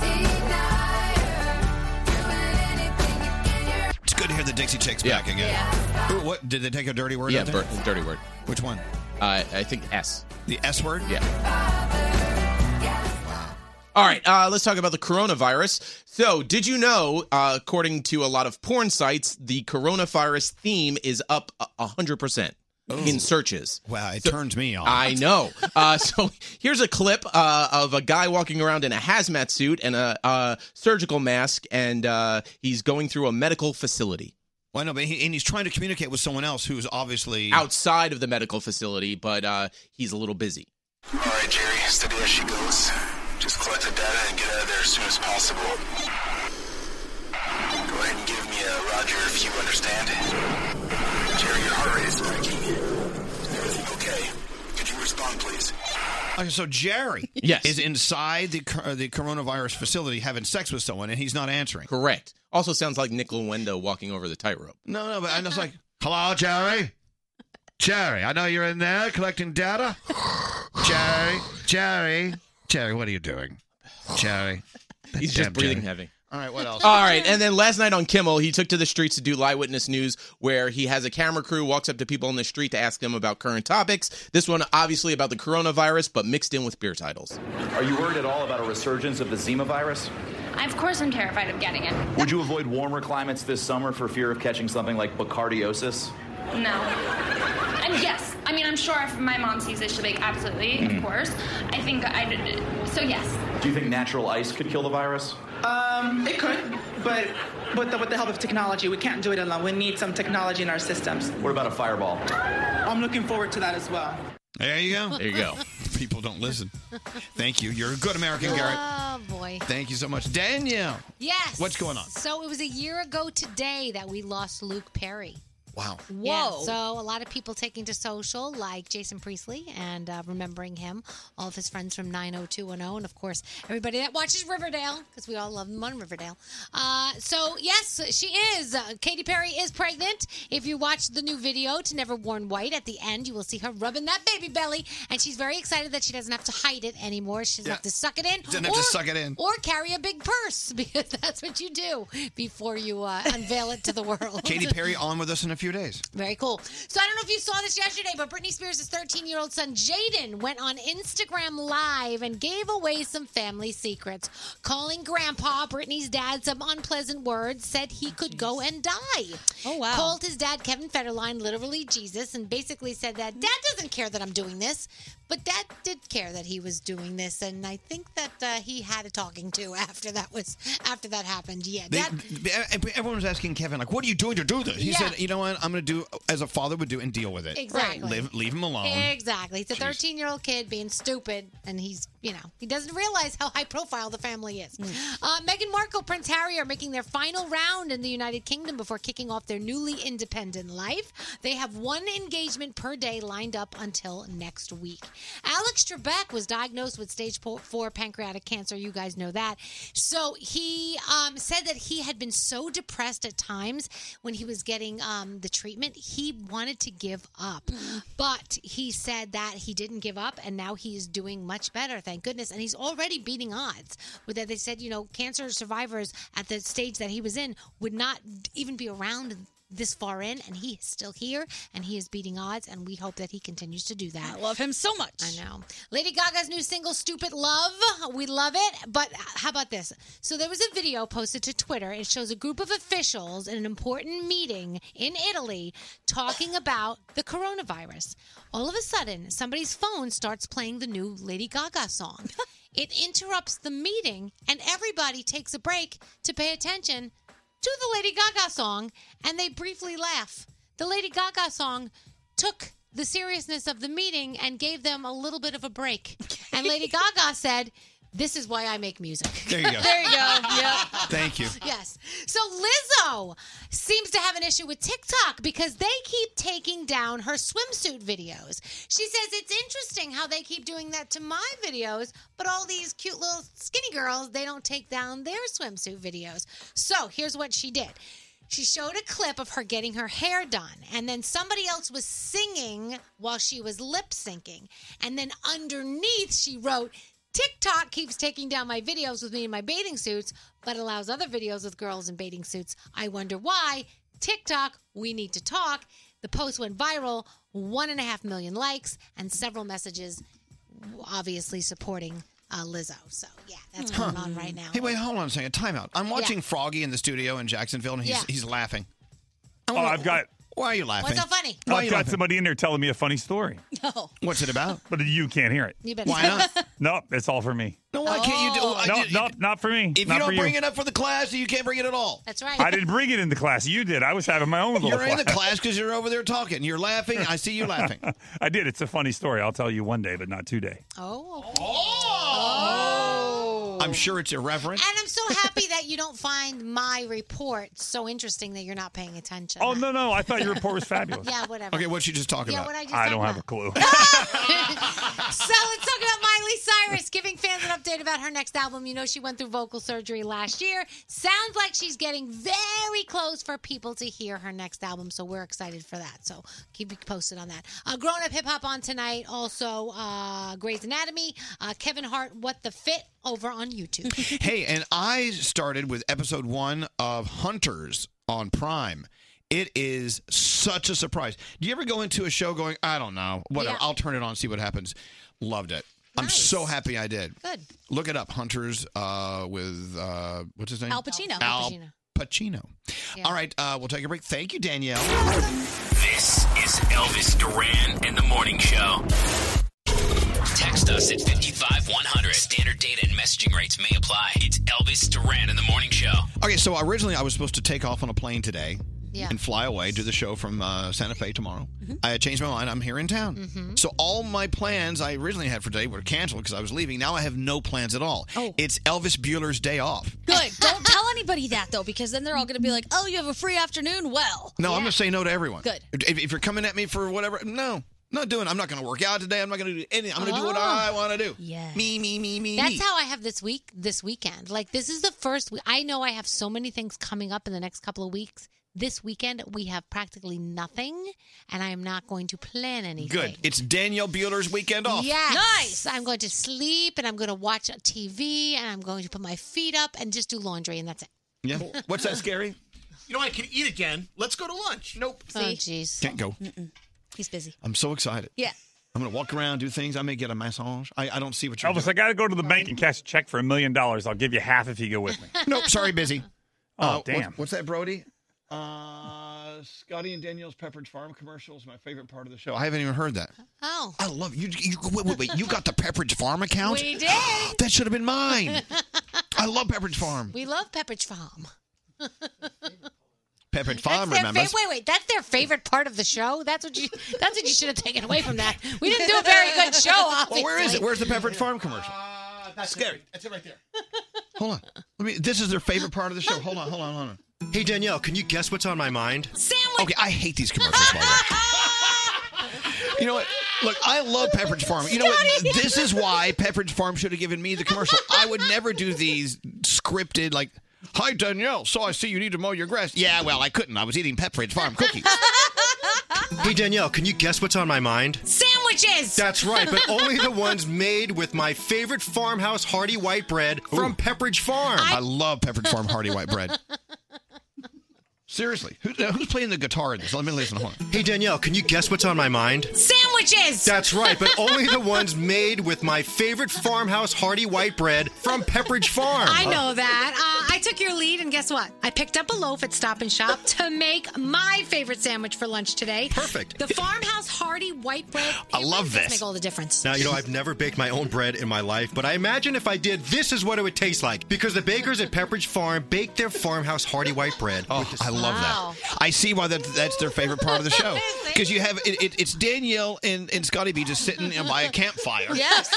denier, doing anything you can. You're It's good to hear the Dixie Chicks back again. Ooh, what did they take a dirty word? Yeah, out there? bir- dirty word. Which one? Uh, I think S. The S word? Yeah. All right, uh, let's talk about the coronavirus. So, did you know, uh, according to a lot of porn sites, the coronavirus theme is up a 100% in searches? Oh. Wow, it turns me on. I know. Uh, so here's a clip uh, of a guy walking around in a hazmat suit and a, uh surgical mask, and uh, he's going through a medical facility Well, no, but he, and he's trying to communicate with someone else who's obviously outside of the medical facility, but uh, he's a little busy. All right, Jerry, steady as she goes. Just collect the data and get out of there as soon as possible. Go ahead and give me a Roger if you understand. Jerry, your heart rate is spiking. Is everything okay? Could you respond, please? Okay, so Jerry yes. is inside the cor- the coronavirus facility having sex with someone, and he's not answering. Correct. Also, sounds like Nick Lawendo walking over the tightrope. No, no, but I was like, hello, Jerry. Jerry, I know you're in there collecting data. Jerry, Jerry, Jerry, what are you doing? Jerry. He's Damn just breathing Jerry. heavy. All right, what else? Uh, All right, and then last night on Kimmel, he took to the streets to do live witness news, where he has a camera crew walks up to people on the street to ask them about current topics. This one, obviously, about the coronavirus, but mixed in with beer titles. Are you worried at all about a resurgence of the Zima virus? Of course, I'm terrified of getting it. Would you avoid warmer climates this summer for fear of catching something like Bacardiosis? No. And yes, I mean, I'm sure if my mom sees this, she'll be like, absolutely, Mhm. Mm-hmm. of course. I think I. So, yes. Do you think natural ice could kill the virus? Um, it could, but with the, with the help of technology, we can't do it alone. We need some technology in our systems. What about a fireball? I'm looking forward to that as well. There you go. There you go. People don't listen. Thank you. You're a good American, Gary. Oh boy. Thank you so much, Danielle. Yes. What's going on? So it was a year ago today that we lost Luke Perry. Wow. Whoa. So a lot of people taking to social, like Jason Priestley, and uh, remembering him, all of his friends from 90210, and of course everybody that watches Riverdale, because we all love them on Riverdale. Uh, so yes, she is. Uh, Katy Perry is pregnant. If you watch the new video to Never Worn White, at the end you will see her rubbing that baby belly, and she's very excited that she doesn't have to hide it anymore. She doesn't Yeah. have to suck it in. Doesn't have to suck it in. Or carry a big purse because that's what you do before you uh, unveil it to the world. Katy Perry on with us in a few days. Very cool. So I don't know if you saw this yesterday, but Britney Spears' 13 year old son, Jaden, went on Instagram Live and gave away some family secrets, calling Grandpa, Britney's dad, some unpleasant words, said he could go and die. Oh, wow. Called his dad, Kevin Federline, literally Jesus, and basically said that dad doesn't care that I'm doing this. But dad did care that he was doing this, and I think that uh, he had a talking to after that was after that happened. Yeah, They, dad everyone was asking Kevin, like, what are you doing to do this? He Yeah. said, you know what? I'm going to do as a father would do and deal with it. Exactly. Live, leave him alone. Exactly. He's a 13 year old kid being stupid, and he's, you know, he doesn't realize how high profile the family is. Uh, Meghan Markle, Prince Harry are making their final round in the United Kingdom before kicking off their newly independent life. They have one engagement per day lined up until next week. Alex Trebek was diagnosed with stage po- four pancreatic cancer. You guys know that. So he um, said that he had been so depressed at times when he was getting um, the treatment, he wanted to give up. But he said that he didn't give up, and now he is doing much better, thank goodness. And he's already beating odds. With that, they said, you know, cancer survivors at the stage that he was in would not even be around this far in, and he is still here, and he is beating odds, and we hope that he continues to do that. I love him so much. I know. Lady Gaga's new single, Stupid Love, we love it. But how about this? So there was a video posted to Twitter. It shows a group of officials in an important meeting in Italy talking about the coronavirus. All of a sudden, somebody's phone starts playing the new Lady Gaga song. it interrupts the meeting, and everybody takes a break to pay attention to the Lady Gaga song and they briefly laugh. The Lady Gaga song took the seriousness of the meeting and gave them a little bit of a break. And Lady Gaga said, This is why I make music. There you go. there you go. Yep. Thank you. Yes. So Lizzo seems to have an issue with TikTok because they keep taking down her swimsuit videos. She says it's interesting how they keep doing that to my videos, but all these cute little skinny girls, they don't take down their swimsuit videos. So here's what she did. She showed a clip of her getting her hair done, and then somebody else was singing while she was lip syncing. And then underneath, she wrote, TikTok keeps taking down my videos with me in my bathing suits, but allows other videos with girls in bathing suits. I wonder why. TikTok, we need to talk. The post went viral, one and a half million likes, and several messages obviously supporting uh, Lizzo. So, yeah, that's going on right now. Hey, wait, hold on a second. Timeout. I'm watching Yeah. Froggy in the studio in Jacksonville, and he's Yeah. he's laughing. Oh, I've got. Why are you laughing? What's so funny? Why are I've you got laughing? somebody in there telling me a funny story. No. What's it about? But you can't hear it. You better Why stop. nope, it's all for me. No, why can't you do? No, Oh. Oh, I nope, did- nope, not for me. If not you for don't bring it up for the class, you can't bring it at all. That's right. I didn't bring it into class. You did. I was having my own little. You're in the class because you're over there talking. You're laughing. I see you laughing. I did. It's a funny story. I'll tell you one day, but not today. Oh. I'm sure it's irreverent. And I'm so happy that you don't find my report so interesting that you're not paying attention. Oh no, no! I thought your report was fabulous. Yeah, whatever. Okay, what'd you just talk Yeah, about? what'd I just I talk don't about? have a clue. so let's talk about Miley Cyrus giving fans an update about her next album. You know, she went through vocal surgery last year. Sounds like she's getting very close for people to hear her next album. So we're excited for that. So keep you posted on that. Uh, Grown Up Hip Hop on tonight. Also, uh, Grey's Anatomy. Uh, Kevin Hart, What the Fit over on YouTube. hey, and I started with episode one of Hunters on Prime. It is such a surprise. Do you ever go into a show going, I don't know, whatever, Yeah. I'll turn it on, see what happens? Loved it. I'm so happy I did. Good. Look it up, Hunters uh, with, uh, what's his name? Al Pacino. Al Al Pacino. Pacino. All right, uh, we'll take a break. Thank you, Danielle. This is Elvis Duran and the Morning Show. Text us at 55100. Standard data and messaging rates may apply. It's Elvis Duran and the Morning Show. Okay, so originally I was supposed to take off on a plane today Yeah. and fly away, do the show from uh, Santa Fe tomorrow. Mm-hmm. I changed my mind. I'm here in town. So all my plans I originally had for today were canceled because I was leaving. Now I have no plans at all. Oh. It's Elvis Bueller's day off. Good. Don't tell anybody that though, because then they're all going to be like, "Oh, you have a free afternoon." Well, No, I'm going to say no to everyone. Good. If, if you're coming at me for whatever, no. Not doing. I'm not going to work out today. I'm not going to do anything. I'm going to do what Oh. I want to do. Yeah. Me, me, me, me. That's me. how I have this week, this weekend. Like, this is the first week. I know I have so many things coming up in the next couple of weeks. This weekend, we have practically nothing, and I am not going to plan anything. Good. It's Danielle Bueller's weekend off. Yes. Nice. I'm going to sleep and I'm going to watch TV and I'm going to put my feet up and just do laundry and that's it. Yeah. What's that scary? You know, I can eat again. Let's go to lunch. Nope. Oh, jeez. Can't go. He's busy. I'm so excited. Yeah. I'm gonna walk around, do things. I may get a massage. I, I don't see what you're. Elvis, I got to go to the bank and cash a check for a million dollars. I'll give you half if you go with me. nope, sorry, busy. Oh, Uh, what- damn. what's that, Brody? Uh, Scotty and Danielle's Pepperidge Farm commercial is my favorite part of the show. I haven't even heard that. Oh. I love you. you wait, wait, wait. You got the Pepperidge Farm account? We did. That should have been mine. I love Pepperidge Farm. We love Pepperidge Farm. Pepperidge Farm Their remembers. fa- wait, wait, that's their favorite part of the show. That's what you. That's what you should have taken away from that. We didn't do a very good show. Well, Obviously. where is it? Where's the Pepperidge Farm commercial? Uh, That's scary. That's it right there. Hold on. Let me. This is their favorite part of the show. Hold on. Hold on. Hold on. Hey, Danielle, can you guess what's on my mind? Sandwich. Okay, I hate these commercials. By the way. You know what? Look, I love Pepperidge Farm. You know what? Scotty. This is why Pepperidge Farm should have given me the commercial. I would never do these scripted like. Hi Danielle, so I see you need to mow your grass. Yeah, well, I couldn't. I was eating Pepperidge Farm cookies. Hey, Danielle, can you guess what's on my mind? Sandwiches. That's right, but only the ones made with my favorite farmhouse hearty white bread from Pepperidge Farm. I love Pepperidge Farm hearty white bread. Seriously, who, who's playing the guitar in this? Let me listen. Hold on. Hey, Danielle, can you guess what's on my mind? Sandwiches. That's right, but only the ones made with my favorite farmhouse hearty white bread from Pepperidge Farm. I know that. Uh, I I took your lead, and guess what? I picked up a loaf at Stop and Shop to make my favorite sandwich for lunch today. Perfect. The farmhouse hearty white bread. I love Does make all the difference. Now, you know, I've never baked my own bread in my life, but I imagine if I did, this is what it would taste like. Because the bakers at Pepperidge Farm bake their farmhouse hearty white bread. Oh, I love that. I see why that, that's their favorite part of the show. Because you have it, it, it's Danielle and, and Scotty B just sitting by a campfire. Yes.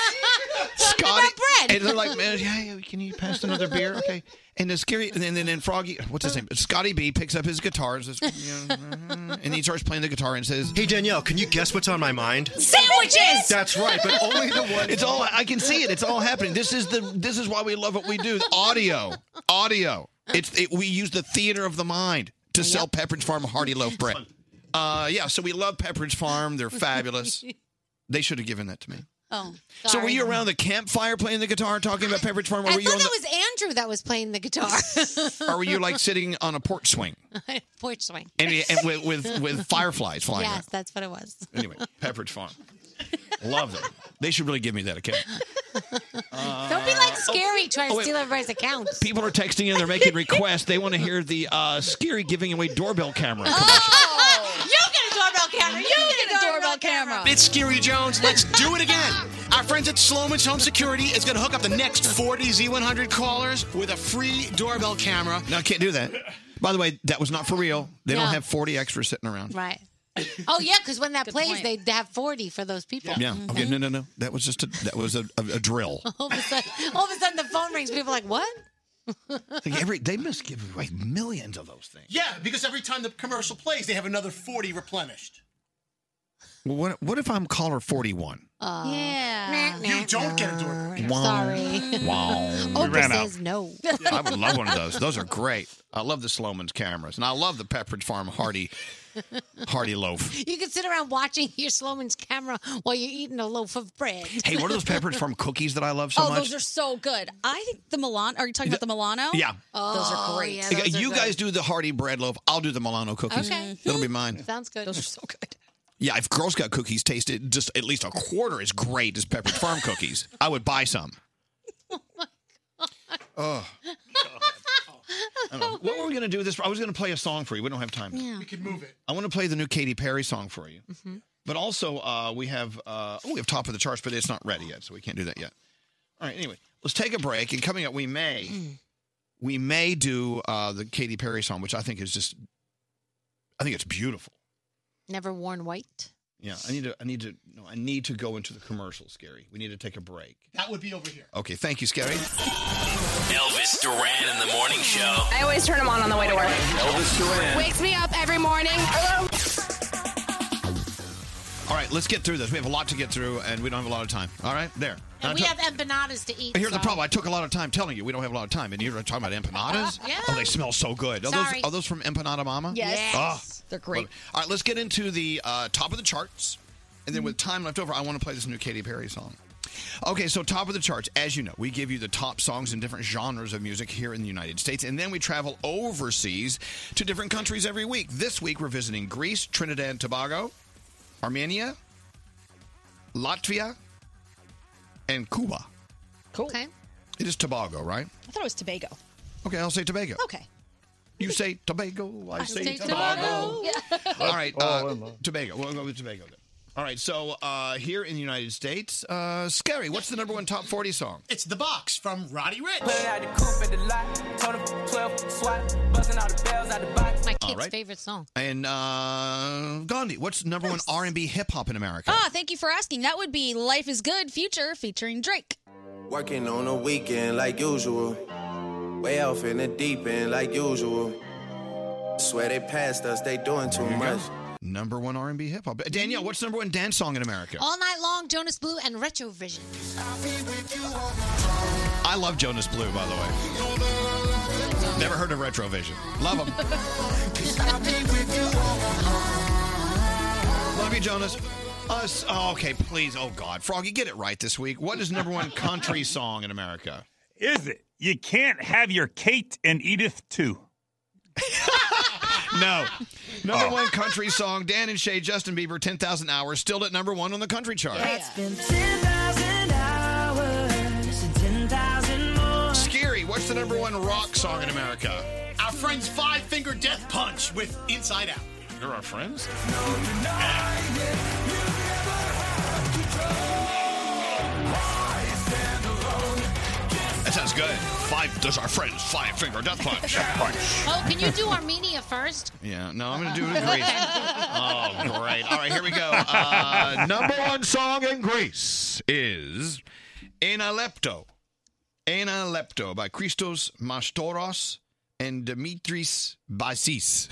Scotty. bread. And they're like, man, yeah, yeah, can you pass another beer? Okay. And the scary, and then, and then Froggy, what's his name? Scotty B picks up his guitar and, says, you know, uh-huh, and he starts playing the guitar and says, Hey, Danielle, can you guess what's on my mind? Sandwiches! That's right, but only the one. It's all, I can see it. It's all happening. This is the, this is why we love what we do. Audio. Audio. It's, it, we use the theater of the mind to sell Pepperidge Farm Hardy Loaf bread. Uh, yeah, so we love Pepperidge Farm. They're fabulous. they should have given that to me. Oh, So were you around the campfire playing the guitar, talking about Pepperidge Farm, or I were you thought on that the, was Andrew that was playing the guitar. or were you like sitting on a porch swing porch swing? and, and with, with with fireflies flying? Yes, that's what it was. around? Anyway, Pepperidge Farm, love them. They should really give me that account. Don't be like scary trying Uh, oh, to wait. steal everybody's account. People are texting in; they're making requests. They want to hear the uh, scary giving away doorbell camera. Uh-huh. You get a doorbell camera. You get a doorbell camera. It's Scary Jones. Let's do it again. Our friends at Sloman's Home Security is going to hook up the next 40 Z100 callers with a free doorbell camera. No, I can't do that. By the way, that was not for real. They No. don't have forty extras sitting around. Right. Oh yeah, because when that plays, they they have forty for those people. Yeah. Mhm. Okay. No, no, no. That was just a that was a, a, a drill. All of a sudden, all of a sudden, the phone rings. People are like, what? Like every they must give away millions of those things. Yeah, because every time the commercial plays, they have another 40 replenished. Well, what what if I'm caller forty one? Uh, yeah. You don't get a doorbell. Sorry. Wow. Oprah says no. I would love one of those. Those are great. I love the Sloman's cameras, and I love the Pepperidge Farm Hardy Hardy loaf. You can sit around watching your Sloman's camera while you're eating a loaf of bread. Hey, what are those Pepperidge Farm cookies that I love so oh, much? those are so good. I think the Milano. Are you talking about the Milano? Oh, Yeah. those are great. Okay, you guys do the Hardy bread loaf. I'll do the Milano cookies. Okay. That'll be mine. Sounds good. Those are so good. Yeah, if Girl Scout cookies tasted just at least a quarter as great as Pepperidge Farm cookies, I would buy some. Oh, I don't know. What were we going to do with this? I was going to play a song for you. We don't have time. We can move it. I want to play the new Katy Perry song for you. Mm-hmm. But also, uh, we have uh, oh, we have top of the charts, but it's not ready yet, so we can't do that yet. All right. Anyway, let's take a break. And coming up, we may Mm. we may do uh, the Katy Perry song, which I think is just I think it's beautiful. Never worn white. Yeah. I need to I need to no, I need to go into the commercial, Scary. We need to take a break. That would be over here. Okay. Thank you, Scary. Elvis Duran in the morning show. I always turn them on on the way to work. Elvis Duran. Wakes me up every morning. Hello. All right. Let's get through this. We have a lot to get through, and we don't have a lot of time. All right. There. And I we took- have empanadas to eat. Here's the so- problem. I took a lot of time telling you we don't have a lot of time, and you're talking about empanadas. Uh-huh. Yeah. Oh, they smell so good. Are Sorry. those are those from Empanada Mama? Yes. Yes. Oh, They're great. love it. All right, let's get into the uh, top of the charts, and then with time left over, I want to play this new Katy Perry song. Okay, so top of the charts. As you know, we give you the top songs in different genres of music here in the United States, and then we travel overseas to different countries every week. This week, we're visiting Greece, Trinidad and Tobago, Armenia, Latvia, and Cuba. Cool. Okay. It is Tobago, right? I thought it was Tobago. Okay, I'll say Tobago. Okay. You say Tobago, I, say, say Tobago. Tobago. Yeah. All right, uh, Tobago. We'll go with Tobago. Then. All right, so uh, here in the United States, uh, Scary, what's the number one top 40 song? It's The Box from Roddy Rich. My All kid's right. favorite song. And uh, Gandhi, what's number one R&B hip-hop in America? Ah, thank you for asking. That would be Life is Good Future featuring Drake. Working on a weekend like usual. Way off in the deep end like usual. Swear they passed us, they doing too much. Mm-hmm. Number one R&B hip-hop. Danielle, what's number one dance song in America? Uh, All night long, Jonas Blue and Retrovision. I love Jonas Blue, by the way. Never heard of Retrovision. Love him. Love you, Jonas. Us. Oh, okay, please. Oh, God. Froggy, get it right this week. What is number one country song in America? Is it? You can't have your Kate and Edith too. No. Number Oh. one country song, Dan and Shay, Justin Bieber, 10,000 Hours, still at number one on the country chart. It's been 10,000 hours and 10,000 more. Scary. What's the number one rock song in America? Our friends Five Finger Death Punch with Inside Out. You're our friends? That sounds good. Five does our friends five finger death punch. punch. Oh, can you do Armenia first? Yeah, no, I'm gonna do it in Greece. Oh, great! All right, here we go. Uh, number one song in Greece is "Analepto." "Analepto" by Christos Mastoros and Dimitris Basis.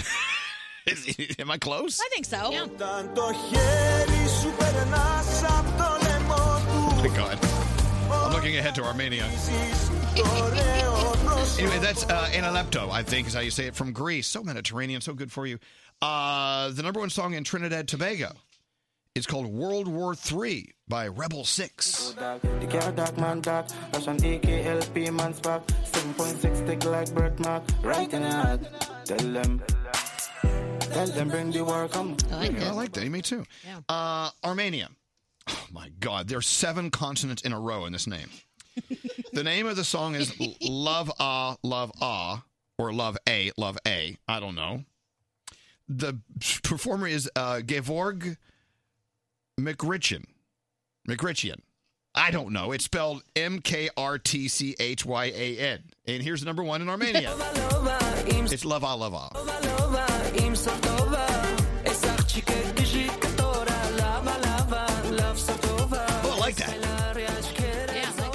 Am I close? I think so. Oh my God. I'm looking ahead to Armenia. Anyway, that's uh, Analepto, I think is how you say it from Greece. So Mediterranean, so good for you. Uh, the number one song in Trinidad Tobago is called World War III by Rebel Six. The car dark man dark, that's an AKLP man's back. 7.6 tick like birthmark, right in the head. Tell them, tell them bring the war come. Yeah, I like that. Me too. Uh, Armenia. Oh my God, there's seven consonants in a row in this name. the name of the song is L- Love Ah, Love Ah, or Love A, Love A. I don't know. The performer is uh, Gevorg McRitchin. McRitchian. I don't know. It's spelled M K R T C H Y A N. And here's the number one in Armenia. it's Love Ah, Love Ah. e Oh, I like that.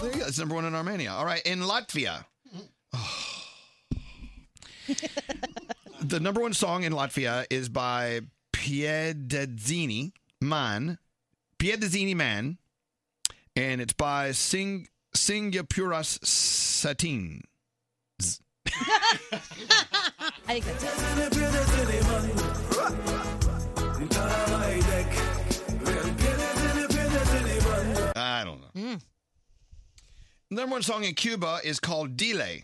There you go. It's number one in Armenia. All right, in Latvia. the number one song in Latvia is by Piedadzini Man, Piedadzini Man, and it's by Sing Singapuras Satin. I think that's it. I don't know. Number one song in Cuba is called Delay.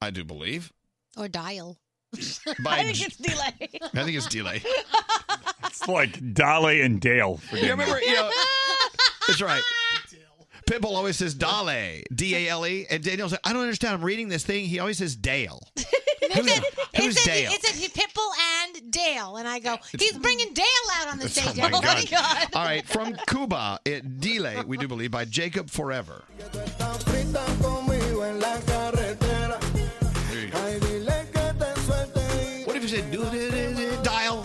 I do believe. Or dial. By I think J- it's delay. I think it's Delay. It's like Dolly and Dale. You remember? You know, that's right. Pitbull always says Dale, D A L E, and Daniel's like, I don't understand. I'm reading this thing. He always says Dale. Who's, who's it said, Dale? It said Pitbull and Dale, and I go, he's bringing Dale out on the It's- stage. oh my God. All right, from Cuba, it Delay, we do believe, by Jacob Forever. What if you said do do do do dial?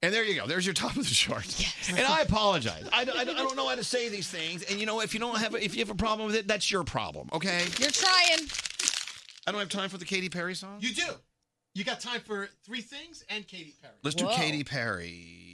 And there you go. There's your top of the chart. And I apologize. I, I, I don't know how to say these things. And you know, if you don't have, if you have a problem with it, that's your problem. Okay. You're trying. I don't have time for the Katy Perry song. You do. You got time for three things and Katy Perry. Let's do Katy Perry.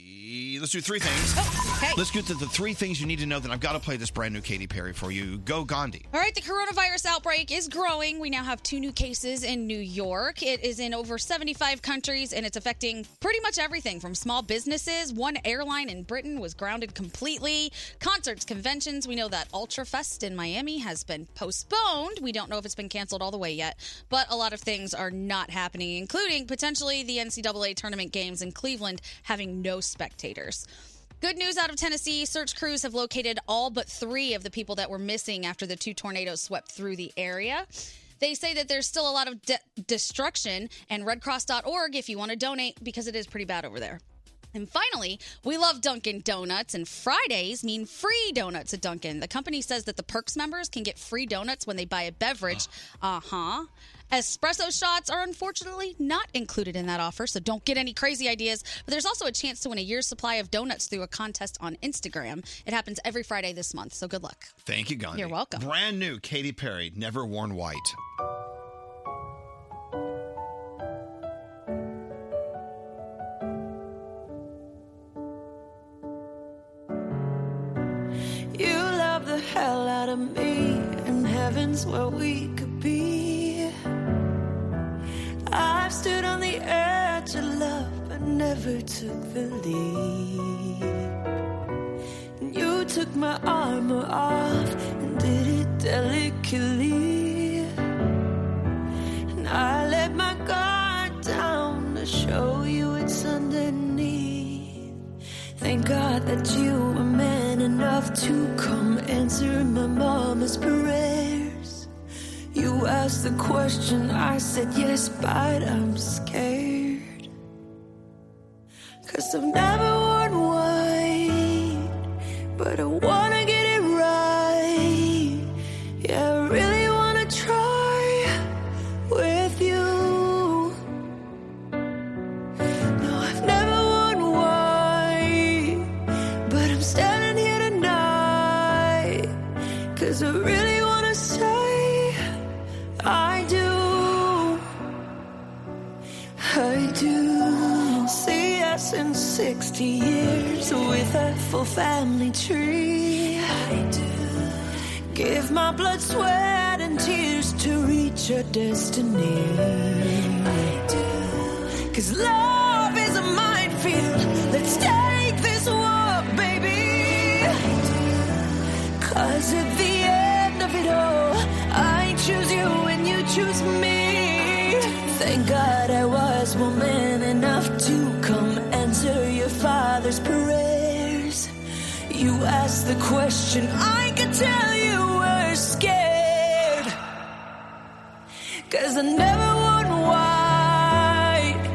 Let's do three things. Oh, Let's get to the three things you need to know. That I've got to play this brand new Katy Perry for you. Go Gandhi. All right, the coronavirus outbreak is growing. We now have two new cases in New York. It is in over 75 countries and it's affecting pretty much everything from small businesses. One airline in Britain was grounded completely. Concerts, conventions. We know that Ultrafest in Miami has been postponed. We don't know if it's been canceled all the way yet, but a lot of things are not happening, including potentially the NCAA tournament games in Cleveland having no spectators. Good news out of Tennessee. Search crews have located all but three of the people that were missing after the two tornadoes swept through the area. They say that there's still a lot of de- destruction, and redcross.org if you want to donate because it is pretty bad over there. And finally, we love Dunkin' Donuts, and Fridays mean free donuts at Dunkin'. The company says that the perks members can get free donuts when they buy a beverage. Uh huh. Espresso shots are unfortunately not included in that offer, so don't get any crazy ideas. But there's also a chance to win a year's supply of donuts through a contest on Instagram. It happens every Friday this month, so good luck. Thank you, Gandhi. You're welcome. Brand new Katy Perry, Never Worn White. You love the hell out of me, and heaven's where we could be. I've stood on the edge of love, but never took the leap. And you took my armor off and did it delicately. And I let my guard down to show you it's underneath. Thank God that you were man enough to come answer my mama's prayer. you asked the question, I said yes, but I'm scared. Cause I've never worn white, but I wanna get it right. Yeah, I really wanna try with you. No, I've never worn white, but I'm standing here tonight. Cause I really wanna say I do. I do see us in 60 years with a full family tree. I do give my blood, sweat, and tears to reach a destiny. I do. Cause love is a minefield. Let's take this war, baby. Cause at the end of it all, I choose you and you choose me. Thank God I was woman enough to come answer your father's prayers. You asked the question, I could tell you were scared. Cause I never would white,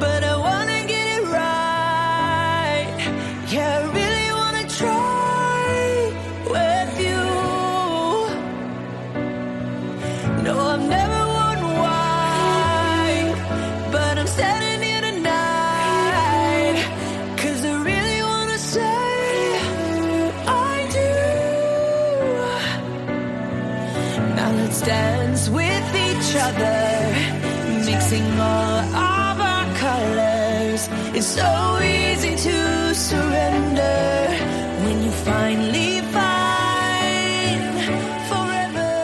but I wanna get it right. Yeah, I really wanna try with you. No, I've never worn white, but I'm standing here tonight. Cause I really wanna say I do. Now let's dance with each other, mixing all of our colors. It's so easy to surrender when you finally find forever.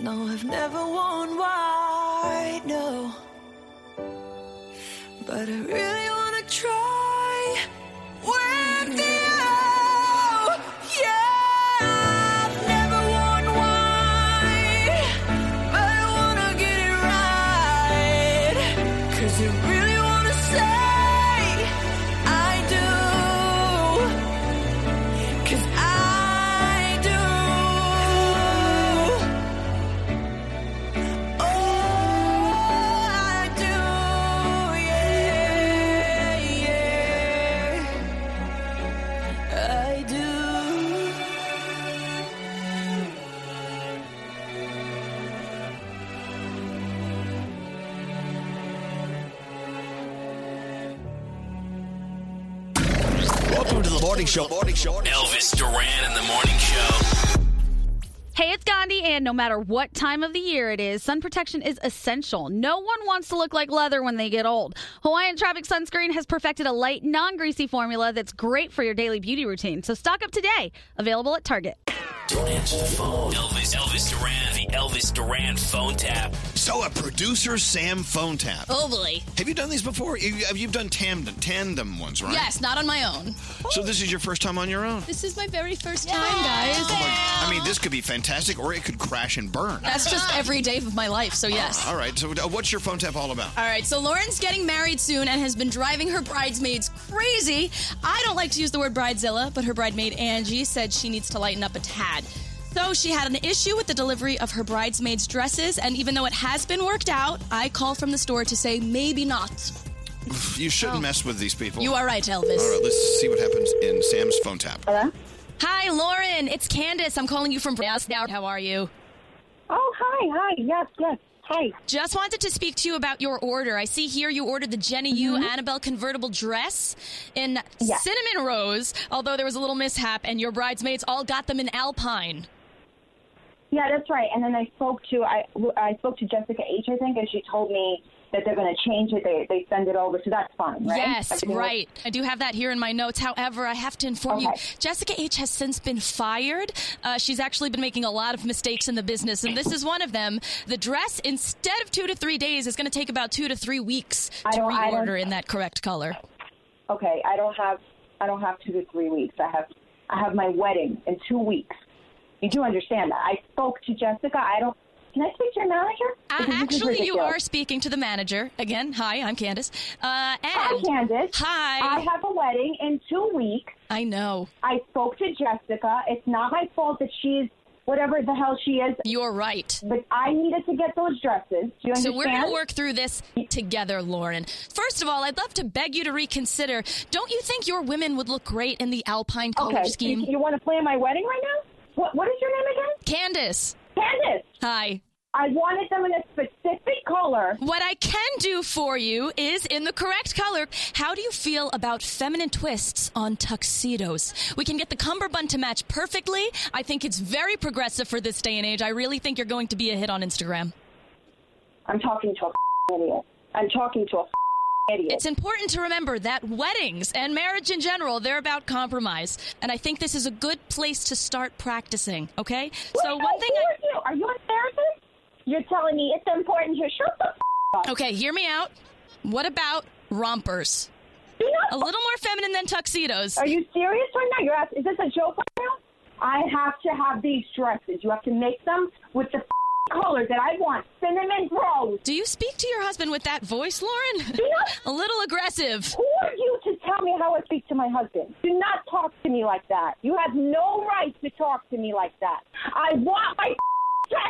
No, I've never worn white, no. But I really wanna try with you. Yeah, I've never worn white, but I wanna get it right. 'Cause I really wanna say I do. 'Cause I do. Oh, I do. Yeah, yeah. I do. Welcome to the morning show. Morning show. Elvis Duran in the morning show. Hey, it's Gandhi, and no matter what time of the year it is, sun protection is essential. No one wants to look like leather when they get old. Hawaiian Tropic Sunscreen has perfected a light, non greasy formula that's great for your daily beauty routine. So stock up today. Available at Target. Don't answer the phone. Elvis, Elvis Duran, the Elvis Duran phone tap. So Oh, a producer Sam phone tap. Oh boy. Have you done these before? You- You've, done tandem tandem ones, right? Yes, not on my own. So this is your first time on your own. Oh, This is my very first time, guys. I mean, this could be fantastic, or it could crash and burn. That's just every day of my life, so yes. All right. So uh, what's your phone tap all about? All right, so Lauren's getting married soon and has been driving her bridesmaids crazy. I don't like to use the word bridezilla, but her bridemaid Angie said she needs to lighten up a tad. So she had an issue with the delivery of her bridesmaids' dresses, and even though it has been worked out, I called from the store to say maybe not. You shouldn't mess with these people. Uh, oh. You are right, Elvis. All right. Let's see what happens in Sam's phone tap. Hello. Hi, Lauren. It's Candace. I'm calling you from Brass now. How are you? Oh, hi, hi. Yes, yes. Hi. Just wanted to speak to you about your order. I see here you ordered the Jenny Mm-hmm. U Annabelle convertible dress in cinnamon rose, although there was a little mishap, and your bridesmaids all got them in alpine. Yeah, that's right. And then I spoke to I, I spoke to Jessica H. I think, and she told me that they're going to change it. They they send it over, so that's fine, right? Yes, Everything looks- right. I do have that here in my notes. However, I have to inform you, Jessica H has since been fired. Uh, she's actually been making a lot of mistakes in the business, and this is one of them. The dress, instead of two to three days, is going to take about two to three weeks I to don't- I don't- reorder in that correct color. Okay, I don't have I don't have two to three weeks. I have I have my wedding in two weeks. You do understand that? I spoke to Jessica. I don't Can I speak to your manager? Because this is Uh, Actually, you ridiculous. are speaking to the manager. Again, hi, I'm Candace. Uh, and Hi, Candace. Hi. I have a wedding in two weeks. I know. I spoke to Jessica. It's not my fault that she's whatever the hell she is. You're right. But I needed to get those dresses. Do you so understand? we're going to work through this together, Lauren. First of all, I'd love to beg you to reconsider. Don't you think your women would look great in the alpine color Okay. scheme? You, you want to plan my wedding right now? What What is your name again? Candace. Candace. Hi. I wanted them in a specific color. What I can do for you is in the correct color. How do you feel about feminine twists on tuxedos? We can get the cummerbund to match perfectly. I think it's very progressive for this day and age. I really think you're going to be a hit on Instagram. I'm talking to a idiot. I'm talking to a idiot. It's important to remember that weddings and marriage in general, they're about compromise. And I think this is a good place to start practicing, okay? So, one thing I. you? Are you a therapist? You're telling me it's important to shut the f- up. Okay, hear me out. What about rompers? A little more feminine than tuxedos. Are you serious right now? You're asking, is this a joke right now? I have to have these dresses. You have to make them with the f- colors that I want. Cinnamon rose. Do you speak to your husband with that voice, Lauren? a little aggressive. Who are you to tell me how I speak to my husband? Do not talk to me like that. You have no right to talk to me like that. I want my f-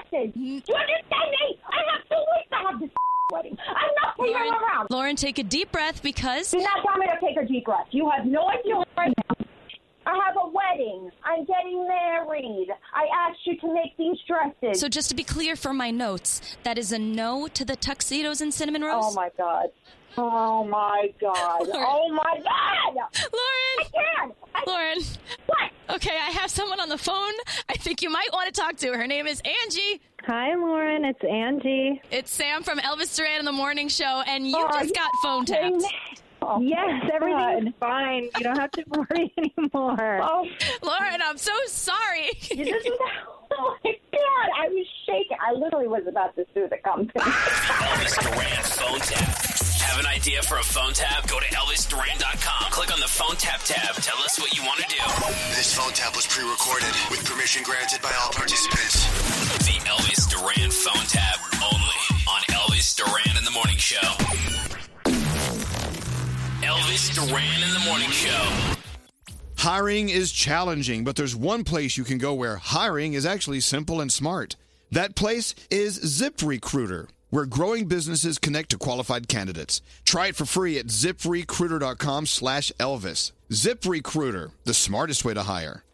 dresses. Do you understand me? I have two weeks to have this f- wedding. I'm not playing Lauren, around. Lauren, take a deep breath because. Do not tell me to take a deep breath. You have no idea what right now. I have a wedding. I'm getting married. I asked you to make these dresses. So, just to be clear for my notes, that is a no to the tuxedos and cinnamon rose? Oh my god. Oh my god. oh my god. Lauren. I can. I Lauren. What? Okay, I have someone on the phone. I think you might want to talk to. Her name is Angie. Hi, Lauren. It's Angie. It's Sam from Elvis Duran and the Morning Show, and you Oh, just got phone tapped. Oh, yes, everything's fine. You don't have to worry anymore. Oh, Lauren, I'm so sorry. oh my god. I was shaking. I literally was about to sue the company. Elvis Duran phone tap. Have an idea for a phone tap? Go to ElvisDuran.com. Click on the phone tap tab. Tell us what you want to do. This phone tap was pre-recorded with permission granted by all participants. The Elvis Duran phone tap only on Elvis Duran in the Morning Show. Elvis Duran in the Morning Show. Hiring is challenging, but there's one place you can go where hiring is actually simple and smart. That place is ZipRecruiter, where growing businesses connect to qualified candidates. Try it for free at ziprecruiter.com slash Elvis. ZipRecruiter, the smartest way to hire.